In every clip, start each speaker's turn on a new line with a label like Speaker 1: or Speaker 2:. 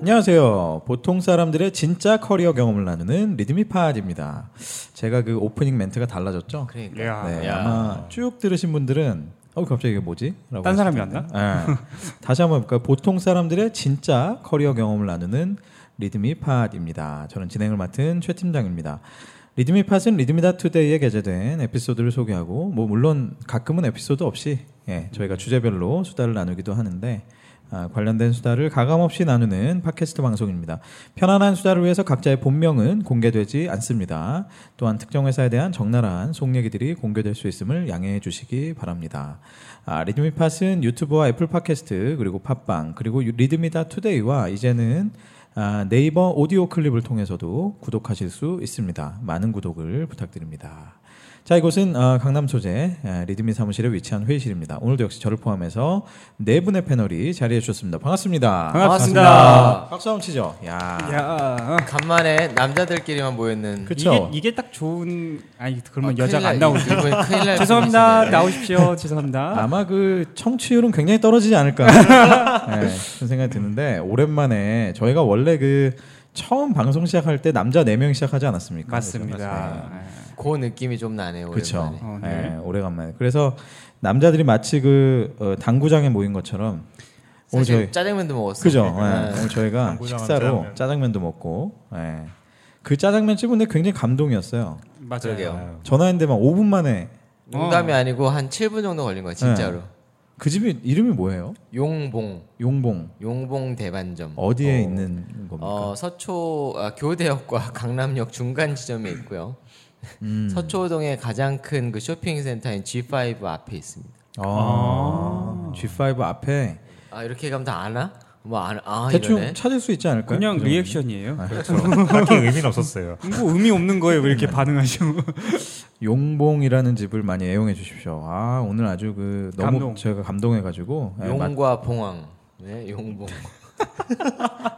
Speaker 1: 안녕하세요. 보통 사람들의 진짜 커리어 경험을 나누는 리드미팟입니다. 제가 그 오프닝 멘트가 달라졌죠?
Speaker 2: 그러니까.
Speaker 3: 야.
Speaker 1: 네, 아마 쭉 들으신 분들은 어 갑자기 이게 뭐지? 라고
Speaker 3: 딴
Speaker 1: 하실
Speaker 3: 사람이
Speaker 1: 텐데.
Speaker 3: 왔나?
Speaker 1: 예. 다시 한번 볼까요? 보통 사람들의 진짜 커리어 경험을 나누는 리드미팟입니다. 저는 진행을 맡은 최 팀장입니다. 리드미팟은 리드미다 투데이에 게재된 에피소드를 소개하고 뭐 물론 가끔은 에피소드 없이 예, 저희가 주제별로 수다를 나누기도 하는데 아, 관련된 수다를 가감없이 나누는 팟캐스트 방송입니다. 편안한 수다를 위해서 각자의 본명은 공개되지 않습니다. 또한 특정 회사에 대한 적나라한 속 얘기들이 공개될 수 있음을 양해해 주시기 바랍니다. 아, 리드미팟은 유튜브와 애플 팟캐스트 그리고 팟빵 그리고 유- 리드미다 투데이와 이제는 아, 네이버 오디오 클립을 통해서도 구독하실 수 있습니다. 많은 구독을 부탁드립니다. 자, 이곳은 아, 강남 소재 아, 리드미 사무실에 위치한 회의실입니다. 오늘도 역시 저를 포함해서 네 분의 패널이 자리해 주셨습니다. 반갑습니다.
Speaker 3: 반갑습니다.
Speaker 1: 박수 한번 치죠.
Speaker 2: 아.
Speaker 1: 야.
Speaker 3: 야. 아,
Speaker 2: 간만에 남자들끼리만 모였는
Speaker 1: 그쵸?
Speaker 3: 이게 이게 딱 좋은 아니 그러면
Speaker 2: 아,
Speaker 3: 여자가 안
Speaker 2: 큰일 날-
Speaker 3: 나오죠.
Speaker 2: 이번에 큰일 날
Speaker 3: 죄송합니다.
Speaker 2: 뻔했습니다.
Speaker 3: 나오십시오. 죄송합니다.
Speaker 1: 아마 그 청취율은 굉장히 떨어지지 않을까 네, 그런 생각이 드는데 오랜만에 저희가 원래 그 처음 방송 시작할 때 남자 4명 시작하지 않았습니까?
Speaker 3: 맞습니다. 아,
Speaker 2: 그 느낌이 좀 나네요.
Speaker 1: 그렇죠.
Speaker 2: 오랜만에.
Speaker 3: 어,
Speaker 1: 예,
Speaker 3: 네.
Speaker 1: 오래간만에. 그래서 남자들이 마치 그 어, 당구장에 모인 것처럼 오늘
Speaker 2: 사실
Speaker 1: 어, 저희
Speaker 2: 짜장면도 먹었어요.
Speaker 1: 그죠? 예,
Speaker 2: 네.
Speaker 1: 오늘 저희가
Speaker 4: 당구장
Speaker 1: 식사로
Speaker 4: 짜장면.
Speaker 1: 짜장면도 먹고 예. 그 짜장면 집은 근데 굉장히 감동이었어요.
Speaker 3: 맞아요.
Speaker 2: 그러게요.
Speaker 1: 전화했는데만 5분 만에
Speaker 2: 농담이 아니고 한 7분 정도 걸린
Speaker 1: 네.
Speaker 2: 거예요, 진짜로.
Speaker 1: 그 집이 이름이 뭐예요?
Speaker 2: 용봉,
Speaker 1: 용봉
Speaker 2: 용봉 대반점.
Speaker 1: 어디에
Speaker 2: 어,
Speaker 1: 있는 겁니까?
Speaker 2: 어, 서초 아, 교대역과 강남역 중간 지점에 있고요.
Speaker 1: 음.
Speaker 2: 서초동의 가장 큰 그 쇼핑센터인 G5 앞에 있습니다.
Speaker 1: 아, G5 앞에
Speaker 2: 아 이렇게 가면 다 아나? 뭐 아나? 아
Speaker 1: 대충
Speaker 2: 이러네.
Speaker 1: 찾을 수 있지 않을까요?
Speaker 3: 그냥
Speaker 1: 그
Speaker 2: 음.
Speaker 1: 정도면?
Speaker 3: 리액션이에요.
Speaker 1: 아, 그렇죠.
Speaker 4: 딱히 의미는 없었어요.
Speaker 3: 뭐 의미 없는 거예요. 왜 이렇게
Speaker 2: 음.
Speaker 3: 반응하시고.
Speaker 1: 용봉이라는 집을 많이 애용해 주십시오. 아 오늘 아주 그 너무
Speaker 3: 감동.
Speaker 1: 제가 감동해가지고 예, 맞-
Speaker 2: 용과 봉황. 네, 용봉.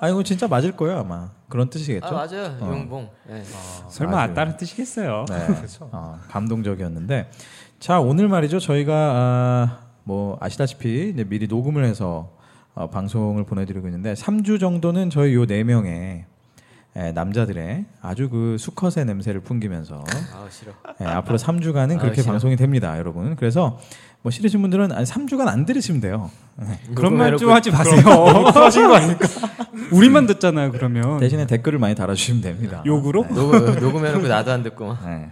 Speaker 1: 아 이거 진짜 맞을 거예요 아마 그런 뜻이겠죠.
Speaker 2: 아 맞아요,
Speaker 1: 어.
Speaker 2: 용봉. 네.
Speaker 3: 설마
Speaker 1: 아주-
Speaker 3: 안 따른 뜻이겠어요. 그렇죠.
Speaker 1: 네, 어, 감동적이었는데 자 오늘 말이죠 저희가 아, 뭐 아시다시피 이제 미리 녹음을 해서 어, 방송을 보내드리고 있는데 3주 정도는 저희 요 네 명의 예, 남자들의 아주 그 수컷의 냄새를 풍기면서
Speaker 2: 아 싫어.
Speaker 1: 예, 앞으로 3주간은 그렇게
Speaker 2: 아, 싫어.
Speaker 1: 방송이 됩니다, 여러분. 그래서 뭐 싫으신 분들은 아니, 3주간 안 들으시면 돼요.
Speaker 3: 그런 말 좀
Speaker 2: 녹음해놓고-
Speaker 3: 하지 마세요. 하신 거 아닙니까? 우리만 듣잖아요, 그러면.
Speaker 1: 대신에 댓글을 많이 달아주시면 됩니다.
Speaker 3: 음. 욕으로?
Speaker 2: 녹음 녹음해놓고 나도 안 듣고.
Speaker 1: 네.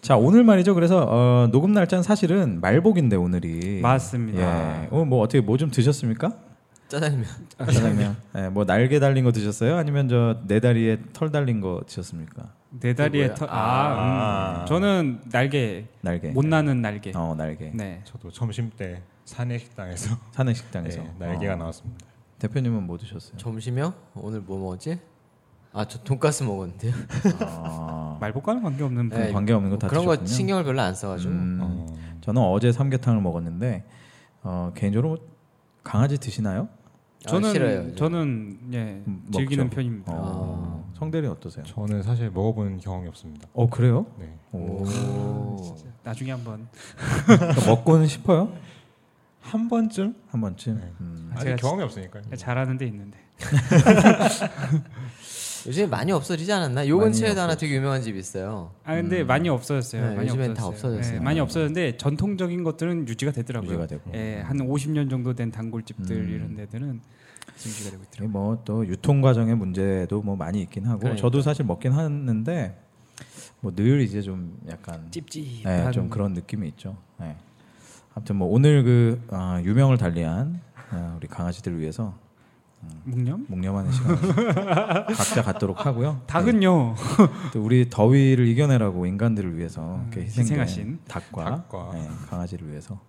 Speaker 1: 자 오늘 말이죠. 그래서 어, 녹음 날짜는 사실은 말복인데 오늘이
Speaker 3: 맞습니다.
Speaker 1: 예. 오늘 뭐 어떻게 뭐 좀 드셨습니까?
Speaker 2: 짜장면.
Speaker 1: 짜장면. 예, 뭐 날개 달린 거 드셨어요? 아니면 저 네 다리에 털 달린 거 드셨습니까?
Speaker 3: 네 다리에
Speaker 2: 뭐야? 네.
Speaker 3: 털. 아, 음. 저는 날개.
Speaker 1: 날개.
Speaker 3: 못 나는 날개.
Speaker 1: 어 날개.
Speaker 3: 네.
Speaker 4: 저도 점심 때 사내 식당에서
Speaker 1: 사내 식당에서
Speaker 4: 네, 날개가
Speaker 1: 어.
Speaker 4: 나왔습니다.
Speaker 1: 대표님은 뭐 드셨어요?
Speaker 2: 점심이요? 오늘 뭐 먹었지? 아 저 돈가스 먹었는데요.
Speaker 1: 아,
Speaker 3: 말복 과는 관계없는 분.
Speaker 2: 어. 네.
Speaker 1: 관계 없는 거 음, 다
Speaker 2: 그런
Speaker 1: 드셨군요.
Speaker 2: 거 신경을 별로 안 써가지고.
Speaker 1: 음.
Speaker 4: 어.
Speaker 1: 저는 어제 삼계탕을 먹었는데 어, 개인적으로 강아지 드시나요?
Speaker 2: 아,
Speaker 3: 저는
Speaker 2: 싫어요. 요즘.
Speaker 3: 저는 예
Speaker 1: 음, 먹죠.
Speaker 3: 즐기는 편입니다.
Speaker 1: 어, 성대리 어떠세요?
Speaker 4: 저는 사실 먹어본 경험이 없습니다.
Speaker 1: 어 그래요?
Speaker 4: 네.
Speaker 1: 오.
Speaker 2: 오.
Speaker 3: 나중에 한번
Speaker 1: 그러니까 먹고는 싶어요?
Speaker 4: 한 번쯤?
Speaker 1: 한 번쯤.
Speaker 4: 네.
Speaker 1: 음.
Speaker 4: 아직
Speaker 3: 제가
Speaker 4: 경험이 없으니까요.
Speaker 3: 잘하는 데 있는데.
Speaker 2: 요즘에 많이 없어지지 않았나? 요
Speaker 1: 많이
Speaker 2: 근처에도 하나
Speaker 1: 없어졌죠.
Speaker 2: 되게 유명한 집 있어요.
Speaker 3: 아 근데 많이 없어졌어요.
Speaker 2: 네,
Speaker 3: 많이
Speaker 2: 요즘엔 다
Speaker 3: 없어졌어요.
Speaker 2: 없어졌어요.
Speaker 3: 네, 많이 없어졌는데 전통적인 것들은 유지가 되더라고요.
Speaker 1: 유지가 되고.
Speaker 3: 예, 한 50년 정도 된 단골집들
Speaker 1: 음.
Speaker 3: 이런 데들은 유지가 되고 있더라고요.
Speaker 1: 뭐또 유통 과정의 문제도 뭐 많이 있긴 하고
Speaker 2: 그러니까.
Speaker 1: 저도 사실 먹긴 하는데 뭐 늘 이제 좀 약간
Speaker 3: 찝찝한
Speaker 1: 네, 좀 그런 느낌이 있죠. 네. 아무튼 뭐 오늘 그 아, 유명을 달리한 아, 우리 강아지들 위해서
Speaker 3: 묵념?
Speaker 1: 묵념하는 시간 각자 갖도록 하고요.
Speaker 3: 닭은요.
Speaker 1: 또 우리 더위를 이겨내라고 인간들을 위해서 이렇게 희생된
Speaker 3: 희생하신
Speaker 1: 닭과,
Speaker 4: 닭과.
Speaker 1: 예, 강아지를 위해서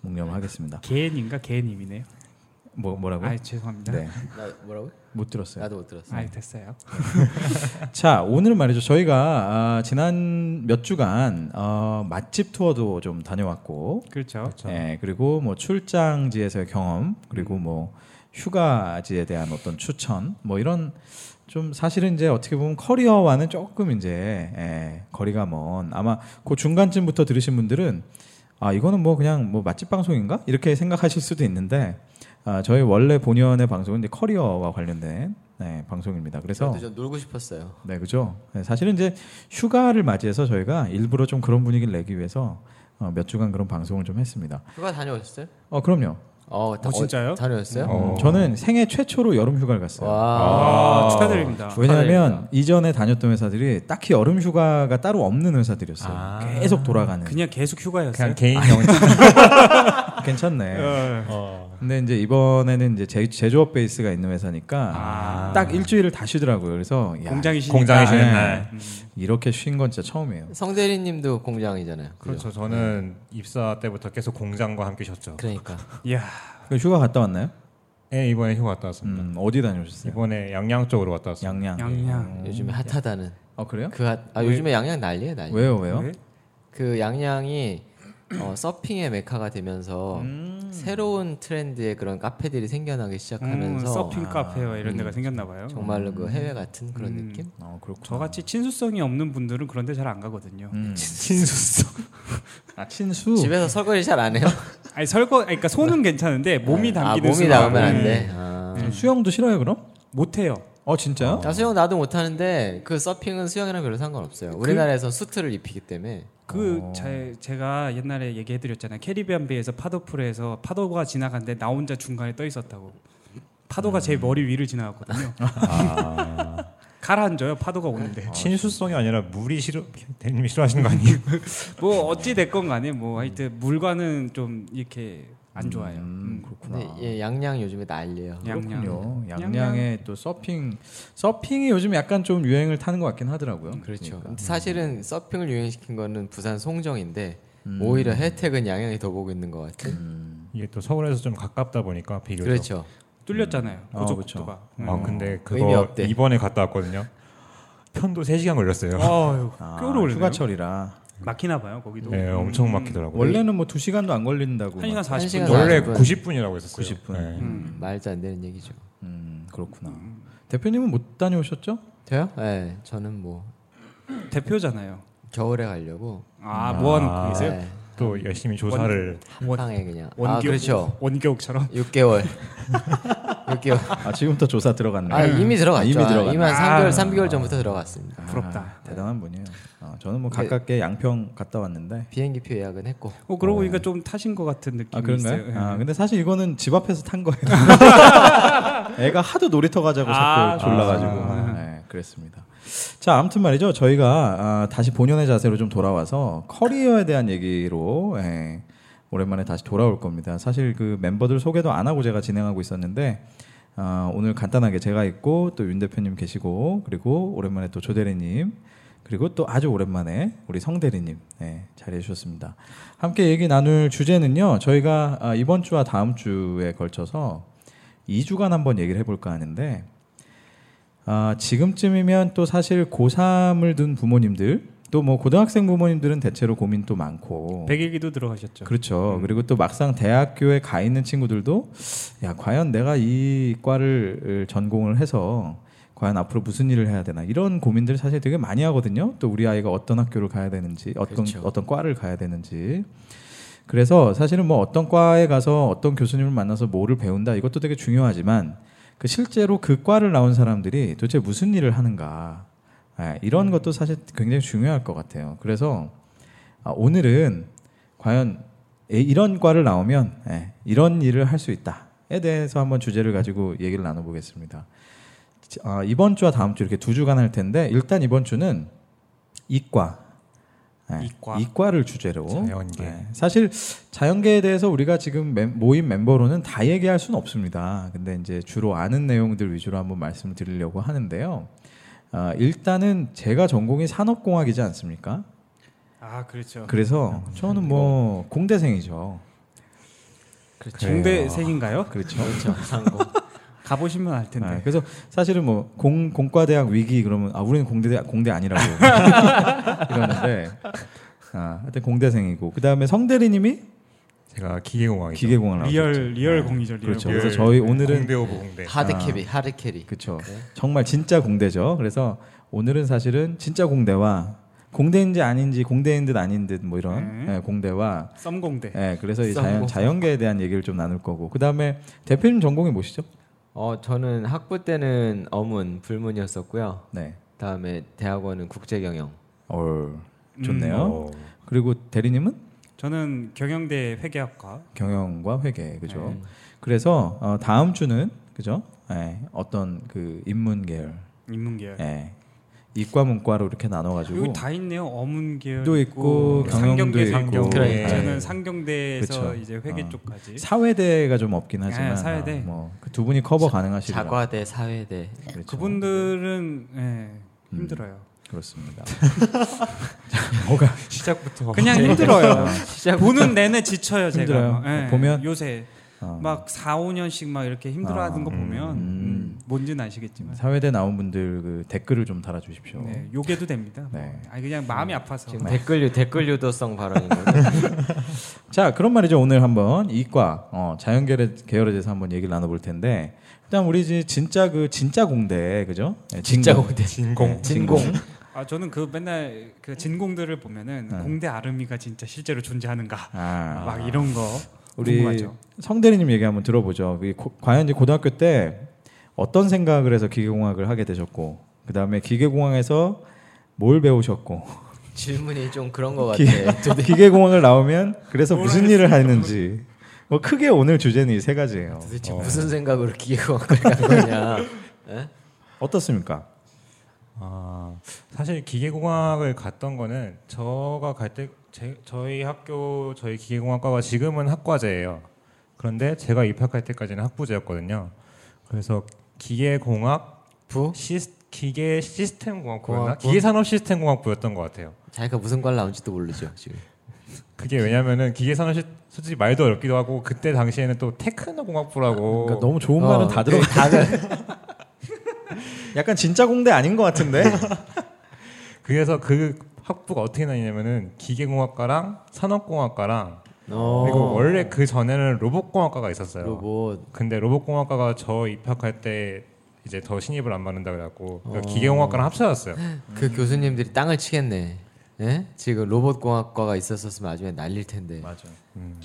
Speaker 1: 묵념하겠습니다.
Speaker 3: 개님인가 개님이네요.
Speaker 1: 뭐 뭐라고?
Speaker 3: 아 죄송합니다.
Speaker 1: 네,
Speaker 2: 나 뭐라고?
Speaker 1: 못 들었어요.
Speaker 2: 나도 못 들었어.
Speaker 3: 아 됐어요. 아.
Speaker 1: 자 오늘 말이죠 저희가 아, 지난 몇 주간 어, 맛집 투어도 좀 다녀왔고,
Speaker 3: 그렇죠. 음.
Speaker 1: 예, 그리고 뭐 출장지에서의 경험, 그리고 뭐 휴가지에 대한 어떤 추천, 뭐 이런 좀 사실은 이제 어떻게 보면 커리어와는 조금 이제 예, 거리가 먼 아마 그 중간쯤부터 들으신 분들은 아 이거는 뭐 그냥 뭐 맛집 방송인가 이렇게 생각하실 수도 있는데 아, 저희 원래 본연의 방송은 이제 커리어와 관련된 네, 방송입니다. 그래서
Speaker 3: 그렇죠.
Speaker 2: 저도 좀 놀고 싶었어요.
Speaker 1: 네, 그죠. 네, 사실은 이제 휴가를 맞이해서 저희가 일부러 좀 그런 분위기를 내기 위해서 어, 몇 주간 그런 방송을 좀 했습니다.
Speaker 2: 휴가 다녀오셨어요?
Speaker 1: 어, 그럼요.
Speaker 2: 어, 다-
Speaker 3: 어, 진짜요?
Speaker 2: 어, 다녀오셨어요?
Speaker 4: 어.
Speaker 1: 음, 저는 생애 최초로 여름 휴가를 갔어요.
Speaker 3: 아,
Speaker 2: 와.
Speaker 3: 축하드립니다.
Speaker 1: 왜냐하면
Speaker 2: 축하드립니다.
Speaker 1: 이전에 다녔던 회사들이 딱히 여름 휴가가 따로 없는 회사들이었어요.
Speaker 3: 아.
Speaker 1: 계속 돌아가는.
Speaker 3: 그냥 계속
Speaker 4: 그냥
Speaker 3: 휴가였어요.
Speaker 4: 개인 영지.
Speaker 1: 괜찮네.
Speaker 4: 어.
Speaker 1: 근데 이제 이번에는 이제 제, 제조업 베이스가 있는 회사니까
Speaker 3: 아,
Speaker 1: 딱 일주일을 다 쉬더라고요. 그래서 야,
Speaker 3: 공장이 쉬니까.
Speaker 4: 공장에 쉬는
Speaker 1: 네.
Speaker 4: 날.
Speaker 1: 이렇게 쉰 건 진짜 처음이에요.
Speaker 2: 성대리님도 공장이잖아요. 그죠?
Speaker 4: 그렇죠. 저는 입사 때부터 계속 공장과 함께 쉬었죠.
Speaker 2: 그러니까.
Speaker 3: 이야.
Speaker 1: 그 휴가 갔다 왔나요?
Speaker 4: 예, 이번에 휴가 왔다 왔습니다.
Speaker 1: 음, 어디 다녀오셨어요?
Speaker 4: 이번에 양양 쪽으로 왔다 왔습니다.
Speaker 1: 양양.
Speaker 3: 양양.
Speaker 2: 요즘에 핫하다는.
Speaker 1: 어 음, 그래요?
Speaker 2: 그 핫, 아, 요즘에 양양 난리예요, 난리.
Speaker 1: 왜요 왜요?
Speaker 3: 왜?
Speaker 2: 그 양양이 어, 서핑의 메카가 되면서 새로운 트렌드의 그런 카페들이 생겨나기
Speaker 3: 음,
Speaker 2: 시작하면서
Speaker 3: 서핑 카페와 이런 데가 생겼나 봐요.
Speaker 2: 정말로 그 해외 같은 그런
Speaker 3: 음.
Speaker 2: 느낌?
Speaker 1: 어 그렇구나.
Speaker 3: 저같이 친수성이 없는 분들은 그런데 잘 안 가거든요.
Speaker 1: 음.
Speaker 2: 친수성.
Speaker 1: 아 친수.
Speaker 2: 집에서 설거지 잘 안 해요?
Speaker 3: 아니 설거, 아니, 그러니까 손은 괜찮은데 몸이
Speaker 2: 아,
Speaker 3: 담기는
Speaker 2: 몸이
Speaker 3: 수가
Speaker 2: 나오면 안
Speaker 3: 없네.
Speaker 2: 돼. 아.
Speaker 1: 음, 수영도 싫어요 그럼?
Speaker 3: 못해요.
Speaker 1: 어 진짜요?
Speaker 2: 나 수영 나도 못하는데 그 서핑은 수영이랑 별로 상관없어요. 우리나라에서 수트를 입히기 때문에
Speaker 3: 그 제, 제가 옛날에 얘기해드렸잖아요. 캐리비안 베에서 파도풀에서 파도가 지나갔는데 나 혼자 중간에 떠 있었다고. 파도가 제 머리 위를 지나갔거든요. 가라앉아요. 파도가 오는데.
Speaker 4: 친수성이 아니라 물이 싫어 대님이 싫어하시는 거 아니에요?
Speaker 3: 뭐 어찌 됐건 간에 뭐 하여튼 물과는 좀 이렇게 안 좋아요.
Speaker 1: 음,
Speaker 3: 음.
Speaker 1: 그렇구나.
Speaker 2: 근데 얘 양양 요즘에 난리예요.
Speaker 1: 네, 그렇군요.
Speaker 3: 양양.
Speaker 1: 양양에 또 서핑 서핑이 요즘 약간 좀 유행을 타는 것 같긴 하더라고요.
Speaker 2: 그렇죠.
Speaker 1: 그러니까.
Speaker 2: 근데 사실은 서핑을 유행시킨 거는 부산 송정인데 오히려 혜택은 양양이 더 보고 있는 것 같은.
Speaker 4: 이게 또 서울에서 좀 가깝다 보니까 비교적.
Speaker 2: 그렇죠.
Speaker 3: 뚫렸잖아요.
Speaker 1: 아,
Speaker 3: 고속도가. 음.
Speaker 4: 아 근데
Speaker 2: 의미
Speaker 4: 그거
Speaker 2: 없대.
Speaker 4: 이번에 갔다 왔거든요. 편도 3시간 걸렸어요.
Speaker 3: 아유,
Speaker 1: 아,
Speaker 3: 꽤 오래 걸려요.
Speaker 1: 휴가철이라
Speaker 3: 막히나 봐요 거기도. 음.
Speaker 4: 네, 엄청 막히더라고요.
Speaker 1: 원래는 뭐 2시간도 안 걸린다고.
Speaker 3: 한 시간
Speaker 1: 막-
Speaker 3: 40분.
Speaker 2: 시간
Speaker 3: 정도.
Speaker 4: 원래
Speaker 2: 40분.
Speaker 4: 90분이라고 했었어요.
Speaker 1: 90분.
Speaker 4: 네.
Speaker 3: 네. 음.
Speaker 2: 말도 안 되는 얘기죠.
Speaker 1: 음, 그렇구나. 대표님은 못 다녀오셨죠?
Speaker 2: 저요? 네, 저는 뭐
Speaker 1: 음.
Speaker 3: 대표잖아요.
Speaker 2: 겨울에 가려고
Speaker 3: 아,
Speaker 4: 아.
Speaker 3: 모아놓고 계세요?
Speaker 2: 네,
Speaker 4: 또 열심히 조사를
Speaker 2: 한방에 그냥.
Speaker 3: 원격
Speaker 2: 아 그렇죠.
Speaker 3: 원격처럼.
Speaker 2: 6개월. 6개월.
Speaker 1: 아, 지금부터 조사 들어갔네요.
Speaker 2: 아 이미 들어갔죠.
Speaker 1: 이미 들어갔네.
Speaker 2: 이미 한 3개월,
Speaker 3: 아.
Speaker 2: 3개월 전부터
Speaker 1: 아.
Speaker 2: 들어갔습니다.
Speaker 3: 부럽다.
Speaker 1: 대단한 분이에요. 아, 저는 뭐
Speaker 2: 근데-
Speaker 1: 가깝게 양평 갔다 왔는데
Speaker 2: 비행기표 예약은 했고.
Speaker 3: 어 그러고 보니까 좀 타신 것 같은 느낌이
Speaker 1: 아 그런가요?
Speaker 3: 있어요. 예.
Speaker 1: 아 근데 사실 이거는 집 앞에서 탄 거예요. 애가 하도 놀이터 가자고
Speaker 3: 아,
Speaker 1: 자꾸 졸라가지고
Speaker 3: 그렇구나.
Speaker 1: 네, 그랬습니다. 자 아무튼 말이죠. 저희가 아, 다시 본연의 자세로 좀 돌아와서 커리어에 대한 얘기로 예, 오랜만에 다시 돌아올 겁니다. 사실 그 멤버들 소개도 안 하고 제가 진행하고 있었는데 아, 오늘 간단하게 제가 있고 또 윤 대표님 계시고 그리고 오랜만에 또 조대리님 그리고 또 아주 오랜만에 우리 성대리님 네, 자리해 주셨습니다. 함께 얘기 나눌 주제는요. 저희가 아, 이번 주와 다음 주에 걸쳐서 2주간 한번 얘기를 해볼까 하는데 아, 지금쯤이면 또 사실 고3을 둔 부모님들 또 뭐 고등학생 부모님들은 대체로 고민도 많고
Speaker 3: 백일기도 들어가셨죠.
Speaker 1: 그렇죠. 그리고 또 막상 대학교에 가 있는 친구들도 야 과연 내가 이 과를 전공을 해서 과연 앞으로 무슨 일을 해야 되나 이런 고민들 사실 되게 많이 하거든요. 또 우리 아이가 어떤 학교를 가야 되는지 어떤
Speaker 2: 그렇죠.
Speaker 1: 어떤 과를 가야 되는지. 그래서 사실은 뭐 어떤 과에 가서 어떤 교수님을 만나서 뭐를 배운다 이것도 되게 중요하지만 그 실제로 그 과를 나온 사람들이 도대체 무슨 일을 하는가 예, 이런 것도 사실 굉장히 중요할 것 같아요. 그래서 아, 오늘은 과연 에- 이런 과를 나오면 예, 이런 일을 할 수 있다에 대해서 한번 주제를 가지고 얘기를 나눠보겠습니다. 지- 아, 이번 주와 다음 주 이렇게 두 주간 할 텐데 일단 이번 주는 이과 예,
Speaker 3: 이과.
Speaker 1: 이과를 주제로
Speaker 4: 자연계.
Speaker 1: 예, 사실 자연계에 대해서 우리가 지금 멤- 모임 멤버로는 다 얘기할 수는 없습니다. 근데 이제 주로 아는 내용들 위주로 한번 말씀을 드리려고 하는데요. 아, 일단은 제가 전공이 산업공학이지 않습니까?
Speaker 3: 아 그렇죠.
Speaker 1: 그래서 저는 뭐 공대생이죠.
Speaker 3: 중대생인가요?
Speaker 1: 그렇죠.
Speaker 2: 그렇죠. 상고.
Speaker 3: 가보시면 알 텐데.
Speaker 1: 아, 그래서 사실은 뭐 공, 공과대학 위기 그러면 아 우리는 공대 공대 아니라고 이러는데 아, 하여튼 공대생이고 그 다음에 성대리님이
Speaker 4: 제가 기계공학이죠. 예.
Speaker 1: 기계공학
Speaker 3: 리얼 리얼 공이죠. 리얼
Speaker 1: 그렇죠.
Speaker 3: 공.
Speaker 1: 그래서 저희 오늘은-
Speaker 4: 공대 오브 공대.
Speaker 2: 하드 캐리, 하드 캐리.
Speaker 1: 그렇죠.
Speaker 2: 네.
Speaker 1: 정말 진짜 공대죠. 그래서 오늘은 사실은 진짜 공대와 공대인지 아닌지 공대인 듯 아닌 듯 뭐 이런
Speaker 3: 네.
Speaker 1: 예, 공대와
Speaker 3: 썸공대.
Speaker 1: 예, 그래서 이
Speaker 2: 썸고.
Speaker 1: 자연 자연계에 대한 얘기를 좀 나눌 거고 그 다음에 대표님 전공이 뭐시죠?
Speaker 2: 어 저는 학부 때는 어문 불문이었었고요.
Speaker 1: 네,
Speaker 2: 다음에 대학원은 국제경영.
Speaker 1: 어,
Speaker 3: 음,
Speaker 1: 좋네요.
Speaker 4: 어,
Speaker 1: 그리고 대리님은
Speaker 3: 저는 경영대 회계학과.
Speaker 1: 경영과 회계 그죠?
Speaker 2: 네.
Speaker 1: 그래서 어, 다음 주는 그죠? 예, 어떤 그 인문 계열,
Speaker 3: 인문계열.
Speaker 1: 예, 이과 문과로 이렇게
Speaker 3: 네. 여기
Speaker 1: 나눠가지고
Speaker 3: 다 있네요. 어문 계열
Speaker 1: 도 있고, 경영도
Speaker 3: 상경대,
Speaker 1: 있고. 그렇죠. 네.
Speaker 3: 상경대.
Speaker 2: 그러니까.
Speaker 3: 네, 저는 상경대에서
Speaker 1: 그쵸.
Speaker 3: 이제 회계
Speaker 1: 어.
Speaker 3: 쪽까지.
Speaker 1: 사회대가 좀 없긴 하지만
Speaker 3: 예, 사회대.
Speaker 1: 뭐두 분이 커버 가능하시리라.
Speaker 2: 자과대, 사회대.
Speaker 1: 그렇죠.
Speaker 3: 그분들은 예,
Speaker 1: 음.
Speaker 3: 힘들어요.
Speaker 1: 그렇습니다. 자, 뭐가 음.
Speaker 4: 시작부터
Speaker 3: 그냥
Speaker 1: 네.
Speaker 3: 힘들어요. 보는 내내 지쳐요 제가.
Speaker 1: 힘들어요?
Speaker 3: 예,
Speaker 1: 보면?
Speaker 3: 요새
Speaker 1: 어,
Speaker 3: 막 4, 5년씩 막 이렇게 힘들어하는
Speaker 1: 아,
Speaker 3: 거 보면
Speaker 1: 음.
Speaker 3: 음, 뭔지는 아시겠지만
Speaker 1: 사회대 나온 분들 그 댓글을 좀 달아주십시오.
Speaker 3: 네, 요게도 됩니다.
Speaker 1: 네.
Speaker 3: 뭐. 아니 그냥 마음이 아파서
Speaker 2: 지금 댓글류 댓글 유도성 발언이거든요.
Speaker 1: 자 그런 말이죠. 오늘 한번 이과 어, 자연계열에 계열에 대해서 한번 얘기를 나눠볼 텐데 일단 우리 이제 진짜 그 진짜 공대 그죠? 네,
Speaker 2: 진짜
Speaker 1: 진공. 네,
Speaker 2: 공대.
Speaker 4: 진공
Speaker 1: 진공.
Speaker 3: 아 저는 그 맨날 그 진공들을 보면은
Speaker 1: 네.
Speaker 3: 공대 아름이가 진짜 실제로 존재하는가
Speaker 1: 아,
Speaker 3: 막 이런 거
Speaker 1: 우리
Speaker 3: 궁금하죠.
Speaker 1: 성대리님 얘기 한번 들어보죠. 이 고- 과연 이제 고등학교 때 어떤 생각을 해서 기계공학을 하게 되셨고 그 다음에 기계공학에서 뭘 배우셨고
Speaker 2: 질문이 좀 그런 것
Speaker 1: 기-
Speaker 2: 같아.
Speaker 1: 저도 기계공학을 나오면 그래서
Speaker 3: 뭘
Speaker 1: 무슨 일을 했는지 뭐 크게 오늘 주제는 이 세 가지예요.
Speaker 2: 도대체 무슨 생각으로 기계공학을 간 거냐? 예?
Speaker 1: 어떻습니까?
Speaker 4: 아, 사실 기계공학을 갔던 거는 저가 갈 때 저희 학교 저희 기계공학과가 지금은 학과제예요. 그런데 제가 입학할 때까지는 학부제였거든요. 그래서 기계공학
Speaker 2: 부?
Speaker 4: 시스, 기계 시스템 공학부였나?
Speaker 2: 공학부?
Speaker 4: 기계산업 시스템 공학부였던 것 같아요.
Speaker 2: 자기가 무슨 과 나온지도 모르죠 지금.
Speaker 4: 그게 왜냐면은 기계산업 시, 솔직히 말도 어렵기도 하고 그때 당시에는 또 테크노 공학부라고
Speaker 1: 그러니까 너무 좋은 말은
Speaker 2: 어,
Speaker 1: 다 들어. 약간 진짜 공대 아닌 것 같은데.
Speaker 4: 그래서 그 학부가 어떻게 나뉘냐면은 기계공학과랑 산업공학과랑
Speaker 2: 어.
Speaker 4: 그리고 원래 그 전에는 로봇공학과가 있었어요.
Speaker 2: 로봇.
Speaker 4: 근데 로봇공학과가 저 입학할 때 이제 더 신입을 안 받는다 그래갖고 그러니까
Speaker 2: 어.
Speaker 4: 기계공학과랑 합쳐졌어요.
Speaker 2: 그 교수님들이 땅을 치겠네. 예? 지금 로봇 공학과가 있었었으면 아주 날릴 텐데.
Speaker 1: 맞아.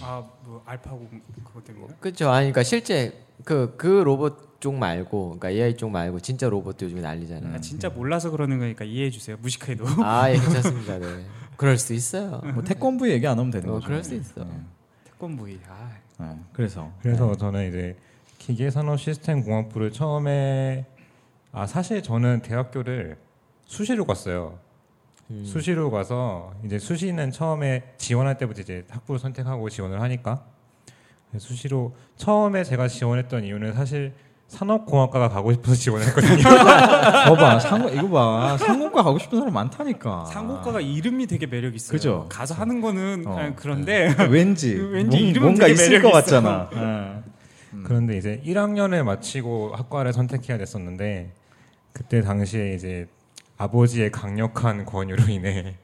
Speaker 3: 아뭐 알파고 그거 때문에
Speaker 2: 그렇죠. 아니 그러니까 실제 그 그 로봇 쪽 말고 그러니까 AI 쪽 말고 진짜 로봇도 요즘에
Speaker 1: 네.
Speaker 2: 난리잖아요.
Speaker 3: 아, 진짜 몰라서 그러는 거니까 이해해 주세요. 무식해도
Speaker 2: 아, 예, 괜찮습니다. 네. 그럴 수 있어요.
Speaker 1: 뭐 태권부 얘기 안 하면 되는
Speaker 2: 어,
Speaker 1: 거죠.
Speaker 2: 그럴 수 있어.
Speaker 3: 태권부이 아,
Speaker 1: 네, 그래서
Speaker 4: 그래서 저는 이제 기계산업 시스템 공학부를 처음에 아 사실 저는 대학교를 수시로 갔어요.
Speaker 2: 음.
Speaker 4: 수시로 가서 이제 수시는 처음에 지원할 때부터 이제 학부를 선택하고 지원을 하니까 그래서 수시로 처음에 제가 지원했던 이유는 사실 산업공학과가 가고 싶어서 지원했거든요.
Speaker 1: 봐봐 상 이거 봐 상공과 가고 싶은 사람 많다니까.
Speaker 3: 상고과가 이름이 되게 매력 있어요.
Speaker 1: 아. 그죠.
Speaker 3: 가서 하는 거는
Speaker 1: 어.
Speaker 3: 아, 그런데
Speaker 1: 왠지
Speaker 3: 왠지
Speaker 1: 뭔-
Speaker 3: 이름은
Speaker 1: 뭔가
Speaker 3: 되게
Speaker 1: 있을
Speaker 3: 매력이
Speaker 1: 것
Speaker 3: 있어.
Speaker 1: 같잖아. 예.
Speaker 4: 그런데 이제 1학년을 마치고 학과를 선택해야 됐었는데 그때 당시에 이제 아버지의 강력한 권유로 인해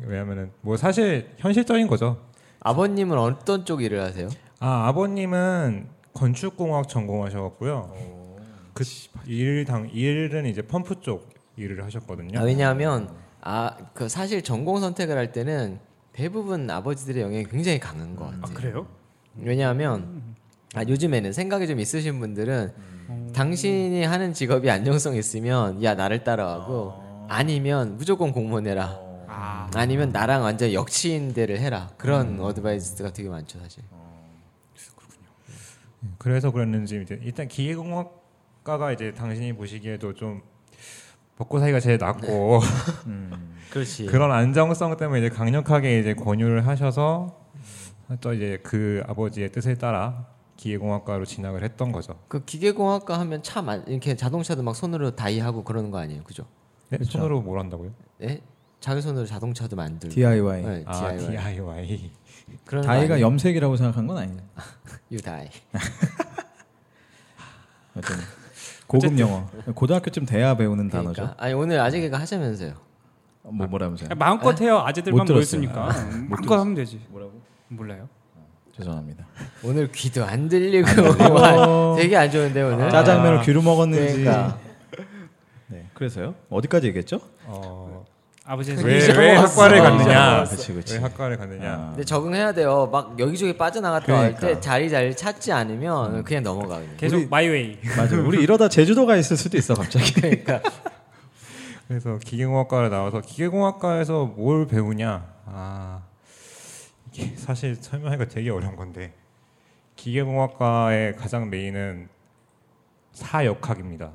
Speaker 4: 왜냐면은 뭐 사실 현실적인 거죠.
Speaker 2: 아버님은 어떤 쪽 일을 하세요?
Speaker 4: 아 아버님은 건축공학 전공하셨고요. 그 그일당 일은 이제 펌프 쪽 일을 하셨거든요.
Speaker 2: 아, 왜냐하면 아 그 사실 전공 선택을 할 때는 대부분 아버지들의 영향이 굉장히 강한 것 같아요.
Speaker 3: 아 그래요?
Speaker 2: 왜냐하면 아, 요즘에는 생각이 좀 있으신 분들은 당신이 하는 직업이 안정성 있으면 야 나를 따라가고 아니면 무조건 공무원해라
Speaker 1: 네.
Speaker 3: 아
Speaker 2: 아니면 나랑 완전 역치인대를 해라 그런 어드바이스가 되게 많죠 사실
Speaker 4: 음, 그래서 그랬는지 이제 일단 기계공학과가 이제 당신이 보시기에도 좀 먹고 사기가 제일 낫고
Speaker 2: 네.
Speaker 1: 음.
Speaker 2: 그렇지
Speaker 4: 그런 안정성 때문에 이제 강력하게 이제 권유를 하셔서 또 이제 그 아버지의 뜻에 따라 기계공학과로 진학을 했던 거죠.
Speaker 2: 그 기계공학과 하면 차 만- 이렇게 자동차도 막 손으로 다이하고 그러는 거 아니에요 그죠
Speaker 4: 네? 손으로 뭘 한다고요?
Speaker 2: 예 자기 손으로 자동차도 만들고
Speaker 1: DIY.
Speaker 2: 네,
Speaker 4: 아
Speaker 2: DIY.
Speaker 4: DIY.
Speaker 2: 그런 거
Speaker 1: 다이가
Speaker 2: 아니에요?
Speaker 1: 염색이라고 생각한 건 아니에요.
Speaker 2: You die.
Speaker 1: 어쨌든 고급 영어. 고등학교쯤 돼야 배우는 단어죠.
Speaker 2: 그러니까 아니 오늘 아직 이거 하자면서요
Speaker 1: 뭐 뭐라면서요?
Speaker 3: 마음껏 해요. 아재들만
Speaker 1: 못 들었어요.
Speaker 3: 모였으니까 마음껏 하면 되지. 뭐라고? 몰라요.
Speaker 1: 죄송합니다.
Speaker 2: 오늘 귀도 안 들리고 아. 와, 되게 안 좋은데 오늘
Speaker 1: 짜장면을 귀로 먹었는지.
Speaker 2: 그러니까.
Speaker 1: 네. 그래서요? 어디까지 얘기했죠?
Speaker 4: 어,
Speaker 3: 아버지는
Speaker 4: 왜,
Speaker 2: 그래서
Speaker 4: 왜 학과를
Speaker 2: 아,
Speaker 4: 갔느냐?
Speaker 1: 그치, 그치.
Speaker 4: 왜 학과를 갔느냐?
Speaker 1: 아.
Speaker 2: 근데 적응해야 돼요. 막 여기저기 빠져나갔다 할
Speaker 1: 그러니까.
Speaker 2: 때 자리 잘 찾지 않으면 그냥 넘어가거든요.
Speaker 3: 계속
Speaker 1: 우리-
Speaker 3: 마이웨이.
Speaker 1: 맞아. 우리 이러다 제주도가 있을 수도 있어 갑자기.
Speaker 2: 네.
Speaker 4: 그래서 기계공학과를 나와서 기계공학과에서 뭘 배우냐? 아 이게 사실 설명하기가 되게 어려운 건데 기계공학과의 가장 메인은 사역학입니다.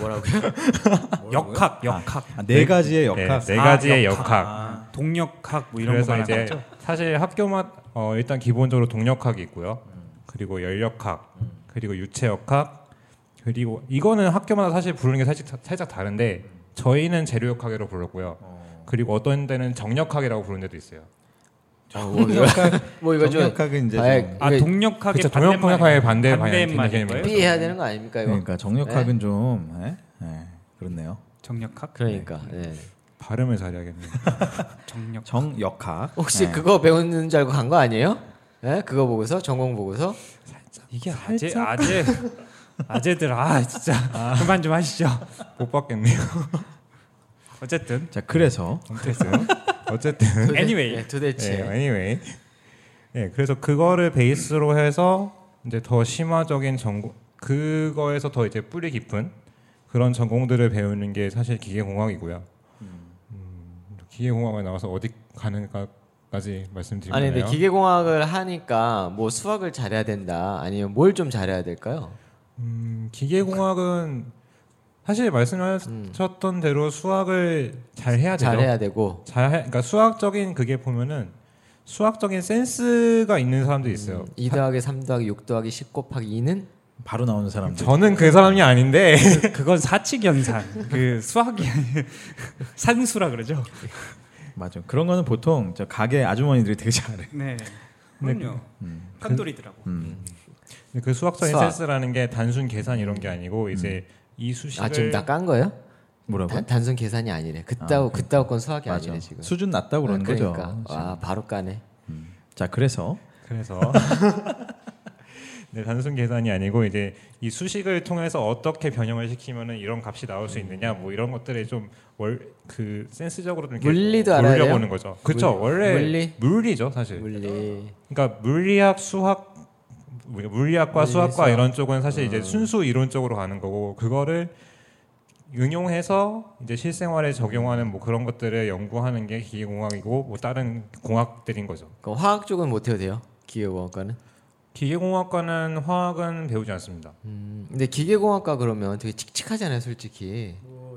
Speaker 2: 뭐라고요?
Speaker 3: 역학, 역학,
Speaker 1: 아, 네 가지의 역학.
Speaker 4: 네, 네 가지의 역학.
Speaker 1: 아,
Speaker 3: 동역학 뭐 이런 거
Speaker 4: 그래서
Speaker 3: 말하는
Speaker 4: 이제
Speaker 3: 거죠.
Speaker 4: 사실 학교만 어, 일단 기본적으로 동력학이 있고요.
Speaker 3: 음.
Speaker 4: 그리고 열역학, 그리고 유체역학, 그리고 이거는 학교마다 사실 부르는 게 사실 다- 살짝 다른데
Speaker 3: 음.
Speaker 4: 저희는 재료역학이라고 불렀고요. 그리고 어떤 데는 정력학이라고 부르는 데도 있어요.
Speaker 2: 어, 뭐 이거,
Speaker 1: 역학.
Speaker 2: 뭐 이거 좀
Speaker 1: 역학은 이제
Speaker 2: 아예
Speaker 1: 좀-
Speaker 3: 아
Speaker 2: 이게
Speaker 3: 동역학의
Speaker 4: 그쵸,
Speaker 3: 반대말.
Speaker 4: 동역학의 반대 방향이
Speaker 3: 반대말인 거예요?
Speaker 4: 굉장히
Speaker 2: 삐해야 되는 거 아닙니까 이거?
Speaker 1: 그러니까 정력학은
Speaker 2: 네.
Speaker 1: 좀 예? 예, 그렇네요.
Speaker 3: 정역학,
Speaker 2: 그러니까. 예.
Speaker 4: 발음을 잘해야겠네요.
Speaker 3: 정역.
Speaker 1: 정역학.
Speaker 2: 혹시
Speaker 1: 예.
Speaker 2: 그거 배우는 줄 알고 간 거 아니에요? 예? 그거 보고서 전공 보고서
Speaker 3: 이게 아재, 아재, 아재들 아 진짜 그만 좀 하시죠.
Speaker 4: 못 받겠네요.
Speaker 3: 어쨌든
Speaker 1: 자 그래서
Speaker 4: 어쨌든 어쨌든
Speaker 2: 도대-
Speaker 3: Anyway.
Speaker 2: 예, 도대체
Speaker 4: 네, anyway. 네, 그래서 그거를 베이스로 해서 이제 더 심화적인 전공 그거에서 더 이제 뿌리 깊은 그런 전공들을 배우는 게 사실 기계공학이고요. 음, 기계공학에 나와서 어디 가는가까지 말씀드리면
Speaker 2: 아니 근데 기계공학을 하니까 뭐 수학을 잘해야 된다 아니면 뭘 좀 잘해야 될까요?
Speaker 4: 음, 기계공학은 사실 말씀하셨던 대로 수학을 잘 해야 되죠.
Speaker 2: 음. 잘해야 되고
Speaker 4: 잘 해- 그러니까 수학적인 그게 보면은 수학적인 센스가 있는 사람도 있어요.
Speaker 2: 2 더하기 3 더하기 6 더하기 10 곱하기 2는
Speaker 1: 바로 나오는 사람들.
Speaker 4: 저는 그 사람이 아닌데
Speaker 3: 그건 사칙연산, 그 수학이 아니- 산수라 그러죠.
Speaker 1: 맞아. 그런 거는 보통 저 가게 아주머니들이 되게 잘해.
Speaker 3: 네, 그럼요. 판돌이더라고.
Speaker 1: 음.
Speaker 4: 근데 그 수학적인
Speaker 2: 수학.
Speaker 4: 센스라는 게 단순 계산 이런 게 아니고 이제 이
Speaker 2: 음.
Speaker 4: 수식을
Speaker 2: 아 지금 다 깐 거예요?
Speaker 1: 뭐라고? 네.
Speaker 2: 단, 단순 계산이 아니래. 그따고 그따고 건 수학이 아니네 지금.
Speaker 1: 수준 낮다 고 그러는
Speaker 2: 그러니까.
Speaker 1: 거죠.
Speaker 2: 와 바로 까네.
Speaker 1: 자 그래서
Speaker 4: 그래서 네, 단순 계산이 아니고 이제 이 수식을 통해서 어떻게 변형을 시키면은 이런 값이 나올 수 있느냐 뭐 이런 것들을 좀월그 센스적으로 좀 이렇게
Speaker 2: 물리도 알아야 돼요?
Speaker 4: 물려보는 거죠. 그쵸
Speaker 2: 물-
Speaker 4: 원래
Speaker 2: 물리?
Speaker 4: 물리? 죠
Speaker 1: 네.
Speaker 4: 사실.
Speaker 2: 물리.
Speaker 4: 그러니까 물리학 수학 뭐냐, 물리학과
Speaker 2: 물리,
Speaker 4: 수학과
Speaker 2: 수학.
Speaker 4: 이런 쪽은 사실 이제 순수 이론적으로 가는 거고 그거를 응용해서 이제 실생활에 적용하는 뭐 그런 것들을 연구하는 게 기계공학이고 뭐 다른 공학들인 거죠.
Speaker 2: 그 화학 쪽은 못 해도 돼요. 기계공학과는.
Speaker 4: 기계공학과는 화학은 배우지 않습니다.
Speaker 2: 음, 근데 기계공학과 그러면 되게 칙칙하잖아요, 솔직히.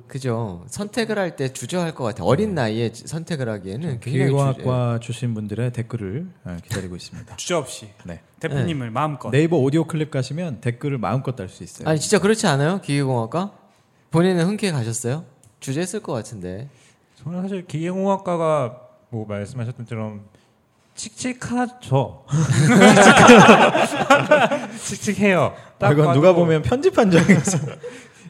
Speaker 2: 그죠? 선택을 할 때 주저할 것 같아. 어린 나이에 지- 선택을 하기에는 네, 굉장히 주저-
Speaker 1: 네. 기계공학과 출신 분들의 댓글을 어, 기다리고 있습니다.
Speaker 3: 주저 없이
Speaker 1: 네.
Speaker 3: 대표님을 마음껏.
Speaker 1: 네이버 오디오 클립 가시면 댓글을 마음껏 달 수 있어요.
Speaker 2: 아니 진짜 그렇지 않아요? 기계공학과? 본인은 흔쾌히 가셨어요? 주저했을 것 같은데.
Speaker 4: 저는 사실 기계공학과가 뭐 말씀하셨던처럼 칙칙하죠. 칙칙해요. 딱
Speaker 1: 이건
Speaker 4: 봐도
Speaker 1: 아, 누가 보면 편집한 적이 있어.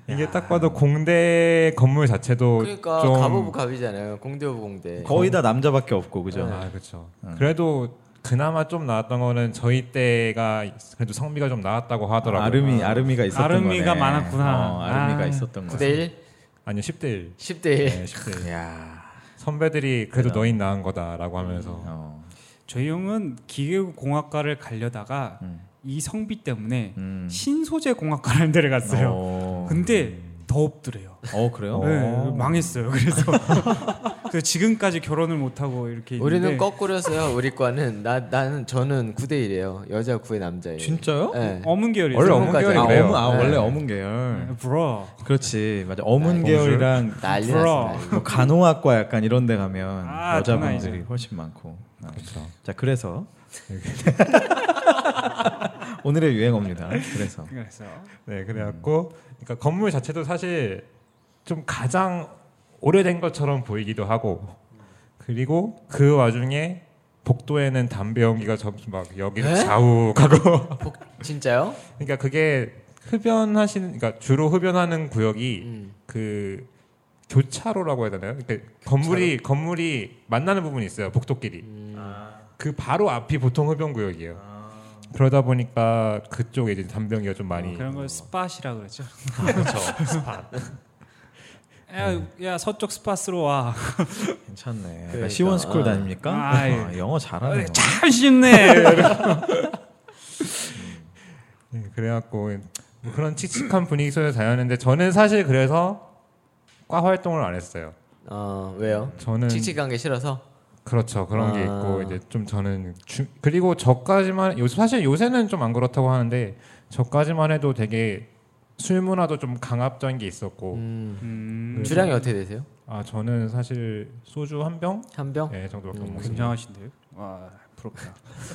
Speaker 4: 이게 딱 봐도 공대 건물 자체도
Speaker 2: 그러니까
Speaker 4: 좀
Speaker 2: 갑오부 갑이잖아요. 공대 오부 공대.
Speaker 1: 뭐 거의 다 남자밖에 없고 그죠.
Speaker 4: 아, 그렇죠. 그래도 그나마 좀 나왔던 거는 저희 때가 그래도 성비가 좀 나왔다고 하더라고요.
Speaker 1: 아름이 아름이가 있었던
Speaker 3: 아름이가
Speaker 1: 거네.
Speaker 3: 많았구나.
Speaker 1: 어, 아름이가
Speaker 3: 아.
Speaker 1: 있었던 거.
Speaker 2: 9대 1,
Speaker 4: 아니요, 10대 1.
Speaker 2: 10대 1.
Speaker 4: 네, 10대 1.
Speaker 1: 야.
Speaker 4: 선배들이 그래도 너희 나은 거다라고 하면서
Speaker 1: 어.
Speaker 3: 저희 형은 기계공학과를 가려다가 이 성비 때문에
Speaker 1: 음.
Speaker 3: 신소재 공학과라는 데를 갔어요.
Speaker 1: 어.
Speaker 3: 근데 더 없더래요.
Speaker 1: 어 그래요?
Speaker 3: 네,
Speaker 1: 어.
Speaker 3: 망했어요. 그래서 그래서 지금까지 결혼을 못 하고 이렇게
Speaker 2: 우리는
Speaker 3: 있는데
Speaker 2: 거꾸로였어요. 우리 과는 나 나는 저는 9대 1이에요. 여자 9에 남자 1.
Speaker 1: 진짜요?
Speaker 2: 네.
Speaker 3: 어문 계열이
Speaker 4: 원래
Speaker 3: 있어요.
Speaker 4: 어문 계열이
Speaker 1: 아,
Speaker 4: 그래요.
Speaker 1: 어. 어문, 아
Speaker 2: 네.
Speaker 1: 원래 어문 계열.
Speaker 3: 브로
Speaker 1: 그렇지 맞아. 어문 계열이랑
Speaker 2: 난리
Speaker 3: 부러워.
Speaker 2: 났어. 난리.
Speaker 1: 뭐 간호학과 약간 이런 데 가면
Speaker 3: 아, 장난
Speaker 1: 여자분들이
Speaker 3: 아니죠.
Speaker 1: 훨씬 많고. 아.
Speaker 4: 그렇죠.
Speaker 1: 자 그래서 오늘의 유행어입니다. 그래서
Speaker 3: 그래서
Speaker 4: 네, 그래갖고 그러니까 건물 자체도 사실 좀 가장 오래된 것처럼 보이기도 하고 그리고 그 와중에 복도에는 담배 연기가 점점 막 여기는
Speaker 2: 에?
Speaker 4: 좌우 가고
Speaker 2: 진짜요?
Speaker 4: 그러니까 그게 흡연하시는 그러니까 주로 흡연하는 구역이
Speaker 2: 음.
Speaker 4: 그 교차로라고 해야 되나요? 그러니까 건물이 건물이 만나는 부분이 있어요. 복도끼리.
Speaker 2: 음.
Speaker 4: 그 바로 앞이 보통 흡연 구역이에요. 그러다 보니까 그쪽에
Speaker 2: 아,
Speaker 4: 이제 담배 연기가 좀 많이
Speaker 3: 그런 걸 스팟이라 그러죠.
Speaker 4: 그렇죠. 스팟.
Speaker 3: 야, 야 서쪽 스파스로 와.
Speaker 1: 괜찮네. 약간
Speaker 2: 그러니까.
Speaker 1: 시원 스쿨 다닙니까?
Speaker 3: 아, 예.
Speaker 1: 아, 영어 잘하네요.
Speaker 3: 참 쉽네.
Speaker 4: 네, 그래갖고 뭐 그런 칙칙한 분위기 속에서 다녔는데 저는 사실 그래서 과 활동을 안 했어요.
Speaker 2: 어 왜요?
Speaker 4: 저는
Speaker 2: 칙칙한 게 싫어서.
Speaker 4: 그렇죠 그런 게
Speaker 2: 아.
Speaker 4: 있고 이제 좀 저는 주, 그리고 저까지만 요새 사실 요새는 좀 안 그렇다고 하는데 저까지만 해도 되게 술 문화도 좀 강압적인 게 있었고
Speaker 2: 음,
Speaker 3: 음,
Speaker 2: 주량이 어떻게 되세요?
Speaker 4: 아 저는 사실 소주 한 병?
Speaker 2: 한 병?
Speaker 4: 네, 정도밖에 못
Speaker 2: 음,
Speaker 4: 먹습니다.
Speaker 3: 굉장하신데요. 와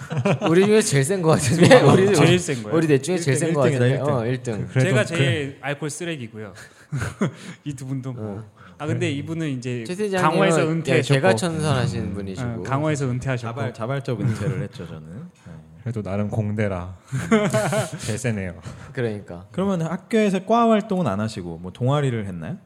Speaker 3: 부럽다.
Speaker 2: 우리 중에 제일 센 거
Speaker 3: 예,
Speaker 2: 같은데. 우리
Speaker 3: 제일 센 거예요.
Speaker 2: 우리 넷 중에 제일 센 아, 거
Speaker 1: 1등이다,
Speaker 2: 같은데.
Speaker 1: 1등.
Speaker 2: 어 1등.
Speaker 4: 그래도
Speaker 3: 제가
Speaker 4: 그-
Speaker 3: 제일 알코올 쓰레기고요. 이 두 분도 뭐. 아 근데 이분은 이제
Speaker 2: 최 팀장님은
Speaker 3: 강화에서
Speaker 2: 예,
Speaker 3: 은퇴하셨고
Speaker 2: 제가 천선하신 분이시고.
Speaker 3: 어, 강화에서 은퇴하셨고
Speaker 1: 자발 자발적 은퇴를 했죠 저는.
Speaker 4: 그래도 나름 공대라 제일 세네요.
Speaker 2: 그러니까.
Speaker 1: 그러면 학교에서 과 활동은 안 하시고 뭐 동아리를 했나요?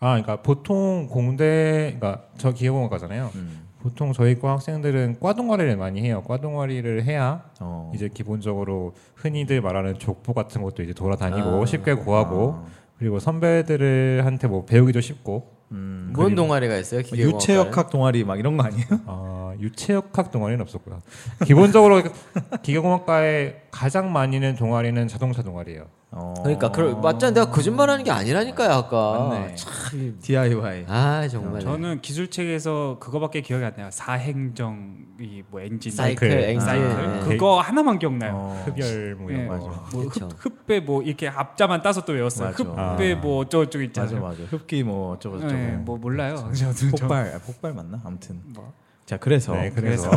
Speaker 4: 아, 그러니까 보통 공대, 그러니까 저 기계공학과잖아요.
Speaker 1: 음.
Speaker 4: 보통 저희 과 학생들은 과 동아리를 많이 해요. 과 동아리를 해야
Speaker 1: 어.
Speaker 4: 이제 기본적으로 흔히들 말하는 족보 같은 것도 이제 돌아다니고
Speaker 2: 아.
Speaker 4: 쉽게 구하고
Speaker 1: 아.
Speaker 4: 그리고 선배들한테 뭐 배우기도 쉽고
Speaker 1: 음.
Speaker 2: 뭔 동아리가 있어요? 기계공학.
Speaker 1: 유체역학 동아리 막 이런 거 아니에요?
Speaker 4: 아, 유체역학 동아리는 없었고요. 기본적으로 기계공학과에 가장 많이는 동아리는 자동차 동아리예요.
Speaker 1: 어.
Speaker 2: 그러니까 그 맞잖아. 내가 거짓말하는 게 아니라니까요 아까.
Speaker 1: 맞네.
Speaker 2: 참.
Speaker 1: DIY.
Speaker 2: 아 정말.
Speaker 3: 저는 기술책에서 그거밖에 기억이 안 나요. 사행정 이뭐 엔진
Speaker 2: 사이클,
Speaker 4: 사이클.
Speaker 2: 앵
Speaker 1: 아,
Speaker 2: 사
Speaker 1: 사이클.
Speaker 2: 예.
Speaker 3: 그거 하나만 기억나요.
Speaker 1: 어.
Speaker 4: 흡열 뭐 이런
Speaker 3: 예.
Speaker 4: 거.
Speaker 3: 뭐
Speaker 2: 그쵸.
Speaker 3: 흡, 흡배 뭐 이렇게 앞자만 따서 또 외웠어요.
Speaker 1: 맞아.
Speaker 3: 흡배 뭐 어쩌고
Speaker 1: 맞아
Speaker 3: 저쩌고 있잖아요.
Speaker 1: 맞아. 흡기 뭐 어쩌고 저쩌고.
Speaker 3: 예, 뭐 몰라요. 저도 저-
Speaker 1: 폭발 아, 폭발 맞나? 아무튼.
Speaker 3: 뭐.
Speaker 1: 자 그래서
Speaker 4: 네, 그래서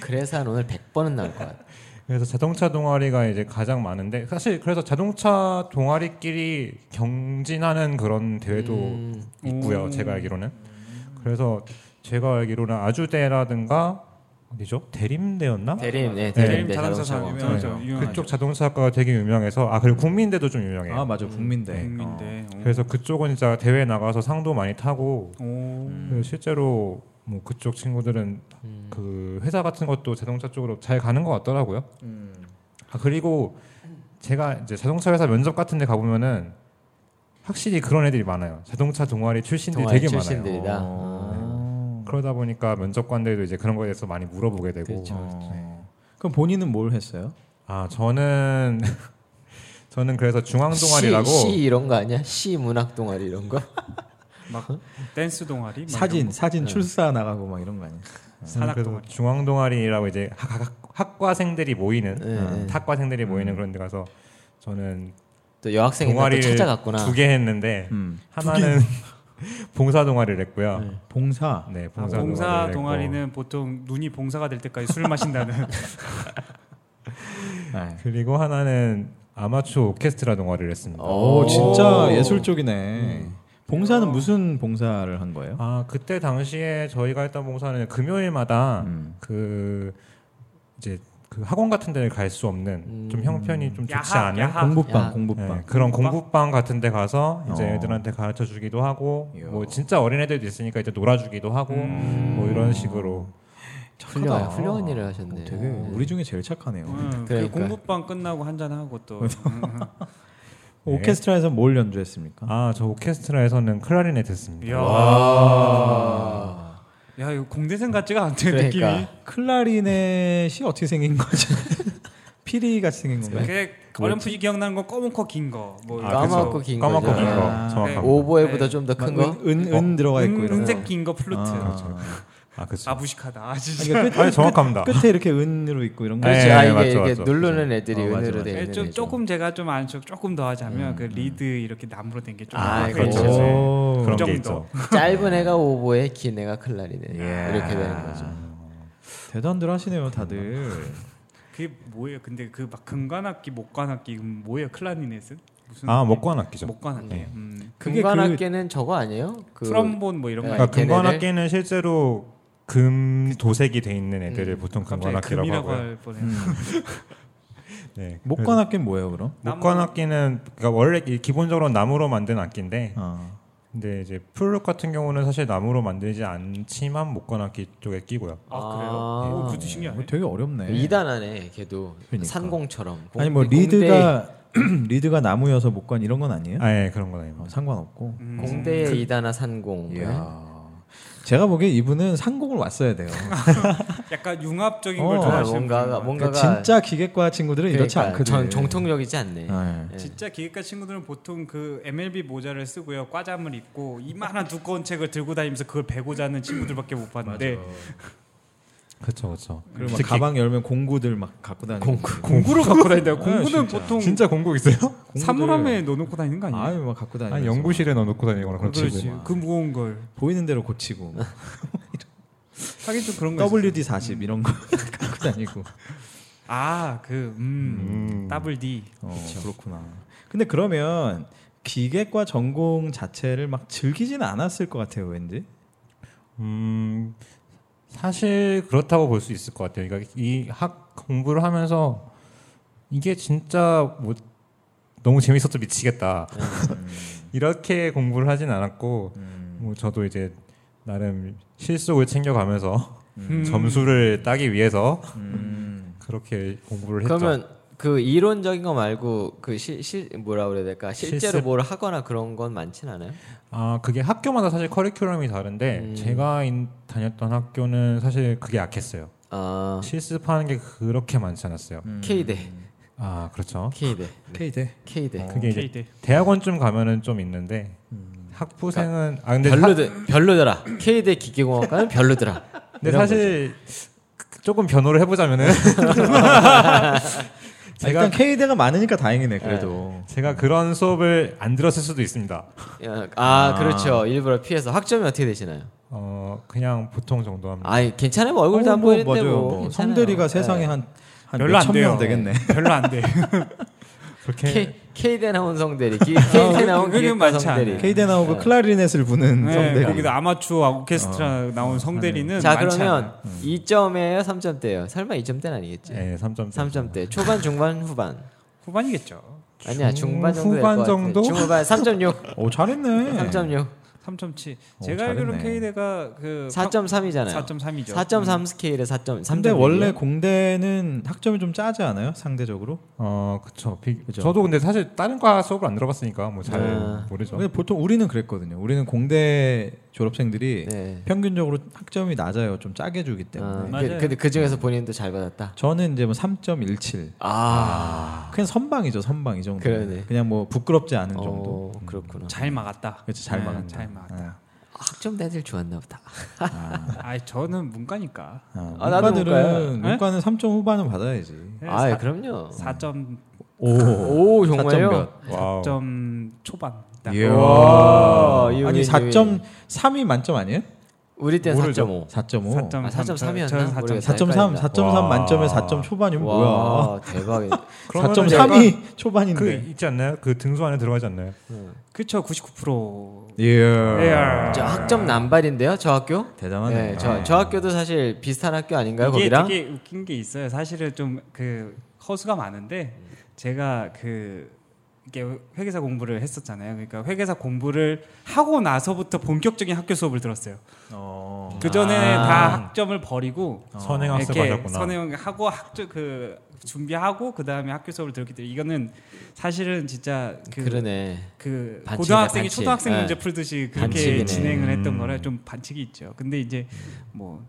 Speaker 2: 그래서 한 오늘 100번은 나올 것 같아.
Speaker 4: 그래서 자동차 동아리가 이제 가장 많은데 사실 그래서 자동차 동아리끼리 경진하는 그런 대회도
Speaker 2: 음.
Speaker 4: 있고요.
Speaker 3: 오.
Speaker 4: 제가 알기로는. 그래서 제가 알기로는 아주대라든가 어디죠? 대림대였나?
Speaker 2: 대림, 네,
Speaker 4: 네.
Speaker 2: 대림, 네,
Speaker 3: 자동차
Speaker 2: 자동차
Speaker 3: 사업이면
Speaker 2: 공학.
Speaker 3: 저 유명하죠.
Speaker 4: 그쪽 자동차가 되게 유명해서 아 그리고 국민대도 좀 유명해요.
Speaker 1: 아 맞아 국민대.
Speaker 3: 국민대. 어.
Speaker 4: 그래서 그쪽은 진짜 대회 나가서 상도 많이 타고
Speaker 3: 오.
Speaker 4: 그리고 실제로 뭐 그쪽 친구들은
Speaker 2: 음.
Speaker 4: 그 회사 같은 것도 자동차 쪽으로 잘 가는 것 같더라고요.
Speaker 2: 음.
Speaker 4: 아 그리고 제가 이제 자동차 회사 면접 같은 데 가보면은 확실히 그런 애들이 많아요. 자동차 동아리 출신들이
Speaker 2: 동아리
Speaker 4: 되게 많아요.
Speaker 2: 출신들이다. 아,
Speaker 1: 어.
Speaker 4: 그러다 보니까 면접관들도 이제 그런 거에 대해서 많이 물어보게 되고
Speaker 2: 그렇죠.
Speaker 1: 네. 어. 그럼 본인은 뭘 했어요?
Speaker 4: 아 저는 저는 그래서 중앙 동아리라고
Speaker 2: 시, 시 이런 거 아니야? 시 문학 동아리 이런 거?
Speaker 3: 막 댄스 동아리 막
Speaker 1: 사진 사진 출사 나가고 막 이런 거 아니야?
Speaker 4: 저는
Speaker 3: 산악
Speaker 4: 그래서
Speaker 3: 동아리.
Speaker 4: 중앙 동아리라고 이제 학, 과생들이 모이는
Speaker 2: 네,
Speaker 4: 어,
Speaker 2: 네.
Speaker 4: 학과생들이 모이는 그런 데 가서 저는
Speaker 2: 또 여학생이 또
Speaker 4: 동아리를
Speaker 2: 찾아갔구나.
Speaker 4: 두 개
Speaker 3: 네.
Speaker 4: 했는데
Speaker 1: 음.
Speaker 4: 하나는 봉사 동아리를 했고요.
Speaker 2: 네.
Speaker 1: 봉사.
Speaker 4: 네,
Speaker 3: 아,
Speaker 4: 봉사,
Speaker 3: 봉사
Speaker 4: 동아리를 했고.
Speaker 3: 동아리는 보통 눈이 봉사가 될 때까지 술 마신다는.
Speaker 1: 네.
Speaker 4: 그리고 하나는 아마추어 오케스트라 동아리를 했습니다.
Speaker 1: 오,
Speaker 2: 오.
Speaker 1: 진짜 예술 쪽이네.
Speaker 3: 음.
Speaker 1: 봉사는 무슨 봉사를 한 거예요?
Speaker 4: 아 그때 당시에 저희가 했던 봉사는 금요일마다
Speaker 1: 음.
Speaker 4: 그 이제 그 학원 같은 데를 갈 수 없는
Speaker 2: 음.
Speaker 4: 좀 형편이 좀 좋지
Speaker 3: 야학,
Speaker 4: 않은
Speaker 3: 야학.
Speaker 1: 공부방,
Speaker 2: 야.
Speaker 1: 공부방.
Speaker 4: 네, 그런 공부방 같은 데 가서 이제
Speaker 1: 어.
Speaker 4: 애들한테 가르쳐 주기도 하고
Speaker 1: 이야.
Speaker 4: 뭐 진짜 어린 애들도 있으니까 이제 놀아 주기도 하고
Speaker 2: 음.
Speaker 4: 뭐 이런 식으로
Speaker 1: 착하다.
Speaker 2: 훌륭한, 훌륭한 일을 하셨네.
Speaker 1: 어, 되게 우리 중에 제일 착하네요.
Speaker 3: 음, 그
Speaker 2: 그러니까요.
Speaker 3: 공부방 끝나고 한잔 하고 또
Speaker 1: 오케스트라에서 뭘 연주했습니까?
Speaker 4: 아 저 오케스트라에서는 클라리넷 했습니다.
Speaker 3: 이야.
Speaker 2: 와.
Speaker 3: 야 이거 공대생 같지가 않대 느낌이.
Speaker 2: 그러니까.
Speaker 1: 클라리넷이 어떻게 생긴 거지? 피리 같이 생긴 건가요?
Speaker 3: 그게 어렴풋이 기억나는 건 검은코 긴 거. 뭐
Speaker 4: 아,
Speaker 3: 이런 거.
Speaker 2: 까맣고 긴
Speaker 4: 까맣고
Speaker 2: 거죠. 네.
Speaker 4: 긴 거.
Speaker 1: 아.
Speaker 4: 정확합니다.
Speaker 2: 오보에보다 뭐
Speaker 3: 네.
Speaker 2: 좀 더 큰
Speaker 1: 막
Speaker 2: 거?
Speaker 1: 은, 은, 은 들어가 있고
Speaker 3: 음, 은,
Speaker 1: 이런 거.
Speaker 3: 은색 긴 거 플루트.
Speaker 1: 아.
Speaker 3: 아,
Speaker 4: 아 그렇죠.
Speaker 3: 무식하다. 아, 진짜.
Speaker 1: 그러니까 끝-
Speaker 4: 아니 정확합니다.
Speaker 1: 끝에 이렇게 은으로 있고 이런 거.
Speaker 4: 네.
Speaker 2: 그렇지.
Speaker 4: 예,
Speaker 2: 아,
Speaker 4: 예,
Speaker 2: 이게,
Speaker 4: 맞죠,
Speaker 2: 이게
Speaker 4: 맞죠.
Speaker 2: 누르는 애들이
Speaker 1: 어, 맞아,
Speaker 2: 은으로
Speaker 1: 맞아.
Speaker 2: 돼
Speaker 3: 예,
Speaker 2: 있는
Speaker 3: 좀
Speaker 2: 애죠.
Speaker 3: 조금 제가 좀 안쪽 조금 더 하자면 그 리드 이렇게 나무로 된 게좀
Speaker 2: 아, 그렇죠.
Speaker 4: 그렇죠.
Speaker 1: 오.
Speaker 4: 그런
Speaker 3: 그
Speaker 4: 게
Speaker 3: 정도.
Speaker 4: 있죠.
Speaker 2: 짧은 애가 오보에 긴 애가 클라리넷
Speaker 1: 예.
Speaker 2: 이렇게 되는 거죠.
Speaker 1: 대단들 하시네요, 다들.
Speaker 3: 그게 뭐예요? 근데 그 막 금관악기, 목관악기 음, 뭐예요? 클라리넷은? 무슨
Speaker 4: 아 먹관 악기죠.
Speaker 3: 목관악기.
Speaker 4: 예.
Speaker 3: 음.
Speaker 1: 그게 그-
Speaker 2: 금관악기는 저거 아니에요? 그
Speaker 3: 트럼본 뭐 이런 거.
Speaker 2: 예.
Speaker 3: 아니에요?
Speaker 4: 그러니까 금관
Speaker 2: 걔네들?
Speaker 4: 악기는 실제로 금 도색이 돼 있는 애들을
Speaker 2: 음.
Speaker 4: 보통 금관
Speaker 3: 갑자기
Speaker 4: 악기라고
Speaker 3: 금이라고
Speaker 4: 하고요.
Speaker 3: 할 뻔해.
Speaker 1: 음.
Speaker 4: 네.
Speaker 1: 목관 악기는 뭐예요, 그럼?
Speaker 4: 그래서 목관 악기는 그러니까 원래 이- 기본적으로 나무로 만든 악기인데
Speaker 1: 어.
Speaker 4: 근데 이제 플룻 같은 경우는 사실 나무로 만들지 않지만 목관 악기 쪽에 끼고요.
Speaker 3: 아 그래요?
Speaker 2: 아.
Speaker 3: 오, 그것도 신기하네.
Speaker 1: 되게 뭐 어렵네.
Speaker 2: 이단하네 걔도
Speaker 1: 그러니까.
Speaker 2: 산공처럼. 공-
Speaker 1: 아니 뭐
Speaker 2: 공대-
Speaker 1: 리드가 리드가 나무여서 못 간 이런 건 아니에요?
Speaker 4: 아예 그런 건 아닙니다.
Speaker 1: 어, 상관없고.
Speaker 3: 음.
Speaker 2: 공대 의 이다나 산공.
Speaker 1: 이야.
Speaker 2: 아.
Speaker 1: 제가 보기에 이분은 상공을 왔어야 돼요.
Speaker 3: 약간 융합적인
Speaker 1: 어,
Speaker 3: 걸
Speaker 2: 정말
Speaker 3: 좋아하시는
Speaker 2: 뭔가가
Speaker 3: 분인 것
Speaker 2: 뭔가가
Speaker 1: 진짜 기계과 친구들은 이렇지
Speaker 2: 그러니까
Speaker 1: 않거든.
Speaker 2: 전 정통력이지 않네. 예.
Speaker 1: 네.
Speaker 3: 같아요. 진짜 기획가 친구들은 보통 그 MLB 모자를 쓰고요, 과잠을 입고 이만한 두꺼운 책을 들고 다니면서 그걸 베고 자는 친구들밖에 못 봤는데
Speaker 4: 그렇죠, 그렇죠.
Speaker 1: 그리고 막 가방 열면 공구들 막 갖고 다니는. 공구.
Speaker 3: 공구를 갖고 다닌다. 요
Speaker 1: 네,
Speaker 3: 공구는
Speaker 1: 진짜.
Speaker 3: 보통
Speaker 4: 진짜 공국 있어요?
Speaker 3: 사물함에 넣어놓고 다니는 거 아니에요?
Speaker 1: 아유 막 갖고 다니면서.
Speaker 4: 아니 연구실에 넣어놓고 다니거나 그런
Speaker 3: 그렇지.
Speaker 4: 친구.
Speaker 3: 그 무거운 걸
Speaker 1: 보이는 대로 고치고. 뭐
Speaker 3: 하긴 좀 그런 거.
Speaker 1: WD 40 이런 거 갖고 다니고.
Speaker 3: 아그 음.
Speaker 4: 음.
Speaker 3: 더블 D.
Speaker 1: 어, 그렇구나. 근데 그러면 기계과 전공 자체를 막 즐기진 않았을 것 같아요, 왠지.
Speaker 4: 음 사실 그렇다고 볼 수 있을 것 같아요. 그러니까 이 학 공부를 하면서 이게 진짜 뭐 너무 재밌어서 미치겠다
Speaker 2: 음.
Speaker 4: 이렇게 공부를 하진 않았고
Speaker 1: 음.
Speaker 4: 뭐 저도 이제 나름 실속을 챙겨가면서
Speaker 3: 음.
Speaker 4: 점수를 따기 위해서
Speaker 1: 음.
Speaker 4: 그렇게 공부를 했죠.
Speaker 2: 그러면 그 이론적인 거 말고 그실 뭐라 그래야 될까? 실제로
Speaker 4: 실습.
Speaker 2: 뭘 하거나 그런 건 많진 않아요.
Speaker 4: 아 그게 학교마다 사실 커리큘럼이 다른데
Speaker 2: 음.
Speaker 4: 제가 인- 다녔던 학교는 사실 그게 약했어요.
Speaker 2: 아 음.
Speaker 4: 실습하는 게 그렇게 많지 않았어요.
Speaker 2: K대
Speaker 4: 아 그렇죠.
Speaker 2: K대
Speaker 1: 페이데.
Speaker 2: K대
Speaker 4: 그게 이제
Speaker 3: K대.
Speaker 4: 대학원쯤 가면은 좀 있는데 학부생은 아 근데, 사,
Speaker 2: 별로더 별로더라. K대 기계공학과는 별로더라.
Speaker 4: 근데 사실 그- 조금 변호를 해보자면은
Speaker 1: 아, 일단 K대가 예. 많으니까 다행이네, 그래도.
Speaker 4: 제가 그런 수업을 안 들었을 수도 있습니다.
Speaker 2: 야,
Speaker 1: 아.
Speaker 2: 아, 그렇죠. 일부러 피해서 학점이 어떻게 되시나요?
Speaker 4: 어 그냥 보통 정도 합니다.
Speaker 2: 아이 괜찮아요. 뭐 얼굴도
Speaker 1: 어,
Speaker 2: 안
Speaker 1: 뭐,
Speaker 2: 보이는데
Speaker 1: 맞아요.
Speaker 2: 뭐.
Speaker 1: 뭐
Speaker 2: 괜찮아요.
Speaker 1: 성대리가
Speaker 2: 네.
Speaker 1: 세상에 한한
Speaker 3: 별로 안
Speaker 1: 몇천
Speaker 3: 돼요.
Speaker 1: 명 되겠네.
Speaker 3: 별로 안 돼.
Speaker 4: 그렇게
Speaker 2: K K대 나온 성대리, 기- K대 나온
Speaker 3: 그게
Speaker 2: 기계과
Speaker 3: 많지
Speaker 2: 성대리.
Speaker 3: 않아요.
Speaker 1: K대 나오고 클라리넷을 부는
Speaker 3: 네,
Speaker 1: 성대리.
Speaker 3: 거기도 아마추어 오케스트라 나온 성대리는
Speaker 2: 자
Speaker 3: 네, 많지 않아요.
Speaker 2: 그러면 2점에요, 3점대요. 설마 2점대는 아니겠지?
Speaker 4: 예, 3점
Speaker 2: 3점대 초반, 중반, 후반.
Speaker 3: 후반이겠죠.
Speaker 2: 아니야 중반 정도
Speaker 4: 후반
Speaker 2: 될것
Speaker 4: 정도?
Speaker 2: 같아. 중후반 3.6
Speaker 1: 오, 잘했네.
Speaker 2: 3.6
Speaker 3: 3.7.
Speaker 1: 오,
Speaker 3: 제가
Speaker 1: 잘했네.
Speaker 3: 알기로 K대가 그
Speaker 2: 4.3이잖아요
Speaker 3: 4.3이죠.
Speaker 2: 4.3 스케일에 4.3
Speaker 1: 근데 원래 공대는 학점이 좀 짜지 않아요? 상대적으로?
Speaker 4: 어 그쵸. 비,
Speaker 1: 그죠.
Speaker 4: 저도 근데 사실 다른 과 수업을 안 들어봤으니까 뭐 잘
Speaker 2: 네.
Speaker 4: 모르죠.
Speaker 1: 근데 보통 우리는 그랬거든요. 우리는 공대 졸업생들이
Speaker 2: 네.
Speaker 1: 평균적으로 학점이 낮아요. 좀 짜게 주기 때문에.
Speaker 2: 아, 그,
Speaker 3: 맞아요.
Speaker 2: 근데 그 중에서 본인도 잘 받았다
Speaker 1: 저는 이제 뭐 3.17.
Speaker 2: 아,
Speaker 1: 그냥 선방이죠, 선방 이 정도.
Speaker 2: 그러네.
Speaker 1: 그냥 뭐 부끄럽지 않은 정도.
Speaker 2: 어, 그렇구나
Speaker 3: 음.
Speaker 2: 아,
Speaker 3: 잘 막았다.
Speaker 1: 그렇지 그렇죠, 잘
Speaker 3: 네,
Speaker 1: 막았다.
Speaker 3: 잘 막았다.
Speaker 2: 학점 애들 좋았나 보다
Speaker 3: 아, 저는 문과니까.
Speaker 2: 아, 나도
Speaker 1: 문과들은
Speaker 3: 문과야.
Speaker 1: 문과는 3점 후반은 받아야지.
Speaker 3: 네,
Speaker 2: 아
Speaker 3: 사-
Speaker 2: 그럼요
Speaker 3: 4점
Speaker 2: 오 정말요
Speaker 1: 어.
Speaker 4: 와우.
Speaker 3: 4점 초반. 딱.
Speaker 1: 이야.
Speaker 2: 와, 이거
Speaker 1: 아니
Speaker 2: 왠지
Speaker 1: 4.3이 만점 아니에요?
Speaker 2: 우리 땐
Speaker 4: 모르죠.
Speaker 2: 4.5
Speaker 1: 4.5.
Speaker 3: 4.3.
Speaker 2: 아, 4.3 이었나?
Speaker 3: 저는
Speaker 2: 모르겠어요.
Speaker 1: 4.3, 4.3
Speaker 4: 와.
Speaker 1: 만점에 4점 초반이면 뭐야?
Speaker 2: 와 대박이다
Speaker 4: 그러면은
Speaker 1: 4.3이
Speaker 4: 약간 그
Speaker 1: 초반인데.
Speaker 4: 있지 않나요? 그 등수 안에 들어가지 않나요?
Speaker 3: 그쵸 99%.
Speaker 1: 예.
Speaker 3: 에어.
Speaker 2: 저 학점 남발인데요 저 학교
Speaker 1: 대단하네.
Speaker 2: 네, 저, 저 학교도 사실 비슷한 학교 아닌가요
Speaker 3: 이게
Speaker 2: 거기랑
Speaker 3: 되게 웃긴 게 있어요. 사실은 좀 그 허수가 많은데 제가 그 이게 회계사 공부를 했었잖아요. 그러니까 회계사 공부를 하고 나서부터 본격적인 학교 수업을 들었어요.
Speaker 1: 어.
Speaker 3: 그 전에 는
Speaker 2: 아.
Speaker 3: 다 학점을 버리고
Speaker 4: 선행학습
Speaker 3: 이렇게
Speaker 4: 하셨구나.
Speaker 3: 선행하고 학교 그 준비하고 그 다음에 학교 수업을 들었기 때문에 이거는 사실은 진짜 그,
Speaker 2: 그, 러네
Speaker 3: 그
Speaker 2: 반칙이다,
Speaker 3: 고등학생이
Speaker 2: 반칙.
Speaker 3: 초등학생
Speaker 2: 네.
Speaker 3: 문제 풀듯이 그렇게
Speaker 2: 반칙이네.
Speaker 3: 진행을 했던
Speaker 4: 음.
Speaker 3: 거라 좀 반칙이 있죠. 근데 이제 뭐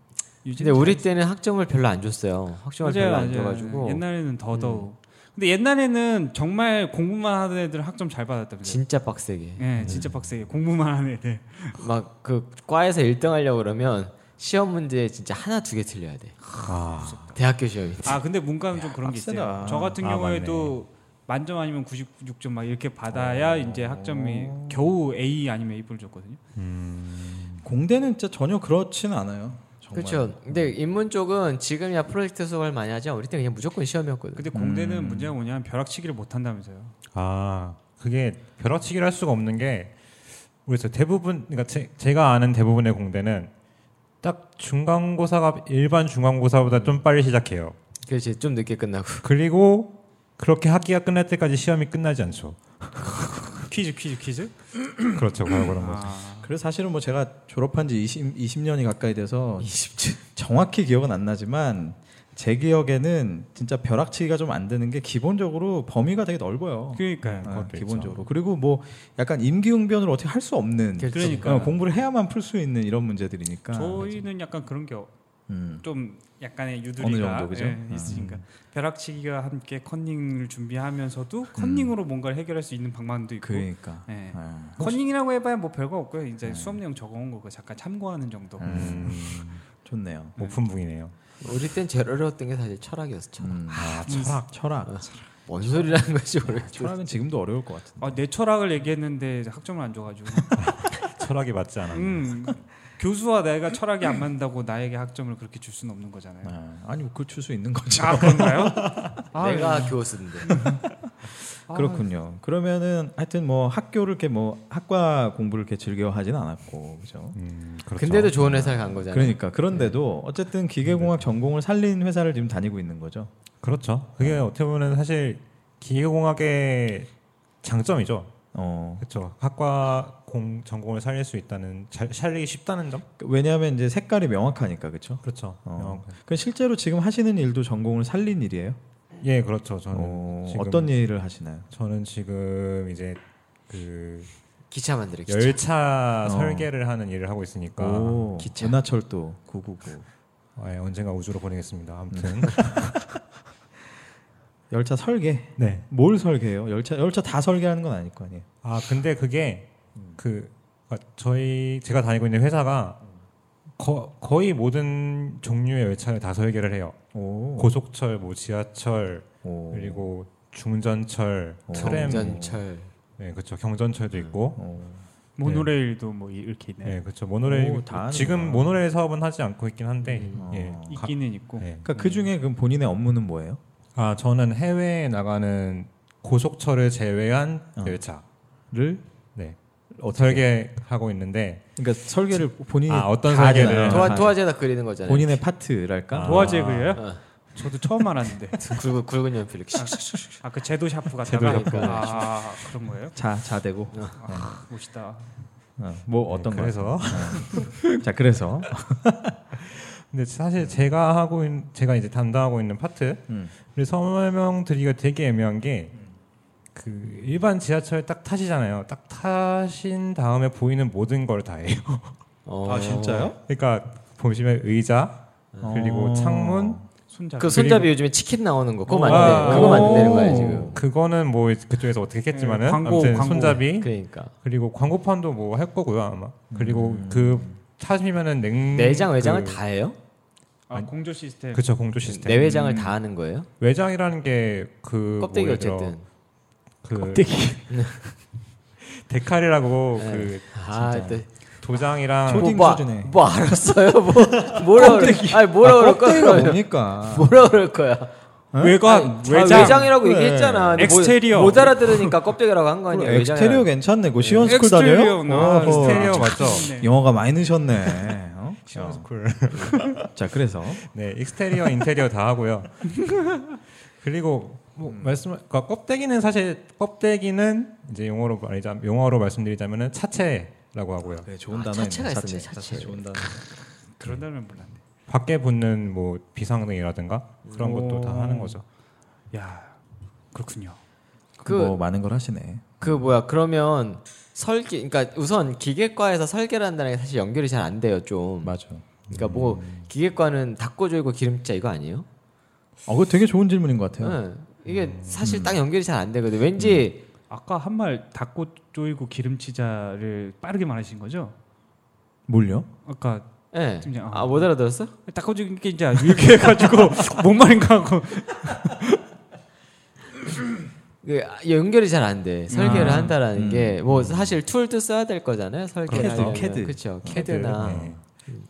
Speaker 3: 요즘
Speaker 2: 근데 우리 때는 학점을 별로 안 줬어요. 학점을 별로 안
Speaker 3: 맞아요.
Speaker 2: 줘가지고 음.
Speaker 3: 옛날에는 더더욱. 근데 옛날에는 정말 공부만 하던 애들 학점 잘 받았답니다.
Speaker 2: 진짜 빡세게
Speaker 3: 예, 진짜 빡세게 공부만 하는 애들.
Speaker 2: 막 그 과에서 1등 하려고 그러면 시험 문제 진짜 하나 두 개 틀려야 돼. 대학교 시험이.
Speaker 3: 아 근데 문과는 좀 그런 게
Speaker 1: 빡세다.
Speaker 3: 있어요. 저 같은
Speaker 4: 아,
Speaker 3: 경우에도 만점 아니면 96점 막 이렇게
Speaker 1: 어.
Speaker 3: 받아야 이제 학점이 겨우 A 아니면 A 불 줬거든요.
Speaker 1: 공대는 진짜 전혀 그렇지는 않아요. 정말.
Speaker 2: 그렇죠. 근데 인문 쪽은 지금이야 프로젝트 수업을 많이 하지만 우리 때는 그냥 무조건 시험이었거든.
Speaker 3: 근데 공대는
Speaker 1: 음.
Speaker 3: 문제가 뭐냐면 벼락치기를 못 한다면서요.
Speaker 4: 아 그게 벼락치기를 할 수가 없는 게 그래서 대부분 그러니까 제, 제가 아는 대부분의 공대는 딱 중간고사가 일반 중간고사보다 좀 빨리 시작해요.
Speaker 2: 그렇지 좀 늦게 끝나고.
Speaker 4: 그리고 그렇게 학기가 끝날 때까지 시험이 끝나지 않죠.
Speaker 3: 퀴즈 퀴즈 퀴즈?
Speaker 4: 그렇죠. 바로 그런 거죠.
Speaker 3: 아,
Speaker 1: 그래서 사실은 뭐 제가 졸업한 지 20, 20년이 가까이 돼서 정확히 기억은 안 나지만 제 기억에는 진짜 벼락치기가 좀 안 되는 게 기본적으로 범위가 되게 넓어요.
Speaker 3: 그러니까요.
Speaker 1: 아,
Speaker 4: 그것도
Speaker 1: 기본적으로 그리고 뭐 약간 임기응변을 어떻게 할 수 없는
Speaker 3: 음,
Speaker 2: 그렇죠.
Speaker 3: 그러니까요.
Speaker 1: 어, 공부를 해야만 풀 수 있는 이런 문제들이니까
Speaker 3: 저희는 약간 그런 게 좀
Speaker 1: 음.
Speaker 3: 약간의 유두리가
Speaker 1: 정도, 그죠?
Speaker 3: 예,
Speaker 1: 음.
Speaker 3: 있으니까 벼락치기가 함께 컨닝을 준비하면서도 컨닝으로 뭔가를 해결할 수 있는 방법도 있고
Speaker 1: 음. 그러니까
Speaker 3: 예.
Speaker 1: 아.
Speaker 3: 컨닝이라고 해봐야 뭐 별거 없고요. 이제 수업 내용 적어온 거고 잠깐 참고하는 정도.
Speaker 1: 음, 좋네요.
Speaker 4: 오픈북이네요.
Speaker 2: 우리 땐 제일 어려웠던 게 사실 철학이었어. 철학.
Speaker 1: 음.
Speaker 4: 아,
Speaker 1: 철학, 그 철학.
Speaker 2: 뭔 소리라는 것이 모르겠죠.
Speaker 1: 철학은 지금도 어려울 것 같은데.
Speaker 3: 아, 내 철학을 얘기했는데 학점을 안 줘가지고.
Speaker 4: 철학이 맞지 않아.
Speaker 3: 음, 교수와 내가 철학이 안 맞는다고 나에게 학점을 그렇게 줄 수는 없는 거잖아요.
Speaker 1: 아, 아니 그줄수 있는 거죠.
Speaker 3: 아 그런가요? 아,
Speaker 2: 내가 교수인데.
Speaker 3: 아,
Speaker 1: 그렇군요. 그러면은 하여튼 뭐 학교를 이렇게 뭐 학과 공부를 이렇게 즐겨 하진 않았고 그죠.
Speaker 4: 음, 그렇죠.
Speaker 2: 근데도 좋은 회사를 간 거잖아요.
Speaker 1: 그러니까 그런데도 어쨌든 기계공학 전공을 살린 회사를 지금 다니고 있는 거죠.
Speaker 4: 그렇죠. 그게 어떻게 보면 사실 기계공학의 장점이죠.
Speaker 1: 어
Speaker 4: 그렇죠. 학과 공 전공을 살릴 수 있다는 잘 살리기 쉽다는 점.
Speaker 1: 그 왜냐하면 이제 색깔이 명확하니까 그렇죠.
Speaker 4: 그렇죠.
Speaker 1: 어.
Speaker 4: 어.
Speaker 1: 그 실제로 지금 하시는 일도 전공을 살린 일이에요.
Speaker 4: 예, 그렇죠. 저는
Speaker 1: 어,
Speaker 4: 지금
Speaker 1: 어떤 일을 하시나요?
Speaker 4: 저는 지금 이제 그
Speaker 2: 기차 만들어 기차.
Speaker 4: 열차
Speaker 1: 어.
Speaker 4: 설계를 하는 일을 하고 있으니까
Speaker 1: 오,
Speaker 2: 기차.
Speaker 1: 은하철도 999
Speaker 4: 아, 예, 언젠가 우주로 보내겠습니다.
Speaker 1: 음.
Speaker 4: 아무튼
Speaker 1: 열차 설계.
Speaker 4: 네.
Speaker 1: 뭘 설계해요? 열차 열차 다 설계하는 건 아닐 거 아니에요.
Speaker 4: 아 근데 그게 그 그러니까 저희 제가 다니고 있는 회사가 거, 거의 모든 종류의 열차를 다 설계를 해요.
Speaker 1: 오.
Speaker 4: 고속철, 뭐 지하철,
Speaker 1: 오.
Speaker 4: 그리고 중전철,
Speaker 2: 어,
Speaker 1: 오.
Speaker 4: 트램,
Speaker 2: 정전철.
Speaker 4: 네 그렇죠. 경전철도 있고,
Speaker 1: 오.
Speaker 3: 모노레일도 뭐 이렇게 있네요.
Speaker 4: 네 그렇죠. 모노레일
Speaker 1: 오, 다 하는구나.
Speaker 4: 지금 모노레일 사업은 하지 않고 있긴 한데,
Speaker 1: 음.
Speaker 4: 예.
Speaker 1: 어.
Speaker 4: 가-
Speaker 3: 있기는 있고.
Speaker 4: 예.
Speaker 1: 그러니까 그 중에 그럼 본인의 업무는 뭐예요?
Speaker 4: 아 저는 해외에 나가는 고속철을 제외한
Speaker 1: 어.
Speaker 4: 열차,
Speaker 1: 를
Speaker 4: 네
Speaker 1: 어떻게?
Speaker 4: 설계하고 있는데
Speaker 1: 그러니까 설계를 본인이
Speaker 4: 아, 어떤
Speaker 1: 다
Speaker 4: 설계를?
Speaker 1: 하잖아요.
Speaker 2: 도화
Speaker 1: 다.
Speaker 2: 도화지에다 그리는 거잖아요.
Speaker 1: 네. 본인의 파트랄까?
Speaker 4: 아.
Speaker 3: 도화지에 그려요?
Speaker 2: 어.
Speaker 3: 저도 처음 알았는데.
Speaker 2: 굵은 굵은 연필. 이렇게 슉슉슉.
Speaker 3: 아 그 제도 샤프
Speaker 2: 제도
Speaker 3: 같다가.
Speaker 2: 샤프.
Speaker 3: 아 그런 거예요?
Speaker 1: 자 자대고
Speaker 3: 아, 멋있다.
Speaker 1: 어, 뭐
Speaker 4: 네,
Speaker 1: 어떤 거?
Speaker 4: 어. 그래서
Speaker 1: 자 그래서
Speaker 4: 근데 사실 제가 하고 있, 제가 이제 담당하고 있는 파트를
Speaker 1: 음.
Speaker 4: 설명드리기가 되게 애매한 게 그 일반 지하철 딱 타시잖아요. 딱 타신 다음에 보이는 모든 걸 다 해요.
Speaker 2: 어.
Speaker 1: 아,
Speaker 4: 그러니까 보시면 의자 그리고
Speaker 1: 어.
Speaker 4: 창문
Speaker 3: 손잡이.
Speaker 2: 그 손잡이 요즘에 치킨 나오는 거 그거
Speaker 4: 어.
Speaker 2: 만드는
Speaker 4: 아.
Speaker 2: 그거 만드는
Speaker 3: 오.
Speaker 2: 거야 지금.
Speaker 4: 그거는 뭐 그쪽에서 어떻게 했겠지만은
Speaker 1: 네,
Speaker 3: 예, 광고,
Speaker 4: 아무튼
Speaker 3: 광고.
Speaker 4: 손잡이
Speaker 2: 그러니까
Speaker 4: 그리고 광고판도 뭐 할 거고요 아마 그리고 그 타시면은 냉
Speaker 2: 음. 내장 외장을
Speaker 4: 그,
Speaker 2: 다 해요?
Speaker 3: 아 공조 시스템.
Speaker 4: 그쵸 공조 시스템
Speaker 2: 내외장을 다 하는 거예요?
Speaker 4: 외장이라는 게그
Speaker 2: 껍데기 어쨌든.
Speaker 4: 그 데칼이라고 그
Speaker 2: 아, 또
Speaker 4: 도장이랑
Speaker 1: 조-
Speaker 2: 뭐,
Speaker 1: 코딩
Speaker 2: 뭐,
Speaker 1: 수준에.
Speaker 2: 뭐 알았어요? 뭐 뭐라 그래? 아니 뭐라
Speaker 1: 아,
Speaker 2: 그럴
Speaker 1: 껍데기가
Speaker 2: 거야?
Speaker 1: 뭡니까?
Speaker 2: 뭐라 그럴 거야?
Speaker 3: 외관,
Speaker 2: 아니,
Speaker 3: 외장.
Speaker 2: 아, 외장이라고
Speaker 1: 그래.
Speaker 2: 얘기했잖아. 근데 뭐-
Speaker 3: 엑스테리어.
Speaker 2: 못 알아들으니까 껍데기라고 한 거 아니야?
Speaker 1: 그래, 엑스테리어 괜찮네. 그 시원 스쿨 다녀요?
Speaker 3: 엑스테리어구나.
Speaker 1: 어허. 뭐.
Speaker 4: 스테리오 맞죠?
Speaker 3: 네.
Speaker 1: 영어가 많이 느셨네. 어? 어.
Speaker 4: 스쿨.
Speaker 1: 자 그래서
Speaker 4: 네, 익스테리어, 인테리어 다 하고요. 그리고 뭐
Speaker 2: 음.
Speaker 4: 말씀 그러니까 껍데기는 사실 껍데기는 이제 용어로 말자 용어로 말씀드리자면은 차체라고 하고요.
Speaker 1: 그래, 좋은
Speaker 2: 아,
Speaker 1: 단어
Speaker 2: 차체가
Speaker 1: 있네. 뭐
Speaker 2: 있었네, 차체.
Speaker 1: 좋은 단어.
Speaker 3: 그런 다음에 몰랐네.
Speaker 4: 밖에 붙는 뭐 비상등이라든가 그런 것도 다 하는 거죠.
Speaker 3: 야 그렇군요.
Speaker 2: 그-
Speaker 1: 뭐 많은 걸 하시네.
Speaker 2: 그 뭐야 그러면 설계 그러니까 우선 기계과에서 설계를 한다는 게 사실 연결이 잘 안 돼요 좀
Speaker 1: 맞아.
Speaker 2: 그러니까 뭐 기계과는 닭고조이고 기름자 이거 아니에요?
Speaker 1: 어, 그거 되게 좋은 질문인 것 같아요.
Speaker 2: 응. 이게 사실 딱 연결이 잘 안 되거든 왠지
Speaker 3: 아까 한 말 닭고 조이고 기름치자를 빠르게 말하신 거죠?
Speaker 1: 뭘요?
Speaker 3: 아까
Speaker 2: 예.
Speaker 3: 팀장, 아.
Speaker 2: 아못 알아들었어?
Speaker 3: 닭고 조이고 이렇게 이제 이렇게 해가지고 뭔 말인가 하고
Speaker 2: 그 아, 연결이 잘 안 돼. 설계를
Speaker 3: 아.
Speaker 2: 한다라는
Speaker 1: 음.
Speaker 2: 게 뭐 사실 툴도 써야 될 거잖아요. 설계를
Speaker 1: 그렇죠.
Speaker 2: 하려면.
Speaker 1: 캐드.
Speaker 2: 그렇죠. 캐드나
Speaker 4: 네.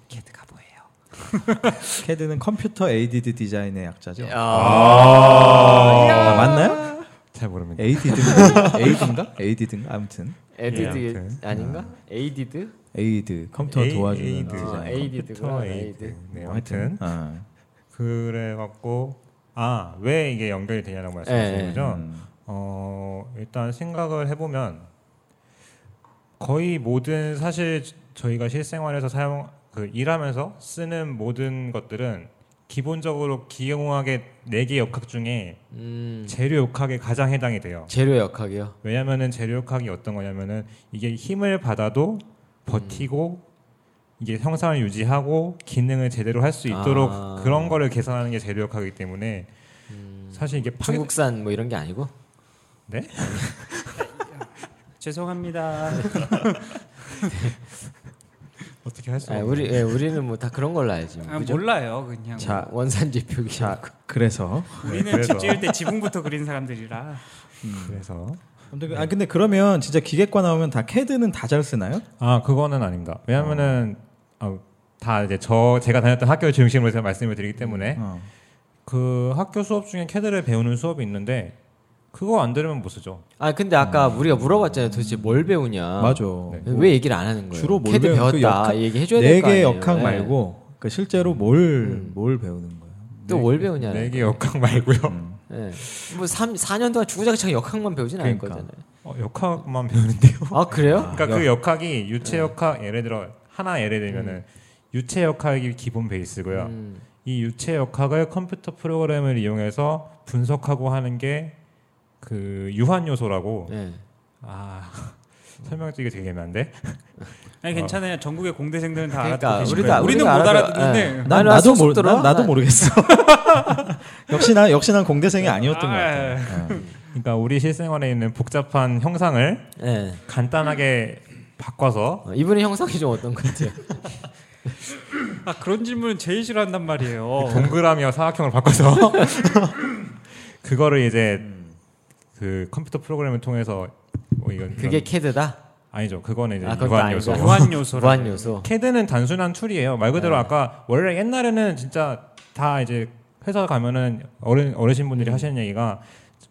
Speaker 3: 걔드가 뭐예요?
Speaker 1: 캐드는 컴퓨터 ADD 디자인의 약자죠.
Speaker 2: 아.
Speaker 1: 아, 맞나요?
Speaker 4: 잘 모릅니다.
Speaker 1: ADD인가? ADD인가? ADD인가? 아무튼
Speaker 2: 에디드
Speaker 4: 예, 아무튼.
Speaker 2: 아닌가? 에이디드?
Speaker 1: AD 컴퓨터
Speaker 4: 에이-
Speaker 1: 도와주는
Speaker 4: 에이드.
Speaker 2: 아,
Speaker 1: 디자인.
Speaker 2: 에이드. 에이디드구나,
Speaker 4: 컴퓨터 에이드.
Speaker 2: 에이드.
Speaker 4: 네,
Speaker 1: 뭐
Speaker 4: 아무튼
Speaker 1: 어.
Speaker 4: 그래 갖고 아, 왜 이게 연결이 되냐라고
Speaker 2: 예, 예.
Speaker 4: 말씀하시는 거죠?
Speaker 1: 음.
Speaker 4: 어, 일단 생각을 해보면 거의 모든 사실 저희가 실생활에서 사용 그 일하면서 쓰는 모든 것들은 기본적으로 기계공학의 네 개 역학 중에
Speaker 2: 음,
Speaker 4: 재료역학에 가장 해당이 돼요.
Speaker 2: 재료 역학이요.
Speaker 4: 왜냐면은 재료역학이 어떤 거냐면은 이게 힘을 받아도 버티고 이게 형상을 유지하고 기능을 제대로 할 수 있도록
Speaker 2: 아.
Speaker 4: 그런 거를 계산하는 게 재료역학이기 때문에 사실 이게
Speaker 2: 음.
Speaker 4: 파괴
Speaker 2: 중국산 뭐 이런 게 아니고.
Speaker 4: 네?
Speaker 3: 죄송합니다.
Speaker 4: 어떻게 할 수가
Speaker 2: 아,
Speaker 4: 없
Speaker 2: 우리 예, 우리는 뭐 다 그런 걸로 알지.
Speaker 3: 아,
Speaker 2: 뭐, 그죠?
Speaker 3: 몰라요 그냥. 뭐
Speaker 1: 자,
Speaker 2: 원산지 표기.
Speaker 1: 자, 그래서
Speaker 3: 우리는
Speaker 4: 네, 그래서.
Speaker 3: 집
Speaker 4: 음,
Speaker 3: 지을 때 지붕부터 그린 사람들이라.
Speaker 4: 그래서
Speaker 1: 아무튼 그- 아 근데 그러면 진짜 기계과 나오면 다 캐드는 다 잘 쓰나요?
Speaker 4: 아 그거는 아닙니다. 왜냐면은
Speaker 2: 아.
Speaker 4: 어, 다 이제 저 제가 다녔던 학교를 중심으로 제가 말씀을 드리기 때문에
Speaker 2: 음.
Speaker 1: 어.
Speaker 4: 그 학교 수업 중에 캐드를 배우는 수업이 있는데 그거 안 들으면 못 쓰죠.
Speaker 2: 아 근데 아까 우리가 물어봤잖아요. 도대체 뭘 배우냐.
Speaker 1: 맞아. 네.
Speaker 2: 왜 얘기를 안 하는 거예요?
Speaker 1: 주로 뭘
Speaker 2: 캐드
Speaker 1: 배워요? 그
Speaker 2: 배웠다.
Speaker 1: 역학-
Speaker 2: 얘기해 줘야 될거
Speaker 1: 네개
Speaker 2: 아니에요. 음.
Speaker 1: 역학
Speaker 2: 예.
Speaker 1: 말고 그 실제로 뭘 뭘 배우는 음. 거예요?
Speaker 2: 또 뭘 배우냐. 예.
Speaker 4: 네개 역학 말고요.
Speaker 2: 뭐 3, 4년 동안 주구장창 역학만 배우진 않을
Speaker 1: 그러니까.
Speaker 2: 거잖아요.
Speaker 4: 어, 역학만 배우는데요.
Speaker 2: 아 네. 그래요?
Speaker 4: 그러니까 그 역학이 유체 역학 예를 들어 하나 예를 들면은 유체 역학이 기본 베이스고요.
Speaker 2: 음,
Speaker 4: 이 유체 역학을 컴퓨터 프로그램을 이용해서 분석하고 하는 게 그 유한 요소라고
Speaker 2: 예.
Speaker 4: 아 설명드리기 되게 애매한데
Speaker 3: 아니 괜찮아요. 전국의 공대생들은 다
Speaker 2: 그러니까
Speaker 3: 알아듣고
Speaker 2: 우리도 알-
Speaker 3: 우리는 못
Speaker 2: 우리가 알아듣-
Speaker 3: 알아듣는데.
Speaker 1: 난
Speaker 2: 나는
Speaker 1: 나도 모르
Speaker 2: 쑥스럽더라.
Speaker 1: 난, 나도
Speaker 2: 나-
Speaker 1: 모르겠어. 역시 난 역시 난 공대생이 아니었던 것 같아.
Speaker 4: 그러니까 우리 실생활에 있는 복잡한 형상을
Speaker 2: 예.
Speaker 4: 간단하게 바꿔서
Speaker 2: 어, 이분의 형상이 좀 어떤 것 같아요?
Speaker 3: 아 그런 질문은 제일 싫어한단 말이에요.
Speaker 4: 동그라미와 사각형을 바꿔서 그거를 이제
Speaker 2: 음.
Speaker 4: 그 컴퓨터 프로그램을 통해서 뭐 이건
Speaker 2: 그게 캐드다.
Speaker 4: 아니죠. 그거는 이제
Speaker 2: 아, 그건
Speaker 4: 유한
Speaker 2: 아니고.
Speaker 4: 요소.
Speaker 3: 무한 요소라.
Speaker 2: 무한 요소.
Speaker 4: 캐드는 단순한 툴이에요. 말 그대로 아까 원래 옛날에는 진짜 다 이제 회사 가면은 어른 어르신분들이 하시는 얘기가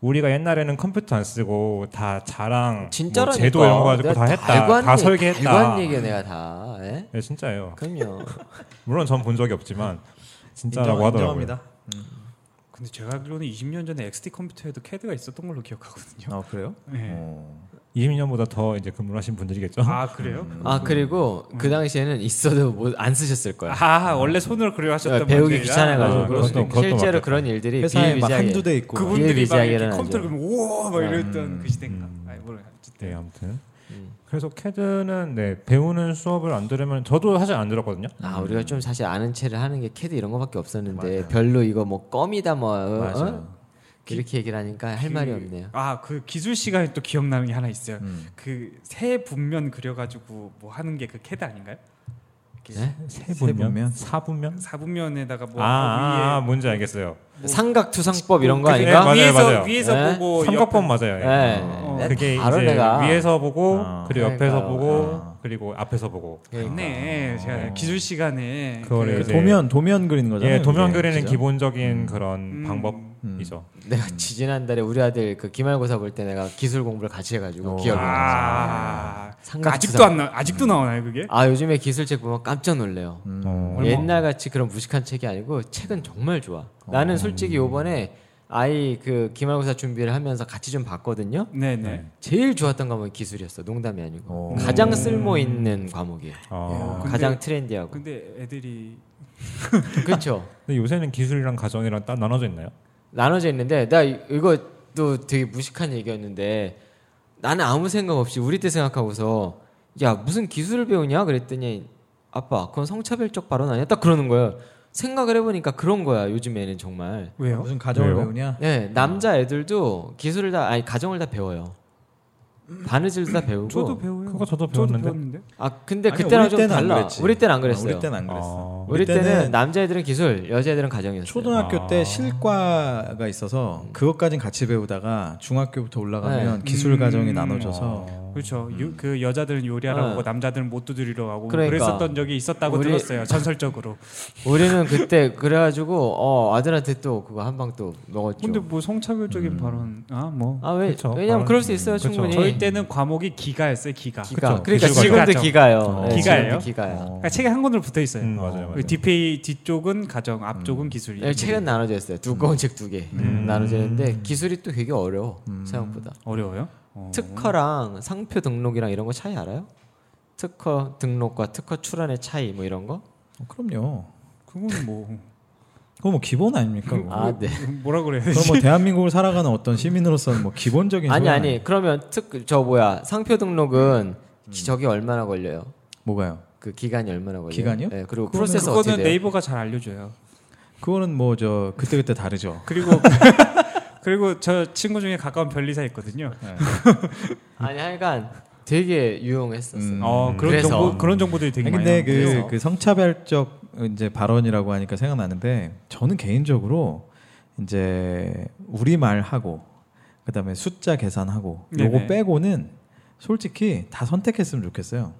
Speaker 4: 우리가 옛날에는 컴퓨터 안 쓰고 다 자랑,
Speaker 2: 진짜라니까.
Speaker 4: 뭐 제도 이런 거 가지고 다
Speaker 2: 내가
Speaker 4: 했다,
Speaker 2: 알고 한
Speaker 4: 다
Speaker 2: 얘기-
Speaker 4: 설계했다.
Speaker 2: 알고 한 얘기야 내가 다. 예?
Speaker 4: 네, 진짜예요.
Speaker 2: 그럼요.
Speaker 4: 물론 전 본 적이 없지만 진짜라고
Speaker 1: 인정,
Speaker 4: 하더라고요.
Speaker 1: 인정합니다.
Speaker 3: 근데 제가 알기로는 20년 전에 XT 컴퓨터에도 캐드가 있었던 걸로 기억하거든요.
Speaker 1: 아 그래요?
Speaker 3: 네.
Speaker 1: 어.
Speaker 4: 20년보다 더 이제 근무하신
Speaker 2: 어.
Speaker 4: 분들이겠죠.
Speaker 3: 아 그래요?
Speaker 2: 아 그리고 그 당시에는 있어도 뭐 안 쓰셨을 거야.
Speaker 3: 아 원래 손으로 그려하셨던
Speaker 2: 네,
Speaker 3: 그렇죠.
Speaker 2: 배우기
Speaker 3: 분들이라.
Speaker 4: 아,
Speaker 2: 귀찮아가지고
Speaker 4: 그럴 수도 있고.
Speaker 2: 실제로
Speaker 4: 그것도
Speaker 2: 그런 일들이
Speaker 1: 회사에 막
Speaker 2: 비일비재하게.
Speaker 1: 한두대 있고.
Speaker 3: 그분들이 막 이렇게
Speaker 2: 비일비재하기라는
Speaker 3: 컴퓨터를
Speaker 2: 거죠.
Speaker 3: 그리면 우와 막 이랬던
Speaker 1: 음,
Speaker 3: 그 시대인가.
Speaker 4: 음.
Speaker 3: 아니 모르겠.
Speaker 4: 네, 아무튼.
Speaker 2: 음.
Speaker 4: 그래서 캐드는 네, 배우는 수업을 안 들으면 저도 사실 안 들었거든요.
Speaker 2: 아 우리가 좀 사실 아는 체를 하는 게 캐드 이런 거밖에 없었는데 별로 이거 뭐 껌이다 뭐 어?
Speaker 1: 맞아.
Speaker 2: 이렇게 얘기를 하니까
Speaker 3: 그
Speaker 2: 할 말이 없네요.
Speaker 3: 아그 기술 시간에 또 기억나는 게 하나 있어요.
Speaker 1: 음.
Speaker 3: 그 새 분면 그려가지고 뭐 하는 게 그 캐드 아닌가요?
Speaker 2: 네?
Speaker 4: 세
Speaker 1: 분면?
Speaker 4: 사분면?
Speaker 3: 사분면에다가 뭐
Speaker 4: 아, 아,
Speaker 3: 위에
Speaker 4: 뭔지 알겠어요.
Speaker 2: 삼각투상법 이런 거
Speaker 4: 그-
Speaker 2: 아닌가?
Speaker 4: 맞아요,
Speaker 3: 위에서
Speaker 4: 맞아요.
Speaker 3: 위에서
Speaker 2: 네.
Speaker 3: 보고
Speaker 4: 삼각본
Speaker 3: 옆에-
Speaker 4: 맞아요. 예.
Speaker 2: 예.
Speaker 3: 어.
Speaker 2: 네,
Speaker 4: 그게 이제
Speaker 2: 바로 내가
Speaker 4: 위에서 보고
Speaker 1: 아,
Speaker 4: 그리고 옆에서
Speaker 2: 그러니까요.
Speaker 4: 보고
Speaker 1: 아.
Speaker 4: 그리고 앞에서 보고
Speaker 3: 네,
Speaker 2: 어.
Speaker 3: 제가 기술 시간에
Speaker 4: 그거를
Speaker 1: 그
Speaker 4: 이제
Speaker 1: 도면 도면 그리는 거잖아요.
Speaker 4: 예, 도면
Speaker 1: 그게.
Speaker 4: 그리는
Speaker 1: 그죠?
Speaker 4: 기본적인
Speaker 3: 음.
Speaker 4: 그런 방법이죠.
Speaker 2: 내가 지난달에 우리 아들 그 기말고사 볼 때 내가 기술 공부를 같이 해가지고
Speaker 1: 어.
Speaker 2: 기억이 나.
Speaker 3: 그 아,
Speaker 2: 삼각지사.
Speaker 3: 아직도 안 나, 아직도 나오나요 그게?
Speaker 2: 아 요즘에 기술책 보면 깜짝 놀래요.
Speaker 1: 음.
Speaker 4: 어.
Speaker 3: 뭐
Speaker 2: 옛날 같이 그런 무식한 책이 아니고 책은 정말 좋아.
Speaker 3: 어.
Speaker 2: 나는 솔직히 요번에 아이 그 기말고사 준비를 하면서 같이 좀 봤거든요.
Speaker 3: 네네.
Speaker 2: 제일 좋았던 과목이 기술이었어. 농담이
Speaker 1: 오.
Speaker 2: 아니고 가장 쓸모 있는 과목이에요.
Speaker 4: 어.
Speaker 3: 아, 근데-
Speaker 2: 가장 트렌디하고.
Speaker 3: 근데 애들이
Speaker 2: 그렇죠.
Speaker 4: 근데 요새는 기술이랑 가정이랑 딱 나눠져 있나요?
Speaker 2: 나눠져 있는데 나 이- 이것도 되게 무식한 얘기였는데 나는 아무 생각 없이 우리 때 생각하고서 야 무슨 기술을 배우냐 그랬더니 아빠 그건 성차별적 발언 아니야? 딱 그러는 거예요. 생각을 해보니까 그런 거야 요즘에는 정말.
Speaker 3: 왜요?
Speaker 1: 무슨 가정을
Speaker 4: 왜요?
Speaker 1: 배우냐?
Speaker 2: 네 남자 애들도 기술을 다 아니 가정을 다 배워요. 바느질도 다 배우고.
Speaker 3: 저도 배워요.
Speaker 4: 그거 저도
Speaker 3: 저도
Speaker 4: 배웠는데.
Speaker 3: 배웠는데.
Speaker 2: 아 근데
Speaker 1: 아니,
Speaker 2: 그때랑
Speaker 1: 우리
Speaker 2: 좀
Speaker 1: 때는 안
Speaker 2: 달라.
Speaker 1: 그랬지.
Speaker 2: 우리 때는 안
Speaker 1: 아,
Speaker 2: 그랬어요.
Speaker 1: 우리 때는 안 그랬어.
Speaker 4: 어.
Speaker 2: 우리 때는 남자애들은 기술, 여자애들은 가정이었어요.
Speaker 1: 초등학교
Speaker 4: 아.
Speaker 1: 때 실과가 있어서
Speaker 2: 음.
Speaker 1: 그것까진 같이 배우다가 중학교부터 올라가면
Speaker 3: 네.
Speaker 1: 기술 과정이
Speaker 3: 음.
Speaker 1: 나눠져서
Speaker 4: 어.
Speaker 2: 어.
Speaker 3: 그렇죠. 유- 그 여자들은 요리하라고
Speaker 2: 네.
Speaker 3: 하고 남자들은 못 두드리러 가고 그
Speaker 2: 음. 그러니까.
Speaker 3: 랬었던 적이 있었다고
Speaker 2: 우리-
Speaker 3: 들었어요. 전설적으로.
Speaker 2: 우리는 그때 그래가지고 어 아들한테 또 그거 한 방 또 먹었죠.
Speaker 3: 근데 뭐 성차별적인 발언 아 뭐.
Speaker 2: 아 왜?
Speaker 4: 그쵸.
Speaker 2: 왜냐면
Speaker 4: 바로-
Speaker 2: 음. 그럴 수 있어요
Speaker 4: 음, 그쵸.
Speaker 2: 충분히.
Speaker 3: 저희 때는 과목이 기가였어요. 기가.
Speaker 2: 그렇죠. 기가.
Speaker 4: 그쵸.
Speaker 2: 그러니까
Speaker 4: 기술과정.
Speaker 2: 지금도 기가요.
Speaker 1: 어.
Speaker 2: 네,
Speaker 3: 기가예요?
Speaker 2: 지금도 기가요.
Speaker 3: 그러니까 책에 한 권으로 붙어 있어요.
Speaker 4: 음, 맞아요. 맞아요.
Speaker 3: 그 뒷페이 뒤쪽은 가정, 앞쪽은 기술이.
Speaker 2: 네, 책은 나눠져 있어요. 두꺼운 책 두 개
Speaker 4: 음.
Speaker 2: 나눠져 있는데 기술이 또 되게 어려워 생각보다.
Speaker 3: 어려워요? 어.
Speaker 2: 특허랑 상표 등록이랑 이런 거 차이 알아요? 특허 등록과 특허 출원의 차이 뭐 이런 거?
Speaker 1: 그럼요.
Speaker 3: 그건 뭐
Speaker 1: 그건 뭐 기본 아닙니까? 그거?
Speaker 2: 아 네.
Speaker 3: 뭐라 그래요?
Speaker 1: 그건 뭐 대한민국을 살아가는 어떤 시민으로서는 뭐 기본적인
Speaker 2: 아니
Speaker 1: 소양
Speaker 2: 아니 그러면 특 저 뭐야 상표 등록은 기- 저기 얼마나 걸려요?
Speaker 1: 뭐가요?
Speaker 2: 그 기간이 얼마나 걸려요?
Speaker 1: 기간이요?
Speaker 2: 네 그리고
Speaker 1: 그거는-
Speaker 2: 프로세스 어떻게
Speaker 3: 그거는
Speaker 2: 돼요?
Speaker 3: 네이버가 잘 알려줘요.
Speaker 1: 그거는 뭐 저 그때 그때 다르죠.
Speaker 3: 그리고 그리고 저 친구 중에 가까운 변리사 있거든요.
Speaker 2: 아니 하여간 되게 유용했었어요.
Speaker 1: 음.
Speaker 3: 어 그런
Speaker 2: 그래서.
Speaker 3: 정보 그런 정보들이 되게
Speaker 1: 아니,
Speaker 3: 많이
Speaker 1: 근데 그,
Speaker 2: 그래서.
Speaker 1: 그 성차별적 이제 발언이라고 하니까 생각나는데 저는 개인적으로 이제 우리 말하고 그다음에 숫자 계산하고 요거
Speaker 3: 네네.
Speaker 1: 빼고는 솔직히 다 선택했으면 좋겠어요.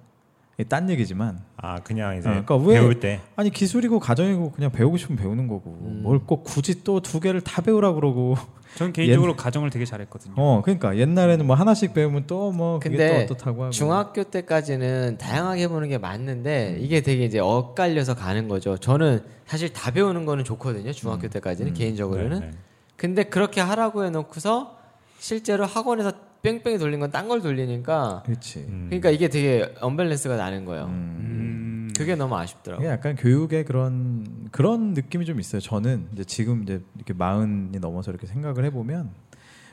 Speaker 1: 이게 딴 얘기지만
Speaker 4: 아 그냥 이제
Speaker 1: 아, 그러니까 왜-
Speaker 4: 배울 때
Speaker 1: 아니 기술이고 가정이고 그냥 배우고 싶으면 배우는 거고
Speaker 2: 음.
Speaker 1: 뭘 꼭 굳이 또 두 개를 다 배우라 그러고
Speaker 3: 전 개인적으로 가정을 되게 잘했거든요.
Speaker 1: 어 그러니까 옛날에는 뭐 하나씩 배우면 또 뭐 그게
Speaker 2: 근데
Speaker 1: 또 어떻다고 하고
Speaker 2: 중학교 때까지는 다양하게 해보는 게
Speaker 1: 음.
Speaker 2: 맞는데 이게 되게 이제 엇갈려서 가는 거죠. 저는 사실 다 배우는 거는 좋거든요. 중학교
Speaker 1: 음.
Speaker 2: 때까지는 개인적으로는.
Speaker 4: 네, 네.
Speaker 2: 근데 그렇게 하라고 해놓고서 실제로 학원에서 뺑뺑이 돌린 건 딴 걸 돌리니까
Speaker 1: 그렇지.
Speaker 4: 음.
Speaker 2: 그러니까 이게 되게 언밸런스가 나는 거예요.
Speaker 3: 음.
Speaker 2: 그게 너무 아쉽더라고요.
Speaker 1: 이게 약간 교육의 그런 그런 느낌이 좀 있어요. 저는 이제 지금 이제 이렇게 마흔이 넘어서 이렇게 생각을 해보면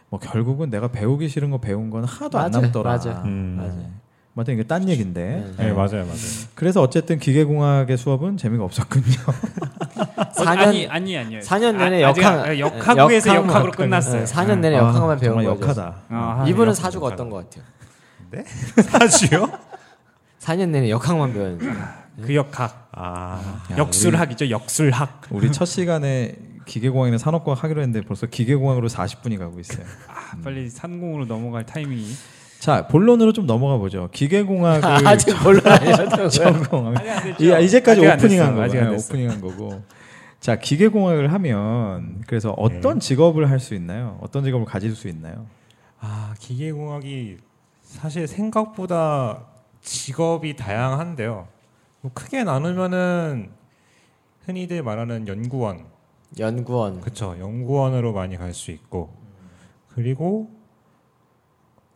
Speaker 1: 뭐 결국은 내가 배우기 싫은 거 배운 건 하나도 안
Speaker 2: 맞아요,
Speaker 1: 남더라.
Speaker 2: 맞아요,
Speaker 4: 음.
Speaker 2: 맞아요.
Speaker 1: 맞아 이게 딴 얘긴데.
Speaker 4: 네, 맞아요, 맞아요.
Speaker 1: 그래서 어쨌든 기계공학의 수업은 재미가 없었군요.
Speaker 3: 어,
Speaker 2: 4년
Speaker 3: 아니 아니 아니요.
Speaker 2: 4년 내내
Speaker 3: 아, 아직
Speaker 2: 역학-
Speaker 3: 아, 역학에서
Speaker 2: 역학- 그,
Speaker 3: 역학으로 끝났어요. 음.
Speaker 2: 4년 내내 네, 역학만 배운
Speaker 1: 아, 정말
Speaker 2: 거죠.
Speaker 1: 역하다.
Speaker 3: 아,
Speaker 2: 음. 이분은
Speaker 3: 역학.
Speaker 2: 사주가 어떤 것 같아요?
Speaker 4: 사주요?
Speaker 2: 4년 내내 역학만 배웠는데
Speaker 3: 그 역학
Speaker 4: 아
Speaker 3: 역술학이죠 역술학.
Speaker 1: 우리 첫 시간에 기계공학이나 산업공학 하기로 했는데 벌써 기계공학으로 40분이 가고 있어요.
Speaker 3: 아, 빨리 산공으로 넘어갈 타이밍이.
Speaker 1: 자 본론으로 좀 넘어가 보죠. 기계공학을
Speaker 2: 아직 몰라 아니었다고요?
Speaker 1: 전공하면
Speaker 3: 아직 안 됐죠?
Speaker 1: 예, 이 이제까지
Speaker 3: 아직 안
Speaker 1: 오프닝한
Speaker 3: 됐어,
Speaker 1: 거고
Speaker 3: 아직 안
Speaker 1: 예,
Speaker 3: 됐어.
Speaker 1: 오프닝한 거고 자 기계공학을 하면 그래서 어떤 직업을 할 수 있나요? 어떤 직업을 가질 수 있나요?
Speaker 4: 아 기계공학이 사실 생각보다 직업이 다양한데요. 뭐 크게 나누면은 흔히들 말하는 연구원,
Speaker 2: 연구원
Speaker 4: 그쵸? 연구원으로 많이 갈 수 있고 그리고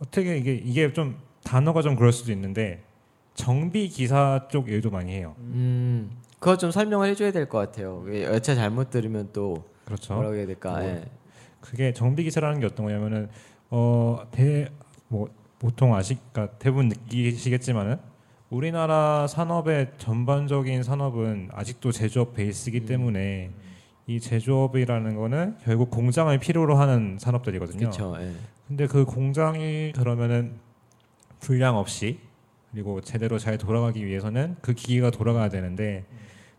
Speaker 4: 어떻게 이게 이게 좀 단어가 좀 그럴 수도 있는데 정비 기사 쪽 일도 많이 해요.
Speaker 2: 음, 그거 좀 설명을 해줘야 될 것 같아요. 왜 여차 잘못 들으면 또
Speaker 4: 그렇죠.
Speaker 2: 뭐라고 해야 될까?
Speaker 4: 뭐,
Speaker 2: 예.
Speaker 4: 그게 정비 기사라는 게 어떤 거냐면은 어, 어대뭐 보통 아시까 그러니까 대부분 느끼시겠지만은 우리나라 산업의 전반적인 산업은 아직도 제조업 베이스이기 때문에 이 제조업이라는 거는 결국 공장을 필요로 하는 산업들이거든요.
Speaker 2: 그렇죠. 예.
Speaker 4: 근데 그 공장이 그러면은 불량 없이 그리고 제대로 잘 돌아가기 위해서는 그 기계가 돌아가야 되는데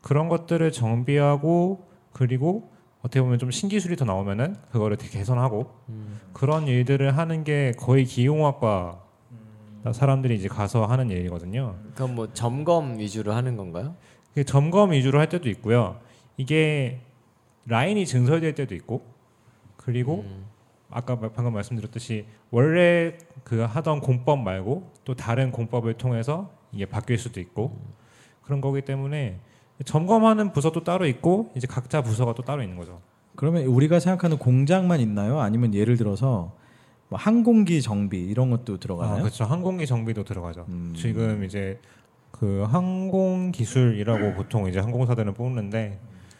Speaker 4: 그런 것들을 정비하고 그리고 어떻게 보면 좀 신기술이 더 나오면은 그거를 되게 개선하고 그런 일들을 하는 게 거의 기용학과 사람들이 이제 가서 하는 일이거든요.
Speaker 2: 그건 뭐 점검 위주로 하는 건가요?
Speaker 4: 그게 점검 위주로 할 때도 있고요. 이게 라인이 증설될 때도 있고 그리고 아까 마- 방금 말씀드렸듯이 원래 그 하던 공법 말고 또 다른 공법을 통해서 이게 바뀔 수도 있고 그런 거기 때문에 점검하는 부서도 따로 있고 이제 각자 부서가 또 따로 있는 거죠.
Speaker 1: 그러면 우리가 생각하는 공장만 있나요? 아니면 예를 들어서 뭐 항공기 정비 이런 것도
Speaker 4: 아,
Speaker 1: 들어가나요?
Speaker 4: 그렇죠. 항공기 정비도 들어가죠.
Speaker 1: 음.
Speaker 4: 지금 이제 그 항공 기술이라고 보통 이제 항공사들은 뽑는데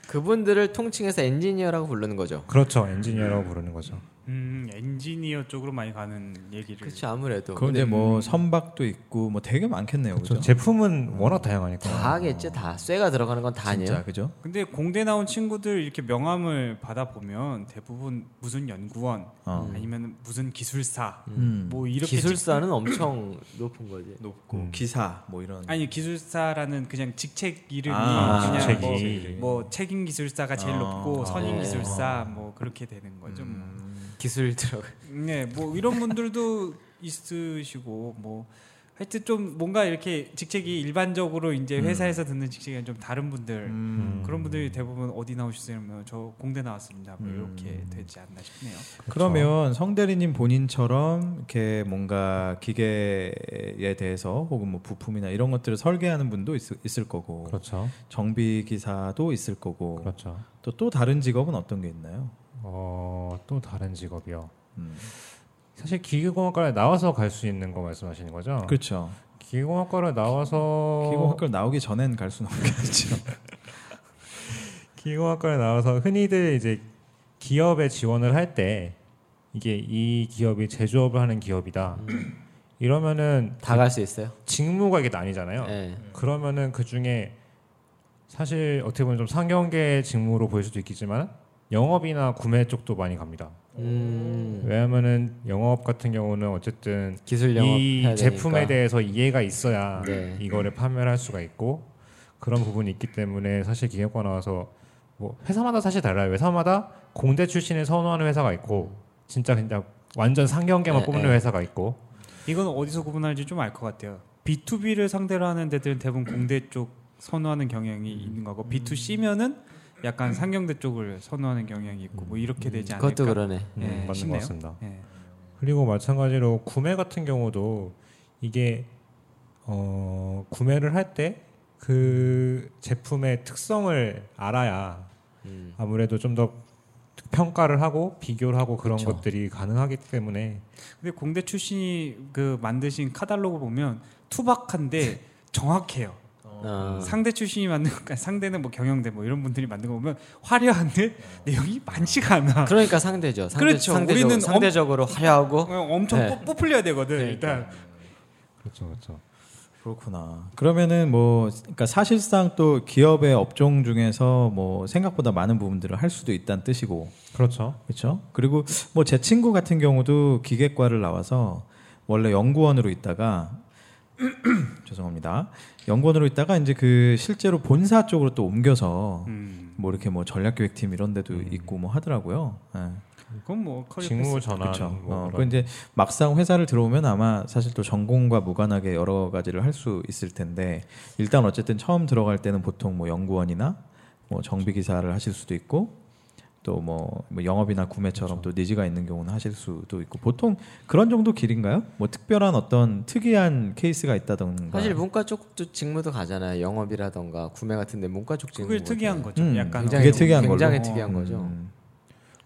Speaker 2: 그분들을 통칭해서 엔지니어라고 부르는 거죠.
Speaker 4: 그렇죠. 엔지니어라고 부르는 거죠.
Speaker 3: 음 엔지니어 쪽으로 많이 가는 얘기를.
Speaker 2: 그렇죠. 아무래도
Speaker 1: 그럼 이제 뭐 선박도 있고 뭐 되게 많겠네요,
Speaker 4: 그렇죠.
Speaker 1: 그죠?
Speaker 4: 제품은 워낙 다양하니까.
Speaker 2: 다 하겠지 다 쇠가 들어가는 건 다
Speaker 1: 진짜
Speaker 2: 아니에요.
Speaker 1: 그죠?
Speaker 3: 근데 공대 나온 친구들 이렇게 명함을 받아 보면 대부분 무슨 연구원
Speaker 1: 어.
Speaker 3: 아니면 무슨 기술사
Speaker 1: 음.
Speaker 3: 뭐 이렇게
Speaker 2: 기술사는 엄청 높은 거지.
Speaker 1: 높고
Speaker 4: 음.
Speaker 1: 기사 뭐 이런.
Speaker 3: 직- 아니 기술사라는 그냥 직책 이름이
Speaker 1: 아,
Speaker 3: 그냥
Speaker 4: 직책이.
Speaker 3: 뭐, 뭐 책임 기술사가 제일
Speaker 1: 아.
Speaker 3: 높고 선임
Speaker 2: 아.
Speaker 3: 기술사 뭐 그렇게 되는 거죠. 뭐.
Speaker 2: 기술 들어가.
Speaker 3: 네, 뭐 이런 분들도 있으시고 뭐 하여튼 좀 뭔가 이렇게 직책이 일반적으로 이제 회사에서 듣는 직책이랑 좀 다른 분들
Speaker 1: 음.
Speaker 3: 그런 분들이 대부분 어디 나오셨으면 저 공대 나왔습니다. 뭐 이렇게 되지 않나 싶네요.
Speaker 1: 그러면 성대리님 본인처럼 이렇게 뭔가 기계에 대해서 혹은 뭐 부품이나 이런 것들을 설계하는 분도 있, 있을 거고
Speaker 4: 그렇죠.
Speaker 1: 정비 기사도 있을 거고
Speaker 4: 그렇죠.
Speaker 1: 또 또 다른 직업은 어떤 게 있나요?
Speaker 4: 어, 또 다른 직업이요.
Speaker 1: 음.
Speaker 4: 사실 기계공학과를 나와서 갈 수 있는 거 말씀하시는 거죠?
Speaker 1: 그렇죠.
Speaker 4: 기계공학과를 나와서 그렇죠.
Speaker 1: 기공 학교를 나오기 전엔 갈 수는 없겠죠.
Speaker 4: 기계공학과를 나와서 흔히들 이제 기업에 지원을 할 때 이게 이 기업이 제조업을 하는 기업이다. 이러면은
Speaker 2: 다 갈 수 있어요.
Speaker 4: 직무가 이게
Speaker 3: 음.
Speaker 4: 나뉘잖아요.
Speaker 2: 예.
Speaker 4: 그러면은 그 중에 사실 어떻게 보면 좀 상경계 직무로 보일 수도 있겠지만 영업이나 구매 쪽도 많이 갑니다.
Speaker 2: 음,
Speaker 4: 왜냐하면은 영업 같은 경우는 어쨌든
Speaker 2: 기술 영업
Speaker 4: 이
Speaker 2: 해야
Speaker 4: 제품에
Speaker 2: 되니까.
Speaker 4: 대해서 이해가 있어야
Speaker 2: 네.
Speaker 4: 이거를 판매할 수가 있고 그런 부분이 있기 때문에 사실 기획과 나와서 뭐 회사마다 사실 달라요. 회사마다 공대 출신을 선호하는 회사가 있고 진짜 그냥 완전 상경계만
Speaker 2: 네,
Speaker 4: 뽑는
Speaker 2: 네.
Speaker 4: 회사가 있고
Speaker 3: 이건 어디서 구분할지 좀 알 것 같아요. B2B를 상대로 하는 데들은 대부분 공대 쪽 선호하는 경향이 있는 거고 B2C면은 약간 상경대 쪽을 선호하는 경향이 있고 뭐 이렇게 되지 않을까.
Speaker 2: 그것도 그러네.
Speaker 4: 음,
Speaker 3: 예,
Speaker 4: 맞는
Speaker 3: 쉽네요.
Speaker 4: 것 같습니다.
Speaker 3: 예.
Speaker 4: 그리고 마찬가지로 구매 같은 경우도 이게 어, 구매를 할 때 그 제품의 특성을 알아야
Speaker 2: 음.
Speaker 4: 아무래도 좀 더 평가를 하고 비교를 하고 그런
Speaker 2: 그쵸.
Speaker 4: 것들이 가능하기 때문에
Speaker 3: 근데 공대 출신이 그 만드신 카달로그 보면 투박한데 정확해요.
Speaker 2: 어.
Speaker 3: 상대 출신이 만든 그러니까 상대는 뭐 경영대 뭐 이런 분들이 만든 거 보면 화려한데
Speaker 1: 네.
Speaker 3: 내용이 많지가 않아.
Speaker 1: 어?
Speaker 2: 그러니까 상대죠. 상대,
Speaker 3: 그렇죠.
Speaker 2: 상대적으로,
Speaker 3: 우리는 엄-
Speaker 2: 상대적으로 화려하고
Speaker 3: 어, 엄청
Speaker 2: 네.
Speaker 3: 뽑- 뽑힐려야 되거든 일단.
Speaker 1: 네.
Speaker 4: 그렇죠 그렇죠
Speaker 1: 그렇구나. 그러면은 뭐 그러니까 사실상 또 기업의 업종 중에서 뭐 생각보다 많은 부분들을 할 수도 있다는 뜻이고.
Speaker 4: 그렇죠
Speaker 1: 그렇죠? 그리고 뭐 제 친구 같은 경우도 기계과를 나와서 원래 연구원으로 있다가 죄송합니다. 연구원으로 있다가 이제 그 실제로 본사 쪽으로 또 옮겨서
Speaker 3: 음.
Speaker 1: 뭐 이렇게 뭐 전략기획팀 이런 데도 있고 뭐 하더라고요. 예.
Speaker 3: 그건 뭐 커리어
Speaker 4: 직무 전환
Speaker 1: 그렇죠.
Speaker 4: 뭐
Speaker 1: 어, 그
Speaker 4: 그런
Speaker 1: 이제 막상 회사를 들어오면 아마 사실 또 전공과 무관하게 여러 가지를 할 수 있을 텐데 일단 어쨌든 처음 들어갈 때는 보통 뭐 연구원이나 뭐 정비 기사를 하실 수도 있고 또 뭐 영업이나 구매처럼 또 니즈가 있는 경우는 하실 수도 있고 보통 그런 정도 길인가요? 뭐 특별한 어떤 특이한 케이스가
Speaker 3: 그러니까.
Speaker 1: 있다던가
Speaker 2: 사실 뭐 문과 쪽도 직무도 가잖아요. 영업이라던가 구매 같은데 문과 쪽 직무.
Speaker 3: 그게 특이한 거죠.
Speaker 1: 음,
Speaker 3: 약간
Speaker 1: 그게
Speaker 2: 굉장히
Speaker 1: 특이한 걸로
Speaker 2: 굉장히
Speaker 3: 어,
Speaker 2: 특이한 거죠.
Speaker 1: 음,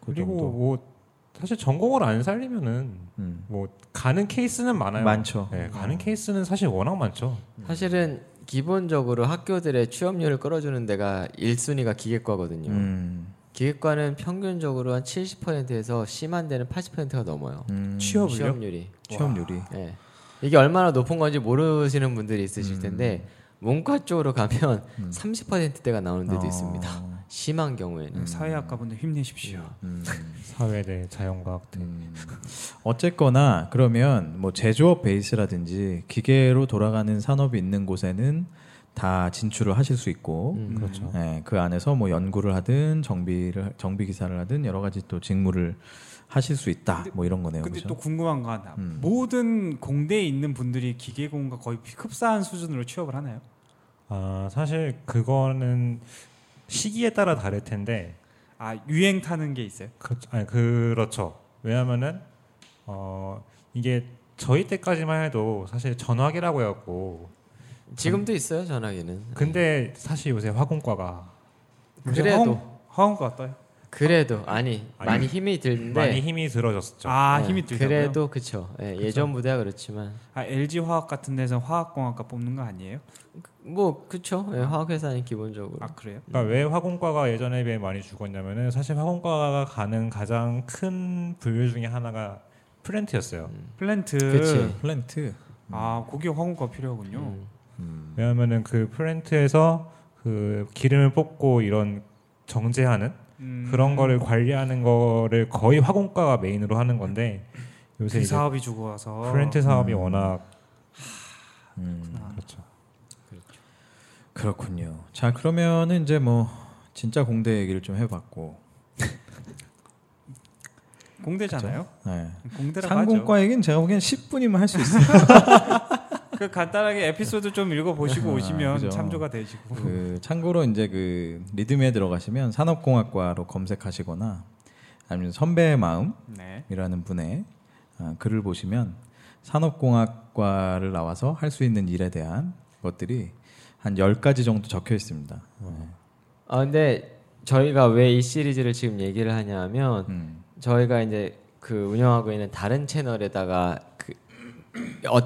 Speaker 1: 그
Speaker 4: 그리고
Speaker 1: 정도.
Speaker 4: 뭐 사실 전공을 안 살리면은
Speaker 1: 음.
Speaker 4: 뭐 가는 케이스는 많아요
Speaker 1: 많죠. 어.
Speaker 4: 네, 가는 케이스는 사실 워낙 많죠
Speaker 2: 사실은 기본적으로 학교들의 취업률을 끌어주는 데가 1순위가 기계과거든요.
Speaker 1: 음,
Speaker 2: 기획과는 평균적으로 한 70%에서 심한 데는 80%가 넘어요.
Speaker 1: 음,
Speaker 2: 취업률이.
Speaker 1: 취업률이
Speaker 2: 예. 이게 얼마나 높은 건지 모르시는 분들이 있으실 텐데 문과 쪽으로 가면 30%대가 나오는 데도
Speaker 1: 어.
Speaker 2: 있습니다. 심한 경우에는.
Speaker 3: 어, 음. 사회학과 분들 힘내십시오.
Speaker 1: 음.
Speaker 4: 사회대 자연과학 대
Speaker 1: 음. 어쨌거나 그러면 뭐 제조업 베이스라든지 기계로 돌아가는 산업이 있는 곳에는 다 진출을 하실 수 있고
Speaker 2: 음.
Speaker 4: 그렇죠
Speaker 1: 예, 그 안에서 뭐 연구를 하든 정비를 정비 기사를 하든 여러 가지 또 직무를 하실 수 있다 뭐 이런 거네요.
Speaker 3: 근데
Speaker 1: 그죠?
Speaker 3: 또 궁금한 거 하나.
Speaker 1: 음.
Speaker 3: 모든 공대에 있는 분들이 기계공과 거의 흡사한 수준으로 취업을 하나요?
Speaker 4: 아 사실 그거는 시기에 따라 다를 텐데
Speaker 3: 아 유행 타는 게 있어요.
Speaker 4: 그렇죠. 아니, 그렇죠. 왜냐하면은 어 이게 저희 때까지만 해도 사실 전화기라고 해갖고
Speaker 2: 지금도 있어요 전화기는.
Speaker 4: 그 근데 사실 요새 화공과가
Speaker 3: 요새
Speaker 2: 그래도.
Speaker 3: 화공- 화공과 어떠요?
Speaker 2: 그래도 아니
Speaker 4: 아니,
Speaker 2: 많이 힘이 들는데
Speaker 4: 많이 힘이 들어졌었죠.
Speaker 3: 아
Speaker 2: 예,
Speaker 3: 힘이 들더라고요.
Speaker 2: 그래도 그쵸. 예, 예전보다 그렇지만
Speaker 3: 아 LG 화학 같은 데서 화학공학과 뽑는 거 아니에요?
Speaker 2: 뭐 그쵸. 예, 화학회사는 기본적으로.
Speaker 3: 아 그래요?
Speaker 4: 그러니까 왜 화공과가 예전에 비해 많이 죽었냐면은 사실 화공과가 가는 가장 큰 분류 중에 하나가 플랜트였어요.
Speaker 3: 플랜트.
Speaker 2: 음. 그치.
Speaker 1: 플랜트
Speaker 3: 아 거기 화공과 필요하군요.
Speaker 2: 음.
Speaker 4: 왜냐하면은 그 플랜트에서 그 기름을 뽑고 이런 정제하는
Speaker 3: 음,
Speaker 4: 그런 거를 관리하는 거를 거의 화공과가 메인으로 하는 건데 요새
Speaker 3: 그
Speaker 4: 이제
Speaker 3: 사업이 죽어서.
Speaker 4: 플랜트 사업이 워낙
Speaker 1: 음,
Speaker 4: 그렇죠.
Speaker 1: 그렇군요. 자 그러면은 이제 뭐 진짜 공대 얘기를 좀 해봤고
Speaker 3: 공대잖아요.
Speaker 1: 예.
Speaker 2: 네.
Speaker 3: 공대라고 하죠.
Speaker 1: 상공과 얘기는 제가 보기엔 10분이면 할 수 있어요.
Speaker 3: 그 간단하게 에피소드 좀 읽어보시고
Speaker 1: 아,
Speaker 3: 오시면
Speaker 1: 그죠.
Speaker 3: 참조가 되시고.
Speaker 1: 그 참고로 이제 그 리듬에 들어가시면 산업공학과로 검색하시거나 아니면 선배의
Speaker 3: 네.
Speaker 1: 마음이라는 분의 아, 글을 보시면 산업공학과를 나와서 할 수 있는 일에 대한 것들이 한 10가지 정도 적혀 있습니다. 네.
Speaker 2: 아 근데 저희가 왜 이 시리즈를 지금 얘기를 하냐면
Speaker 1: 음.
Speaker 2: 저희가 이제 그 운영하고 있는 다른 채널에다가 그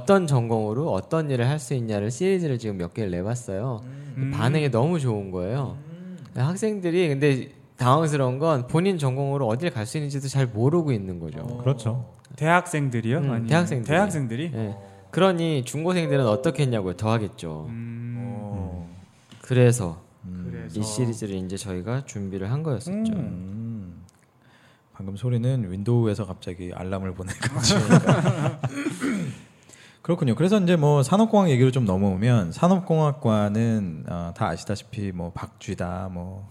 Speaker 2: 어떤 전공으로 어떤 일을 할 수 있냐를 시리즈를 지금 몇 개를 내봤어요. 그
Speaker 3: 음.
Speaker 2: 반응이 너무 좋은 거예요. 학생들이 근데 당황스러운 건 본인 전공으로 어딜 갈 수 있는지도 잘 모르고 있는 거죠.
Speaker 3: 어.
Speaker 4: 그렇죠.
Speaker 3: 대학생들이요?
Speaker 2: 음,
Speaker 3: 아니면-
Speaker 2: 대학생들이.
Speaker 3: 대학생들이?
Speaker 2: 예. 그러니 중고생들은 어떻게 했냐고요. 더 하겠죠.
Speaker 3: 음,
Speaker 1: 어.
Speaker 2: 그래서
Speaker 3: 그래서
Speaker 2: 이 시리즈를 이제 저희가 준비를 한 거였었죠.
Speaker 3: 음.
Speaker 1: 음. 방금 소리는 윈도우에서 갑자기 알람을 보내가지고 그렇군요. 그래서 이제 뭐 산업공학 얘기로 좀 넘어오면 산업공학과는 어, 다 아시다시피 뭐 박쥐다, 뭐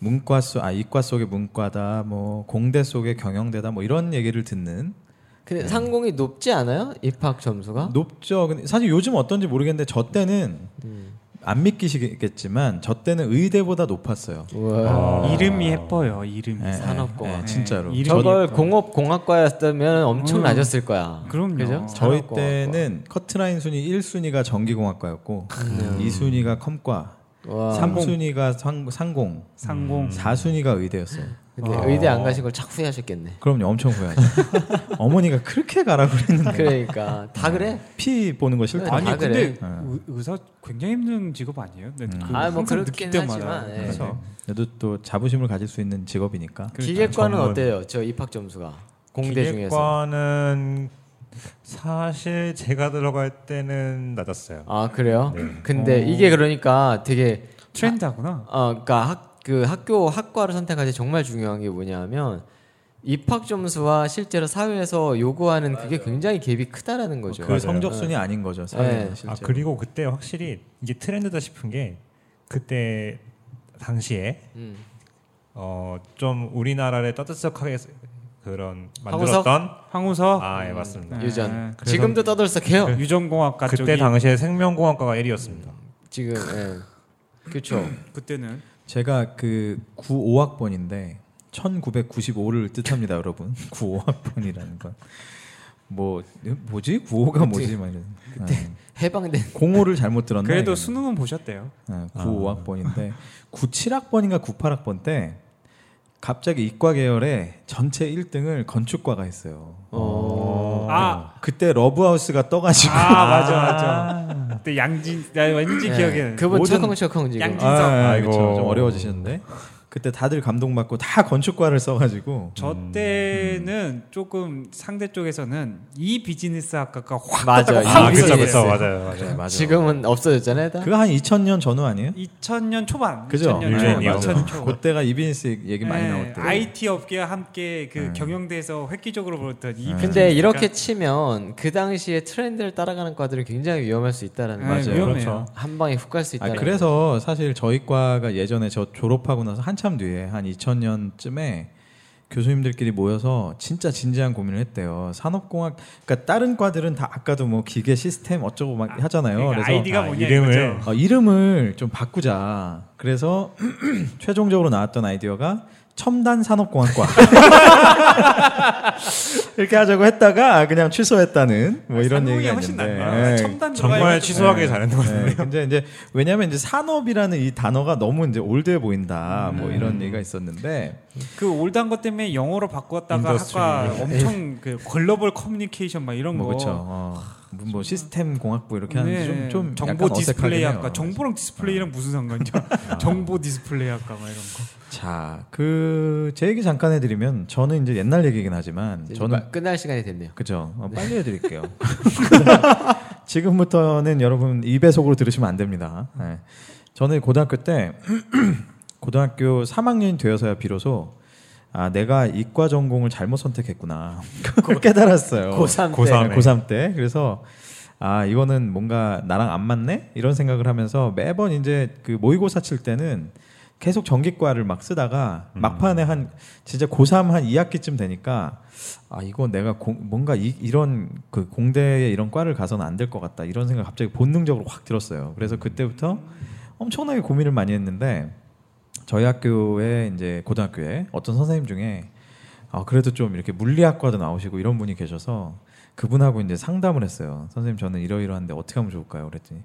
Speaker 1: 문과 속, 아 이과 속의 문과다, 뭐 공대 속의 경영대다, 뭐 이런 얘기를 듣는
Speaker 2: 근데 상공이 높지 않아요? 입학 점수가?
Speaker 1: 높죠. 근데 사실 요즘 어떤지 모르겠는데 저 때는
Speaker 2: 음.
Speaker 1: 안 믿기시겠지만 저 때는 의대보다 높았어요.
Speaker 2: 우와.
Speaker 3: 이름이 예뻐요. 이름이.
Speaker 1: 예,
Speaker 3: 네.
Speaker 2: 아. 네. 산업공학.
Speaker 1: 예, 진짜로.
Speaker 3: 예, 이름이
Speaker 2: 저걸
Speaker 3: 예뻐요.
Speaker 2: 공업 공학과였다면 엄청
Speaker 3: 음.
Speaker 2: 낮았을 거야.
Speaker 3: 그럼요.
Speaker 2: 그죠?
Speaker 1: 저희
Speaker 2: 산업공학과.
Speaker 1: 때는 커트라인 순위 1순위가 전기공학과였고 2순위가 컴과
Speaker 2: 와.
Speaker 1: 3순위가 상, 상공
Speaker 3: 상공.
Speaker 2: 음.
Speaker 1: 4순위가 의대였어요.
Speaker 2: 근데 의대 안 가신 걸 착 후회하셨겠네.
Speaker 1: 그럼요. 엄청 후회하죠. 어머니가 그렇게 가라고 그랬는데
Speaker 2: 그러니까 다 그래?
Speaker 1: 피 보는 거 싫다.
Speaker 3: 아니
Speaker 2: 다
Speaker 3: 근데
Speaker 2: 그래.
Speaker 3: 의- 의사 굉장히 힘든 직업 아니에요? 네, 그
Speaker 2: 아, 뭐
Speaker 3: 항상
Speaker 2: 그렇긴
Speaker 3: 느낄 때마다.
Speaker 2: 하지만, 예.
Speaker 1: 그래서 그래도 또 자부심을 가질 수 있는 직업이니까
Speaker 2: 기계과는
Speaker 4: 전문.
Speaker 2: 어때요? 저 입학 점수가 공대 중에서.
Speaker 4: 기계과는 사실 제가 들어갈 때는 낮았어요.
Speaker 2: 아 그래요? 근데 이게 그러니까 되게
Speaker 3: 트렌드하구나.
Speaker 2: 어, 그러니까 학, 그 학교 학과를 선택할 때 정말 중요한 게 뭐냐면 입학 점수와 실제로 사회에서 요구하는 그게 굉장히 갭이 크다라는 거죠.
Speaker 1: 그 성적 순위 아닌 거죠. 사회는
Speaker 2: 네.
Speaker 1: 실제로.
Speaker 4: 아 그리고 그때 확실히 이게 트렌드다 싶은 게 그때 당시에
Speaker 2: 음.
Speaker 4: 어 좀 우리나라를 떠들썩하게 그런
Speaker 2: 하고서?
Speaker 4: 만들었던
Speaker 3: 황우석
Speaker 4: 아 예 맞습니다.
Speaker 3: 네.
Speaker 2: 유전.
Speaker 4: 그래서-
Speaker 2: 지금도 떠들썩해요.
Speaker 3: 유전공학과
Speaker 4: 그때
Speaker 3: 쪽이
Speaker 4: 당시에 생명공학과가 1위였습니다.
Speaker 2: 지금. 예. 그렇죠.
Speaker 3: 그때는
Speaker 1: 제가 그 95학번인데 1995를 뜻합니다, 여러분. 95학번이라는 건. 뭐 뭐지? 95가 뭐지? 막 이런. 네.
Speaker 2: 해방된.
Speaker 1: 05를 잘못 들었나?
Speaker 3: 그래도
Speaker 1: 이거는.
Speaker 3: 수능은 보셨대요.
Speaker 1: 네, 95학번인데 97학번인가 98학번 때 갑자기 이과 계열에 전체 1등을 건축과가 했어요.
Speaker 2: 어.
Speaker 3: 아,
Speaker 1: 그때 러브하우스가 떠가지고
Speaker 3: 아 맞아 맞아. 그때 양진 나 왠지
Speaker 2: 예.
Speaker 3: 기억에 그...
Speaker 2: 그분
Speaker 1: 네, 모든
Speaker 2: 철컹철컹 지금.
Speaker 3: 양지- 진짜?
Speaker 1: 아,
Speaker 4: 아이고.
Speaker 1: 그쵸. 좀 어려워지셨는데 그때 다들 감동받고 다 건축과를 써가지고
Speaker 3: 저 때는 조금 상대 쪽에서는 이 비즈니스 학과가 확
Speaker 2: 맞아요.
Speaker 3: 갔다가
Speaker 2: 아,
Speaker 3: 확
Speaker 2: 그쵸,
Speaker 3: 비즈니스.
Speaker 2: 그쵸.
Speaker 4: 맞아요 맞아요.
Speaker 1: 네, 맞아요.
Speaker 2: 지금은 없어졌잖아요. 다?
Speaker 1: 그거 한 2000년 전후 아니에요?
Speaker 3: 2000년 초반.
Speaker 1: 그죠?
Speaker 3: 2000년
Speaker 4: 밀레니엄.
Speaker 3: 초. 2000년 초.
Speaker 1: 그때가 이비인스 얘기 많이
Speaker 3: 네,
Speaker 1: 나올 때.
Speaker 3: IT 업계와 함께 그 경영대에서 획기적으로 벌었던 이
Speaker 1: 그러니까.
Speaker 2: 근데 이렇게 치면 그 당시에 트렌드를 따라가는 과들은 굉장히 위험할 수 있다라는
Speaker 1: 맞아요.
Speaker 3: 맞아요. 네, 위험해요.
Speaker 4: 그렇죠.
Speaker 2: 한 방에 훅 갈 수
Speaker 1: 네. 아,
Speaker 2: 있다는
Speaker 1: 그래서 사실 저희 과가 예전에 저 졸업하고 나서 한참 뒤에 한 2000년쯤에 교수님들끼리 모여서 진짜 진지한 고민을 했대요. 산업공학 그러니까 다른 과들은 다 아까도 뭐 기계 시스템 어쩌고 막 하잖아요.
Speaker 3: 그러니까
Speaker 1: 그래서
Speaker 3: 아이디가
Speaker 4: 아,
Speaker 3: 뭐냐
Speaker 4: 이름을.
Speaker 3: 이거죠.
Speaker 1: 어, 이름을 좀 바꾸자. 그래서 최종적으로 나왔던 아이디어가 첨단 산업공학과 이렇게 하자고 했다가 그냥 취소했다는 뭐 이런
Speaker 3: 아, 산공이
Speaker 1: 얘기가
Speaker 3: 훨씬
Speaker 1: 있는데
Speaker 3: 낫네요.
Speaker 1: 예.
Speaker 3: 첨단 들어가야
Speaker 4: 정말
Speaker 3: 좀-
Speaker 4: 취소하게 잘했는 것 같아요.
Speaker 1: 네, 근데 이제 왜냐하면 이제 산업이라는 이 단어가 너무 이제 올드해 보인다
Speaker 3: 음.
Speaker 1: 뭐 이런 얘기가 있었는데
Speaker 3: 그 올드한 것 때문에 영어로 바꿨다가
Speaker 4: 인더스트리.
Speaker 3: 학과 엄청 그 글로벌 커뮤니케이션 막 이런
Speaker 1: 뭐
Speaker 3: 거.
Speaker 1: 그렇죠 어, 뭐 시스템 공학부 이렇게 하는
Speaker 3: 네,
Speaker 1: 좀 좀
Speaker 3: 정보 디스플레이 학과 정보랑 디스플레이랑 무슨 상관이죠?
Speaker 1: 아.
Speaker 3: 정보 디스플레이 학과 막 이런 거.
Speaker 1: 자그 제 얘기 잠깐 해드리면 저는 이제 옛날 얘기긴 하지만
Speaker 2: 거예요.
Speaker 1: 저는
Speaker 2: 이제 끝날 시간이 됐네요.
Speaker 1: 그죠 어, 빨리 해드릴게요 지금부터는 여러분 2배속으로 들으시면 안 됩니다 네. 저는 고등학교 때 고등학교 3학년이 되어서야 비로소 아 내가 이과 전공을 잘못 선택했구나 그걸 깨달았어요
Speaker 2: 고3
Speaker 4: 고3.
Speaker 1: 네, 고3 때 그래서 아 이거는 뭔가 나랑 안 맞네 이런 생각을 하면서 매번 이제 그 모의고사 칠 때는 계속 전기과를 막 쓰다가 막판에 한 진짜 고3 한 2학기쯤 되니까 아 이거 내가 공- 뭔가 이, 이런 그 공대에 이런 과를 가서는 안 될 것 같다 이런 생각 갑자기 본능적으로 확 들었어요. 그래서 그때부터 엄청나게 고민을 많이 했는데 저희 학교에 이제 고등학교에 어떤 선생님 중에 아 그래도 좀 이렇게 물리학과도 나오시고 이런 분이 계셔서 그분하고 이제 상담을 했어요. 선생님 저는 이러이러한데 어떻게 하면 좋을까요? 그랬더니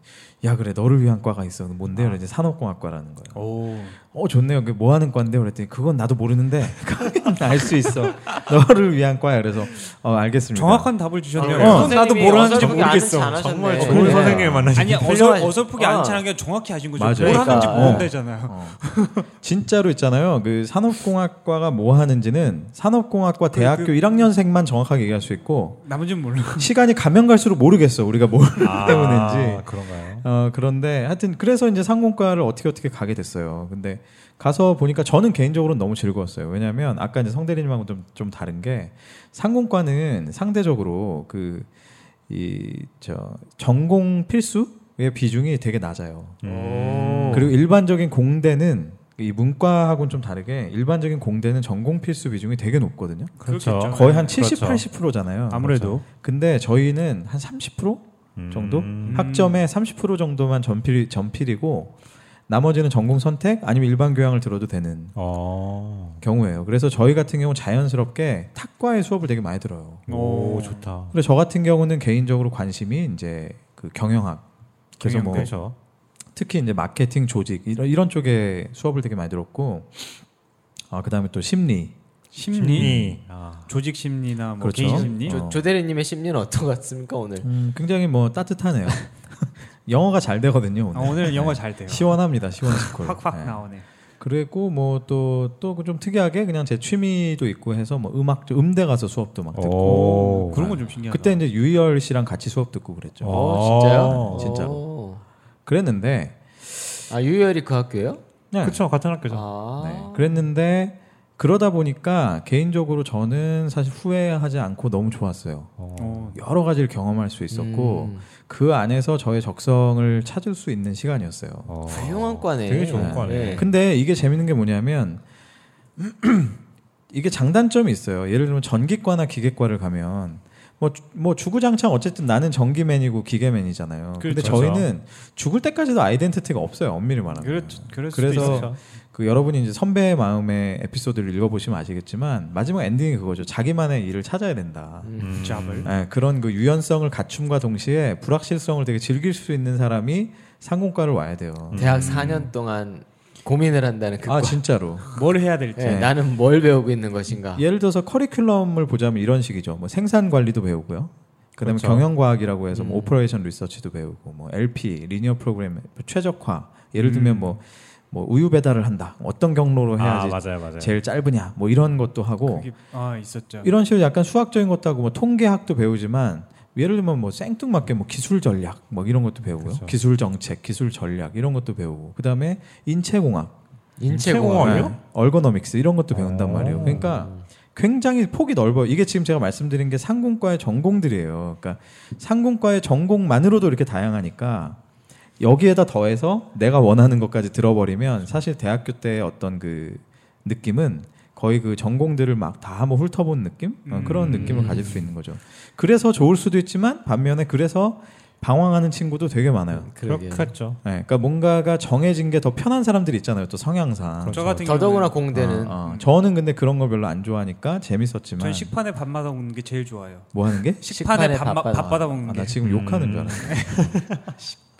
Speaker 1: 야 그래 너를 위한 과가 있어.
Speaker 3: 아.
Speaker 1: 뭔데요? 그랬더니 산업공학과라는 거예요.
Speaker 3: 오.
Speaker 1: 어 좋네요. 그게 뭐 하는 과인데 그랬더니 그건 나도 모르는데 알 수 있어. 너를 위한 과야. 그래서 어 알겠습니다.
Speaker 3: 정확한 답을 주셨네요.
Speaker 1: 어,
Speaker 3: 그건 나도 뭐라는지 모르겠어.
Speaker 2: 정말
Speaker 1: 네.
Speaker 4: 좋은
Speaker 1: 네.
Speaker 4: 선생님을 만나시.
Speaker 3: 아니 어서,
Speaker 2: 훌륭하지.
Speaker 3: 어설프게
Speaker 2: 어.
Speaker 3: 안 차는 게 정확히 아신 거죠.
Speaker 1: 맞아요.
Speaker 3: 뭘 하는지
Speaker 1: 그러니까,
Speaker 3: 모르면
Speaker 1: 어.
Speaker 3: 되잖아요.
Speaker 1: 어. 진짜로 있잖아요. 그 산업공학과가 뭐 하는지는
Speaker 3: 그,
Speaker 1: 산업공학과 대학교 1학년생만 정확하게 얘기할 수 있고
Speaker 3: 나머지는 몰라.
Speaker 1: 시간이 가면 갈수록 모르겠어. 우리가 뭘
Speaker 4: 아.
Speaker 1: 때문인지.
Speaker 4: 그런가요?
Speaker 1: 어, 그런데 하여튼 그래서 이제 상공과를 어떻게 어떻게 가게 됐어요. 근데 가서 보니까 저는 개인적으로는 너무 즐거웠어요. 왜냐하면 아까 이제 성대리님하고 좀, 좀 다른 게 상공과는 상대적으로 그 이 저 전공 필수의 비중이 되게 낮아요.
Speaker 4: 음.
Speaker 2: 오.
Speaker 1: 그리고 일반적인 공대는 이 문과하고는 좀 다르게 일반적인 공대는 전공 필수 비중이 되게 높거든요.
Speaker 4: 그렇죠.
Speaker 3: 네, 그렇겠죠.
Speaker 1: 거의 한 어, 70,
Speaker 4: 그렇죠.
Speaker 1: 80%잖아요.
Speaker 4: 아무래도
Speaker 1: 근데 저희는 한 30%
Speaker 3: 음.
Speaker 4: 음.
Speaker 1: 정도 학점의 30% 정도만 전필 전필이고 나머지는 전공 선택 아니면 일반 교양을 들어도 되는
Speaker 4: 어.
Speaker 1: 경우예요. 그래서 저희 같은 경우 는 자연스럽게 탁과의 수업을 되게 많이 들어요.
Speaker 3: 뭐
Speaker 4: 오, 좋다.
Speaker 1: 그래서 저 같은 경우는 개인적으로 관심이 이제 그 경영학 그래서 뭐
Speaker 4: 그렇죠.
Speaker 1: 특히 이제 마케팅 조직 이런, 이런 쪽에 수업을 되게 많이 들었고 아 그다음에 또 심리
Speaker 4: 심리. 아.
Speaker 3: 조직 심리나 뭐
Speaker 1: 그렇죠.
Speaker 3: 개인 심리.
Speaker 1: 어.
Speaker 2: 조, 조 대리님의 심리는 어떤 것 같습니까 오늘?
Speaker 1: 음, 굉장히 뭐 따뜻하네요. 영어가 잘 되거든요
Speaker 3: 아,
Speaker 1: 오늘.
Speaker 3: 오늘 영어 잘 돼요.
Speaker 1: 시원합니다 시원스쿨.
Speaker 3: 확확
Speaker 1: 네.
Speaker 3: 나오네.
Speaker 1: 그리고 뭐 또 또 좀 특이하게 그냥 제 취미도 있고 해서 뭐 음악 음대 가서 수업도 막 듣고
Speaker 4: 오. 네.
Speaker 3: 그런 건 좀 신기하다.
Speaker 1: 네. 그때 이제 유희열 씨랑 같이 수업 듣고 그랬죠.
Speaker 4: 어.
Speaker 2: 오 진짜요?
Speaker 4: 어,
Speaker 1: 진짜로.
Speaker 2: 오.
Speaker 1: 그랬는데
Speaker 2: 아 유열이 그 학교예요?
Speaker 1: 네.
Speaker 4: 그렇죠. 같은 학교죠.
Speaker 2: 아.
Speaker 1: 네. 그랬는데 그러다 보니까 개인적으로 저는 사실 후회하지 않고 너무 좋았어요.
Speaker 3: 어.
Speaker 1: 여러 가지를 경험할 수 있었고
Speaker 2: 음.
Speaker 1: 그 안에서 저의 적성을 찾을 수 있는 시간이었어요.
Speaker 4: 어.
Speaker 2: 훌륭한 과네.
Speaker 4: 되게 좋은 과네.
Speaker 2: 네.
Speaker 1: 근데 이게 재밌는 게 뭐냐면 이게 장단점이 있어요. 예를 들면 전기과나 기계과를 가면 뭐, 주- 뭐 주구장창 어쨌든 나는 전기맨이고 기계맨이잖아요. 근데
Speaker 4: 그렇죠.
Speaker 1: 저희는 죽을 때까지도 아이덴티티가 없어요. 엄밀히 말하면.
Speaker 3: 그렇죠. 그럴 수도
Speaker 1: 음. 그래서
Speaker 3: 있어요.
Speaker 1: 그 여러분이 이제 선배의 마음의 에피소드를 읽어보시면 아시겠지만 마지막 엔딩이 그거죠. 자기만의 일을 찾아야 된다.
Speaker 4: 음.
Speaker 3: 잡을.
Speaker 1: 예, 그런 그 유연성을 갖춤과 동시에 불확실성을 되게 즐길 수 있는 사람이 상공과를 와야 돼요.
Speaker 2: 음.
Speaker 4: 음.
Speaker 2: 대학 4년 동안 고민을 한다는 그 과.
Speaker 1: 음. 아 진짜로.
Speaker 3: 뭘 해야 될지.
Speaker 2: 네. 나는 뭘 배우고 있는
Speaker 4: 아.
Speaker 2: 것인가?
Speaker 1: 예를 들어서 커리큘럼을 보자면 이런 식이죠. 뭐 생산 관리도 배우고요. 그다음에
Speaker 4: 그렇죠.
Speaker 1: 경영과학이라고 해서 뭐 오퍼레이션 리서치도 배우고 뭐 LP 리니어 프로그램 최적화 예를 들면 뭐, 뭐 우유 배달을 한다 어떤 경로로
Speaker 4: 음. 아,
Speaker 1: 해야지
Speaker 4: 맞아요, 맞아요.
Speaker 1: 제일 짧으냐 뭐 이런 것도 하고
Speaker 3: 그게- 아 있었죠.
Speaker 1: 이런 식으로 약간 수학적인 것도 하고 뭐 통계학도 배우지만 예를 들면 뭐 생뚱맞게 뭐 기술 전략 뭐 이런 것도 배우고요
Speaker 4: 그렇죠.
Speaker 1: 기술 정책 기술 전략 이런 것도 배우고 그다음에 인체공학
Speaker 2: 인체공학.
Speaker 4: 인체공학이요?
Speaker 1: 네, 얼거노믹스 이런 것도 배운단
Speaker 4: 오.
Speaker 1: 말이에요. 그러니까 굉장히 폭이 넓어요. 이게 지금 제가 말씀드린 게 상공과의 전공들이에요. 그러니까 상공과의 전공만으로도 이렇게 다양하니까 여기에다 더해서 내가 원하는 것까지 들어버리면 사실 대학교 때 어떤 그 느낌은 거의 그 전공들을 막 다 한번 훑어본 느낌 어, 그런 느낌을 가질 수 있는 거죠. 그래서 좋을 수도 있지만 반면에 그래서 방황하는 친구도 되게 많아요.
Speaker 2: 그러게.
Speaker 4: 그렇겠죠.
Speaker 1: 네, 그러니까 뭔가가 정해진 게 더 편한 사람들이 있잖아요. 또 성향상.
Speaker 3: 저 같은 경우는
Speaker 2: 더더구나 공대는
Speaker 1: 어, 어. 저는 근데 그런 거 별로 안 좋아하니까 재밌었지만
Speaker 3: 전 식판에 밥 받아 먹는 게 제일 좋아요.
Speaker 1: 뭐 하는 게?
Speaker 3: 식판에 밥,
Speaker 2: 받아-
Speaker 3: 밥 받아 먹는
Speaker 1: 아,
Speaker 3: 게.
Speaker 1: 나 지금 욕하는 줄 알았어.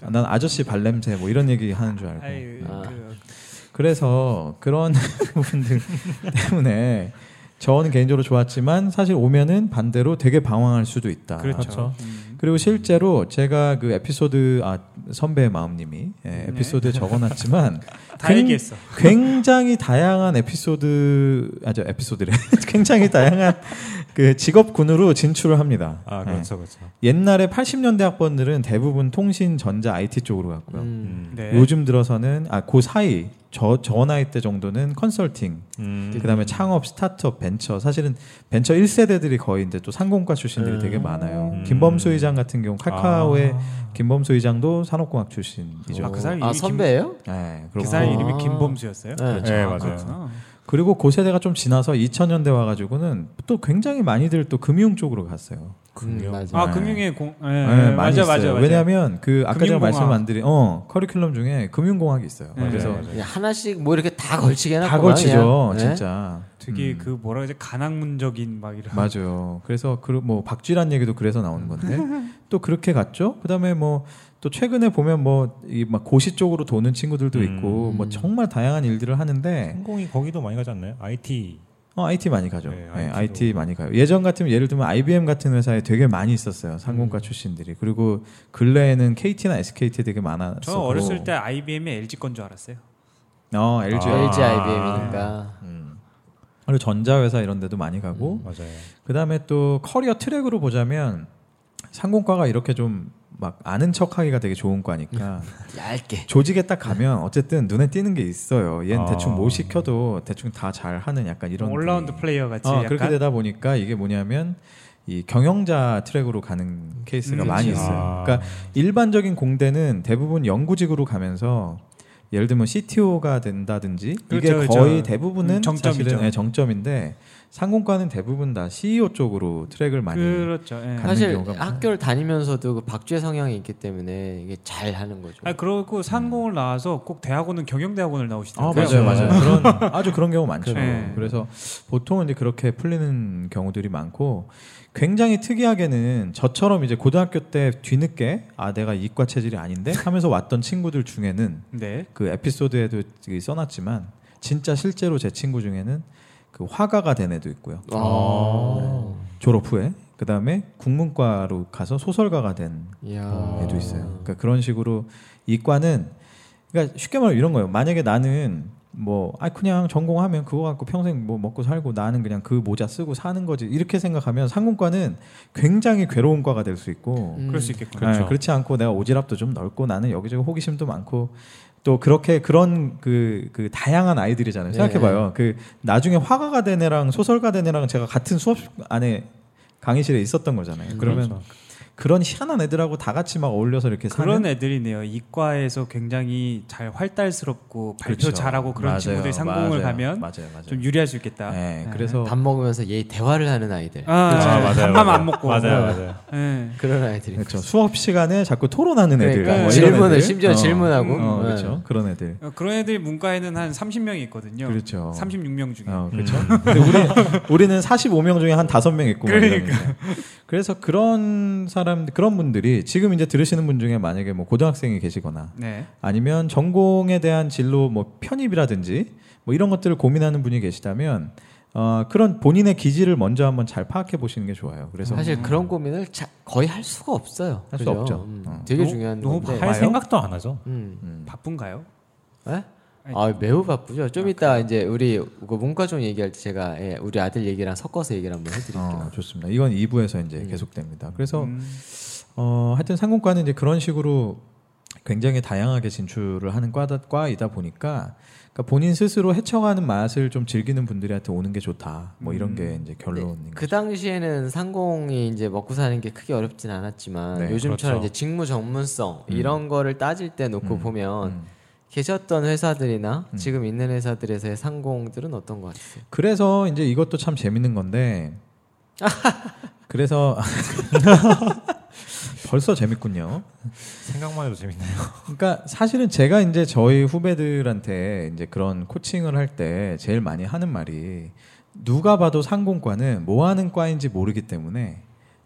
Speaker 1: 난 아저씨 발냄새 뭐 이런 얘기 하는 줄 알고.
Speaker 3: 아유,
Speaker 2: 아.
Speaker 3: 그,
Speaker 1: 그래서 그런 부분들 때문에 저는 개인적으로 좋았지만 사실 오면은 반대로 되게 방황할 수도 있다.
Speaker 3: 그렇죠.
Speaker 4: 그렇죠.
Speaker 3: 음.
Speaker 1: 그리고 실제로 제가 그 에피소드 아 선배의 마음님이 예, 에피소드에 적어놨지만
Speaker 3: 네. 다
Speaker 1: 굉-
Speaker 3: 얘기했어.
Speaker 1: 굉장히 다양한 에피소드 아저 에피소드래 굉장히 다양한 그 직업군으로 진출을 합니다.
Speaker 4: 아,
Speaker 1: 예.
Speaker 4: 그렇죠, 그렇죠.
Speaker 1: 옛날에 80년대 학번들은 대부분 통신, 전자, IT 쪽으로 갔고요.
Speaker 2: 음.
Speaker 4: 음.
Speaker 3: 네.
Speaker 1: 요즘 들어서는 아그 사이 저, 저 나이 때 정도는 컨설팅,
Speaker 4: 음.
Speaker 1: 그다음에 창업, 스타트업, 벤처. 사실은 벤처 1세대들이 거의 이제 또 상공과 출신들이 되게 많아요.
Speaker 4: 음.
Speaker 1: 김범수 의장 같은 경우 카카오의
Speaker 4: 아.
Speaker 1: 김범수 의장도 산업공학 출신이죠.
Speaker 3: 아, 그 사람
Speaker 2: 아
Speaker 3: 이름이
Speaker 2: 선배예요?
Speaker 1: 네,
Speaker 3: 김,
Speaker 1: 그렇고.
Speaker 3: 그 사람
Speaker 2: 아.
Speaker 3: 이름이 김범수였어요.
Speaker 2: 네.
Speaker 4: 네,
Speaker 3: 아,
Speaker 4: 맞아요.
Speaker 3: 그렇구나.
Speaker 1: 그리고 그 세대가 좀 지나서 2000년대 와가지고는 또 굉장히 많이들 또 금융 쪽으로 갔어요.
Speaker 4: 금융.
Speaker 2: 음, 맞아.
Speaker 3: 아
Speaker 1: 네.
Speaker 3: 금융에 공 예,
Speaker 1: 네,
Speaker 3: 예,
Speaker 1: 많이
Speaker 3: 맞아,
Speaker 1: 있어요.
Speaker 3: 맞아 맞아
Speaker 1: 왜냐하면 그 아까 전에
Speaker 3: 금융공학.
Speaker 1: 말씀 안 드린 어 커리큘럼 중에 금융공학이 있어요.
Speaker 3: 네.
Speaker 1: 그래서
Speaker 2: 그냥 하나씩 뭐 이렇게 다 걸치게 해놨구나.
Speaker 1: 다 걸치죠,
Speaker 2: 그냥. 네?
Speaker 1: 진짜.
Speaker 3: 되게
Speaker 1: 음.
Speaker 3: 그 뭐라 그러지 가낭문적인 막 이런
Speaker 1: 맞아요. 그래서 그 뭐 박쥐란 얘기도 그래서 나오는 건데 또 그렇게 갔죠. 그다음에 뭐 또 최근에 보면 뭐 이 막 고시 쪽으로 도는 친구들도 있고
Speaker 2: 음.
Speaker 1: 뭐 정말 다양한 일들을 하는데
Speaker 4: 네. 성공이 거기도 많이 가지 않나요? IT.
Speaker 1: 어 IT 많이 가죠.
Speaker 4: 네,
Speaker 1: 네,
Speaker 4: IT 도.
Speaker 1: IT 많이 가요. 예전 같으면 예를 들면 IBM 같은 회사에 되게 많이 있었어요.
Speaker 3: 음.
Speaker 1: 상공과 출신들이. 그리고 근래에는 KT나 SKT 되게 많았었고.
Speaker 3: 저 어렸을 때 IBM이 LG 건 줄 알았어요.
Speaker 1: 어, LG.
Speaker 4: 아.
Speaker 2: LG IBM이니까.
Speaker 1: 음. 그리고 전자회사 이런 데도 많이
Speaker 3: 음.
Speaker 1: 가고
Speaker 4: 맞아요.
Speaker 1: 그다음에 또 커리어 트랙으로 보자면 상공과가 이렇게 좀 막 아는 척하기가 되게 좋은 과니까
Speaker 2: 얇게.
Speaker 1: 조직에 딱 가면 어쨌든 눈에 띄는 게 있어요. 얘는
Speaker 4: 아.
Speaker 1: 대충 뭐 시켜도 대충 다 잘 하는 약간 이런
Speaker 3: 뭐 올라운드
Speaker 1: 분위기.
Speaker 3: 플레이어 같이
Speaker 1: 어,
Speaker 3: 약간
Speaker 1: 그렇게 되다 보니까 이게 뭐냐면 이 경영자 트랙으로 가는 케이스가
Speaker 3: 음,
Speaker 1: 많이
Speaker 3: 그치.
Speaker 1: 있어요.
Speaker 4: 아.
Speaker 1: 그러니까 일반적인 공대는 대부분 연구직으로 가면서 예를 들면 CTO가 된다든지
Speaker 3: 그렇죠,
Speaker 1: 이게
Speaker 3: 그렇죠.
Speaker 1: 거의 대부분은
Speaker 3: 음, 정점이죠.
Speaker 1: 사실은 네, 정점인데 상공과는 대부분 다 CEO 쪽으로 트랙을 많이
Speaker 3: 그렇죠. 예.
Speaker 1: 가-
Speaker 2: 사실
Speaker 1: 경우가 많아요.
Speaker 2: 학교를 다니면서도 그 박쥐의 성향이 있기 때문에 이게 잘 하는 거죠.
Speaker 3: 아 그러고 상공을 나와서 꼭 대학원은 경영대학원을
Speaker 1: 아
Speaker 3: 나오시더라고요. 네.
Speaker 1: 맞아요 맞아요 그런 아주 그런 경우 많죠
Speaker 3: 그래요.
Speaker 1: 그래서 보통은 이제 그렇게 풀리는 경우들이 많고 굉장히 특이하게는 저처럼 이제 고등학교 때 뒤늦게 아 내가 이과 체질이 아닌데 하면서 왔던 친구들 중에는
Speaker 3: 네.
Speaker 1: 그 에피소드에도 이게 써놨지만 진짜 실제로 제 친구 중에는 그 화가가 된 애도 있고요
Speaker 2: 아.
Speaker 1: 졸업 후에 그 다음에 국문과로 가서 소설가가 된
Speaker 2: 이야.
Speaker 1: 애도 있어요. 그러니까 그런 식으로 이과는 그러니까 쉽게 말하면 이런 거예요. 만약에 나는 뭐 아 그냥 전공하면 그거 갖고 평생 뭐 먹고 살고 나는 그냥 그 모자 쓰고 사는 거지 이렇게 생각하면 상공과는 굉장히 괴로운 과가 될 수 있고
Speaker 2: 음.
Speaker 3: 그럴 수 네. 있겠군요.
Speaker 1: 그렇죠. 그렇지 않고 내가 오지랖도 좀 넓고 나는 여기저기 호기심도 많고 또 그렇게 그런 그, 그 다양한 아이들이잖아요.
Speaker 2: 네.
Speaker 1: 생각해봐요. 그 나중에 화가가 된 애랑 소설가 된 애랑 제가 같은 수업 안에 강의실에 있었던
Speaker 3: 음,
Speaker 1: 거잖아요. 그러면 그런 희한한 애들하고 다 같이 막 어울려서 이렇게 사는
Speaker 3: 그렇죠. 그런 애들이네요. 이과에서 굉장히 잘 활달스럽고 발표
Speaker 1: 그렇죠.
Speaker 3: 잘하고 그런
Speaker 1: 맞아요,
Speaker 3: 친구들이 상공을
Speaker 1: 맞아요,
Speaker 3: 가면
Speaker 1: 맞아요, 맞아요.
Speaker 3: 좀 유리할 수 있겠다.
Speaker 1: 네,
Speaker 3: 예.
Speaker 1: 그래서
Speaker 2: 밥 먹으면서 얘 대화를 하는 아이들.
Speaker 3: 아,
Speaker 4: 아, 맞아요.
Speaker 3: 한밤안 먹고
Speaker 4: 맞아요, 맞아요.
Speaker 3: 예.
Speaker 2: 그런 아이들이.
Speaker 1: 그렇죠. 수업 시간에 자꾸 토론하는 애들,
Speaker 2: 그러니까
Speaker 1: 뭐 이런
Speaker 2: 질문을
Speaker 1: 애들.
Speaker 2: 심지어
Speaker 1: 어,
Speaker 2: 질문하고.
Speaker 1: 어,
Speaker 2: 네.
Speaker 1: 그렇죠. 그런 애들.
Speaker 3: 어, 그런 애들이 문과에는 한 30명이 있거든요.
Speaker 1: 그렇죠.
Speaker 3: 36명 중에.
Speaker 1: 어, 그렇죠.
Speaker 4: 음.
Speaker 1: 근데 우리 우리는 45명 중에 한 5명 있고 막 이러니까. 그래서 그런 사람 그런 분들이 지금 이제 들으시는 분 중에 만약에 뭐 고등학생이 계시거나
Speaker 3: 네.
Speaker 1: 아니면 전공에 대한 진로 뭐 편입이라든지 뭐 이런 것들을 고민하는 분이 계시다면 어, 그런 본인의 기질을 먼저 한번 잘 파악해 보시는 게 좋아요. 그래서 뭐.
Speaker 2: 사실 그런 고민을 자- 거의 할 수가 없어요.
Speaker 1: 할수
Speaker 2: 그죠?
Speaker 1: 없죠.
Speaker 2: 음,
Speaker 1: 어.
Speaker 2: 되게
Speaker 3: 너무-
Speaker 2: 중요한
Speaker 3: 너무
Speaker 2: 건데.
Speaker 3: 봐요?
Speaker 4: 할 생각도 안 하죠.
Speaker 2: 음.
Speaker 3: 바쁜가요?
Speaker 2: 에?
Speaker 3: 아니,
Speaker 2: 아 매우 바쁘죠. 좀 이따 이제 우리 그 문과 좀 얘기할 때 제가 예, 우리 아들 얘기랑 섞어서 얘기를 한번 해드릴게요. 음.
Speaker 1: 어, 좋습니다. 이건 2부에서 이제 계속됩니다. 그래서
Speaker 3: 음.
Speaker 1: 어, 하여튼 상공과는 이제 그런 식으로 굉장히 다양하게 진출을 하는 과다, 과이다 보니까 그러니까 본인 스스로 헤쳐가는 맛을 좀 즐기는 분들한테 오는 게 좋다. 뭐 이런 게 이제 결론인
Speaker 2: 그 당시에는 상공이 이제 먹고 사는 게 크게 어렵진 않았지만
Speaker 1: 네,
Speaker 2: 요즘처럼
Speaker 4: 그렇죠.
Speaker 2: 이제 직무 전문성
Speaker 1: 음.
Speaker 2: 이런 거를 따질 때 놓고 보면
Speaker 1: 음.
Speaker 2: 계셨던 회사들이나 지금 있는 회사들에서의 상공들은 어떤 것 같아요?
Speaker 1: 그래서 이제 이것도 참 재밌는 건데 그래서 벌써 재밌군요.
Speaker 4: 생각만 해도 재밌네요.
Speaker 1: 그러니까 사실은 제가 이제 저희 후배들한테 이제 그런 코칭을 할 때 제일 많이 하는 말이 누가 봐도 상공과는 뭐 하는 과인지 모르기 때문에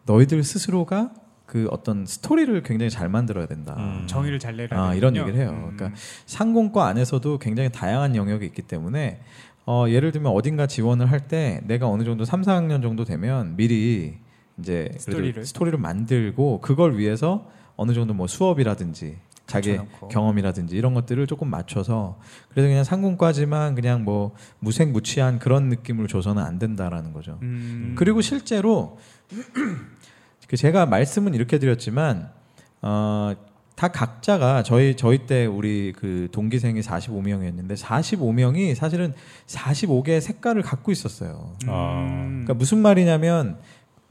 Speaker 1: 너희들 스스로가 그 어떤 스토리를 굉장히 잘 만들어야 된다.
Speaker 4: 음.
Speaker 3: 정의를 잘 음. 내라.
Speaker 1: 아, 이런 얘기를 해요. 그러니까 상공과 안에서도 굉장히 다양한 영역이 있기 때문에 어, 예를 들면 어딘가 지원을 할 때 내가 어느 정도 3, 4학년 정도 되면 미리 이제 그래도
Speaker 3: 스토리를?
Speaker 1: 스토리를 만들고 그걸 위해서 어느 정도 뭐 수업이라든지 자기
Speaker 3: 갖춰놓고.
Speaker 1: 경험이라든지 이런 것들을 조금 맞춰서 그래서 그냥 상공과지만 그냥 뭐 무색무취한 그런 느낌을 줘서는 안 된다라는 거죠.
Speaker 3: 음.
Speaker 1: 그리고 실제로 그 제가 말씀은 이렇게 드렸지만 어, 다 각자가 저희 저희 때 우리 그 동기생이 45명이었는데 45명이 사실은 45개의 색깔을 갖고 있었어요.
Speaker 3: 음.
Speaker 4: 아.
Speaker 1: 그러니까 무슨 말이냐면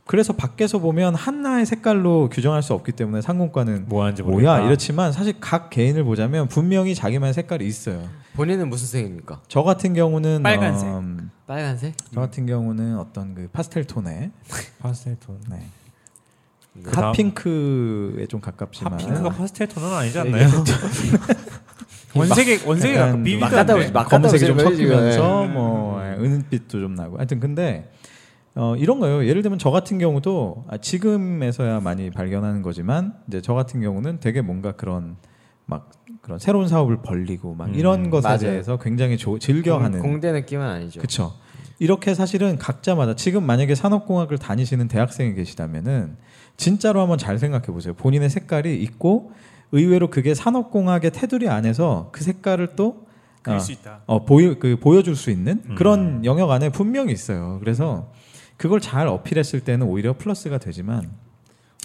Speaker 1: 그래서 밖에서 보면 하나의 색깔로 규정할 수 없기 때문에 상공과는
Speaker 4: 뭐 하는지 모르겠다.
Speaker 1: 뭐야 이렇지만 사실 각 개인을 보자면 분명히 자기만의 색깔이 있어요.
Speaker 2: 본인은 무슨 색입니까?
Speaker 1: 저 같은 경우는
Speaker 3: 빨간색.
Speaker 1: 음,
Speaker 2: 빨간색?
Speaker 1: 저 같은 경우는 어떤 그 파스텔 톤의
Speaker 4: 파스텔 톤.
Speaker 1: 네.
Speaker 2: 네.
Speaker 4: 그 다음-
Speaker 1: 핫핑크에 좀 가깝지만 네.
Speaker 4: 핫핑크가 파스텔 톤은 아니지 않나요?
Speaker 3: 음.
Speaker 4: 원색이 원색이
Speaker 1: 약간
Speaker 4: 약간
Speaker 1: 좀
Speaker 4: 비비드
Speaker 2: 막 까다로워.
Speaker 4: 한데
Speaker 2: 막
Speaker 1: 검은색이 좀
Speaker 2: 까다로워져요,
Speaker 1: 섞이면서
Speaker 3: 지금.
Speaker 1: 뭐 예, 은빛도 좀 나고 하여튼 근데 어, 이런 거예요. 예를 들면 저 같은 경우도 아, 지금에서야 많이 발견하는 거지만 이제 저 같은 경우는 되게 뭔가 그런 막 그런 새로운 사업을 벌리고 막
Speaker 4: 음.
Speaker 1: 이런 것에
Speaker 2: 맞아요.
Speaker 1: 대해서 굉장히 조- 즐겨하는
Speaker 2: 공, 공대 느낌은 아니죠.
Speaker 1: 그렇죠. 이렇게 사실은 각자마다 지금 만약에 산업공학을 다니시는 대학생이 계시다면은 진짜로 한번 잘 생각해 보세요. 본인의 색깔이 있고 의외로 그게 산업공학의 테두리 안에서 그 색깔을 또
Speaker 3: 그럴
Speaker 1: 아,
Speaker 3: 수 있다.
Speaker 1: 어, 보여 그 보여줄 수 있는
Speaker 4: 음.
Speaker 1: 그런 영역 안에 분명히 있어요. 그래서 그걸 잘 어필했을 때는 오히려 플러스가 되지만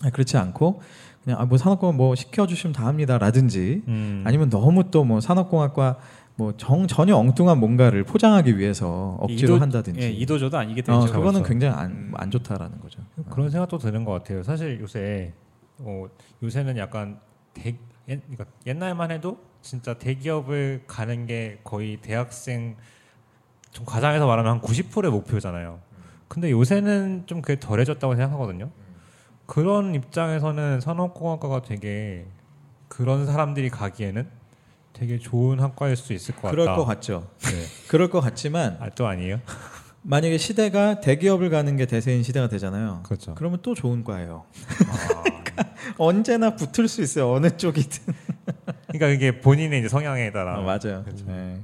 Speaker 1: 아, 그렇지 않고 그냥 아, 뭐 산업공학 뭐 시켜주시면 다 합니다라든지
Speaker 4: 음.
Speaker 1: 아니면 너무 또 뭐 산업공학과 뭐 정, 전혀 엉뚱한 뭔가를 포장하기 위해서 억지로
Speaker 3: 이도-
Speaker 1: 한다든지.
Speaker 3: 예, 이도저도 아니게 되죠.
Speaker 1: 어,
Speaker 4: 그렇죠,
Speaker 1: 그거는
Speaker 4: 그렇죠.
Speaker 1: 굉장히 안, 안 좋다라는 거죠.
Speaker 4: 그런 생각도 드는 것 같아요. 사실 요새 어, 요새는 약간 대, 옛, 그러니까 옛날만 해도 진짜 대기업을 가는 게 거의 대학생 좀 과장해서 말하면 한 90%의 목표잖아요. 근데 요새는 좀 그게 덜해졌다고 생각하거든요. 그런 입장에서는 산업공학과가 되게 그런 사람들이 가기에는 되게 좋은 학과일 수 있을 것 같다.
Speaker 1: 그럴 것 같죠.
Speaker 4: 네.
Speaker 1: 그럴 것 같지만
Speaker 4: 아, 또 아니에요?
Speaker 1: 만약에 시대가 대기업을 가는 게 대세인 시대가 되잖아요.
Speaker 4: 그렇죠.
Speaker 1: 그러면 또 좋은 과예요. 그러니까
Speaker 4: 아.
Speaker 1: 언제나 붙을 수 있어요. 어느 쪽이든.
Speaker 4: 그러니까 이게 본인의 이제 성향에 따라
Speaker 1: 아, 맞아요. 네.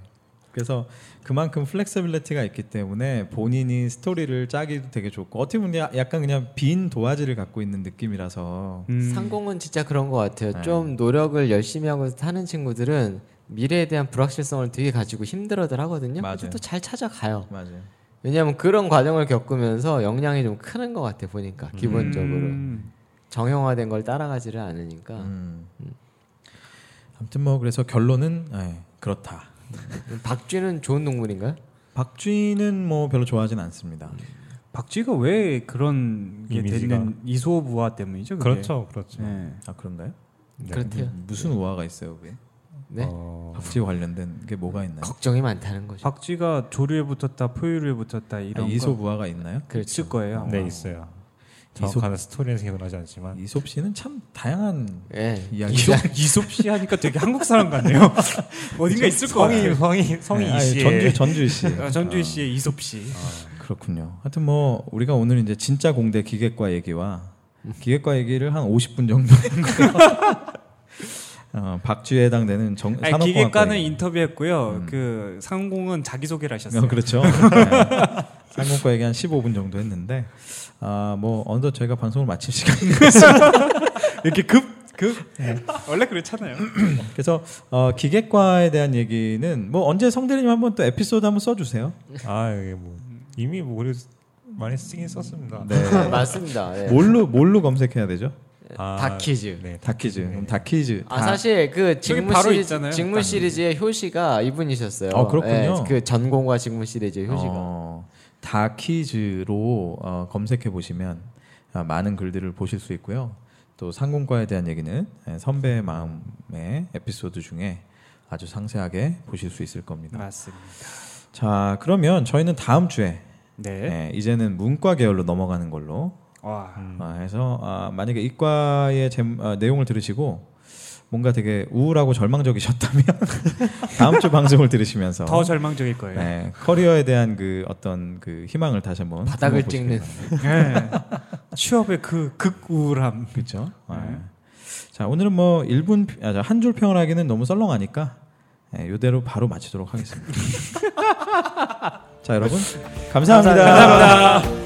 Speaker 1: 그래서 그만큼 플렉서빌리티가 있기 때문에 본인이 스토리를 짜기도 되게 좋고 어떻게 보면 야- 약간 그냥 빈 도화지를 갖고 있는 느낌이라서
Speaker 3: 음.
Speaker 2: 상공은 진짜 그런 것 같아요.
Speaker 1: 네.
Speaker 2: 좀 노력을 열심히 하고 하는 친구들은 미래에 대한 불확실성을 되게 가지고 힘들어들 하거든요.
Speaker 1: 맞아요.
Speaker 2: 또 잘 찾아가요.
Speaker 1: 맞아요.
Speaker 2: 왜냐하면 그런 과정을 겪으면서 역량이 좀 크는 것 같아 보니까 기본적으로
Speaker 3: 음.
Speaker 2: 정형화된 걸 따라가지를 않으니까
Speaker 1: 음. 아무튼 뭐 그래서 결론은 예, 그렇다.
Speaker 2: 박쥐는 좋은 동물인가요?
Speaker 1: 박쥐는 뭐 별로 좋아하진 않습니다.
Speaker 3: 박쥐가 왜 그런 게
Speaker 4: 이미지가.
Speaker 3: 되는 이소부화 때문이죠. 그게?
Speaker 4: 그렇죠, 그렇죠.
Speaker 3: 예.
Speaker 1: 아 그런가요? 음,
Speaker 4: 네.
Speaker 2: 그렇대요.
Speaker 1: 무슨 우화가 있어요, 네. 그게?
Speaker 2: 네
Speaker 4: 어,
Speaker 1: 박쥐 관련된 게 뭐가 있나요?
Speaker 2: 걱정이 많다는 거죠.
Speaker 3: 박쥐가 조류에 붙었다, 포유류에 붙었다 이런
Speaker 1: 아,
Speaker 3: 거
Speaker 1: 이솝우화가 있나요?
Speaker 2: 그렇죠.
Speaker 3: 있을 거예요. 아마.
Speaker 4: 네 있어요. 정확한 스토리는 기억나지 않지만
Speaker 1: 이솝 씨는 참 다양한
Speaker 2: 예.
Speaker 1: 이야기가
Speaker 3: 이솝 씨 하니까 되게 한국 사람 같네요. 어딘가 있을 거 같아요.
Speaker 4: 성이 성이
Speaker 1: 네, 아니, 전주 전주 씨.
Speaker 3: 어, 전주희 씨의 이솝 씨.
Speaker 1: 어, 그렇군요. 하여튼 뭐 우리가 오늘 이제 진짜 공대 기계과 얘기와 기계과 얘기를 한 50분 정도 했고요. 어, 박쥐에 해당되는 정,
Speaker 3: 아니,
Speaker 1: 산업공학과
Speaker 3: 기계과는
Speaker 1: 얘기.
Speaker 3: 인터뷰했고요.
Speaker 1: 음.
Speaker 3: 그 상공은 자기 소개를 하셨어요.
Speaker 1: 어, 그렇죠. 네. 상공과 얘기 한 15분 정도 했는데 아뭐 어느덧 저희가 방송을 마칠 시간이 됐습니다. 이렇게 급 급.
Speaker 3: 네. 원래 그렇잖아요.
Speaker 1: 그래서 어, 기계과에 대한 얘기는 뭐 언제 성대리님 한번 또 에피소드 한번 써주세요.
Speaker 4: 아 이게 뭐 이미 뭐 우리 많이 쓰긴 썼습니다.
Speaker 1: 네.
Speaker 2: 맞습니다. 예.
Speaker 1: 뭘로 뭘로 검색해야 되죠?
Speaker 4: 아,
Speaker 2: 다키즈.
Speaker 4: 네.
Speaker 1: 다키즈. 그럼 다키즈.
Speaker 2: 아
Speaker 1: 다-
Speaker 2: 사실 그 직무
Speaker 3: 바로
Speaker 2: 시리즈
Speaker 3: 있잖아요.
Speaker 2: 직무 시리즈의 효시가 이분이셨어요.
Speaker 1: 아, 그렇군요.
Speaker 2: 예, 그 전공과 직무 그 시리즈의 효시가
Speaker 1: 어, 다키즈로 어, 검색해 보시면 아, 많은 글들을 보실 수 있고요. 또 상공과에 대한 얘기는 예, 선배의 마음의 에피소드 중에 아주 상세하게 보실 수 있을 겁니다.
Speaker 3: 맞습니다.
Speaker 1: 자, 그러면 저희는 다음 주에
Speaker 3: 네.
Speaker 1: 예, 이제는 문과 계열로 넘어가는 걸로
Speaker 3: 와.
Speaker 2: 음.
Speaker 1: 아, 해서 아, 만약에 이과의 제- 아, 내용을 들으시고 뭔가 되게 우울하고 절망적이셨다면 다음 주 방송을 들으시면서
Speaker 3: 더 절망적일 거예요.
Speaker 1: 네, 커리어에 대한 그 어떤 그 희망을 다시 한번
Speaker 2: 바닥을
Speaker 1: 품어보시길
Speaker 2: 찍는
Speaker 1: 바랍니다.
Speaker 3: 예. 취업의 그 극우울함.
Speaker 1: 그렇죠. 아,
Speaker 3: 네.
Speaker 1: 자 오늘은 뭐 1분 한줄 평을 하기는 너무 썰렁하니까 예, 이대로 바로 마치도록 하겠습니다. 자 여러분 감사합니다.
Speaker 2: 감사합니다.
Speaker 3: 감사합니다.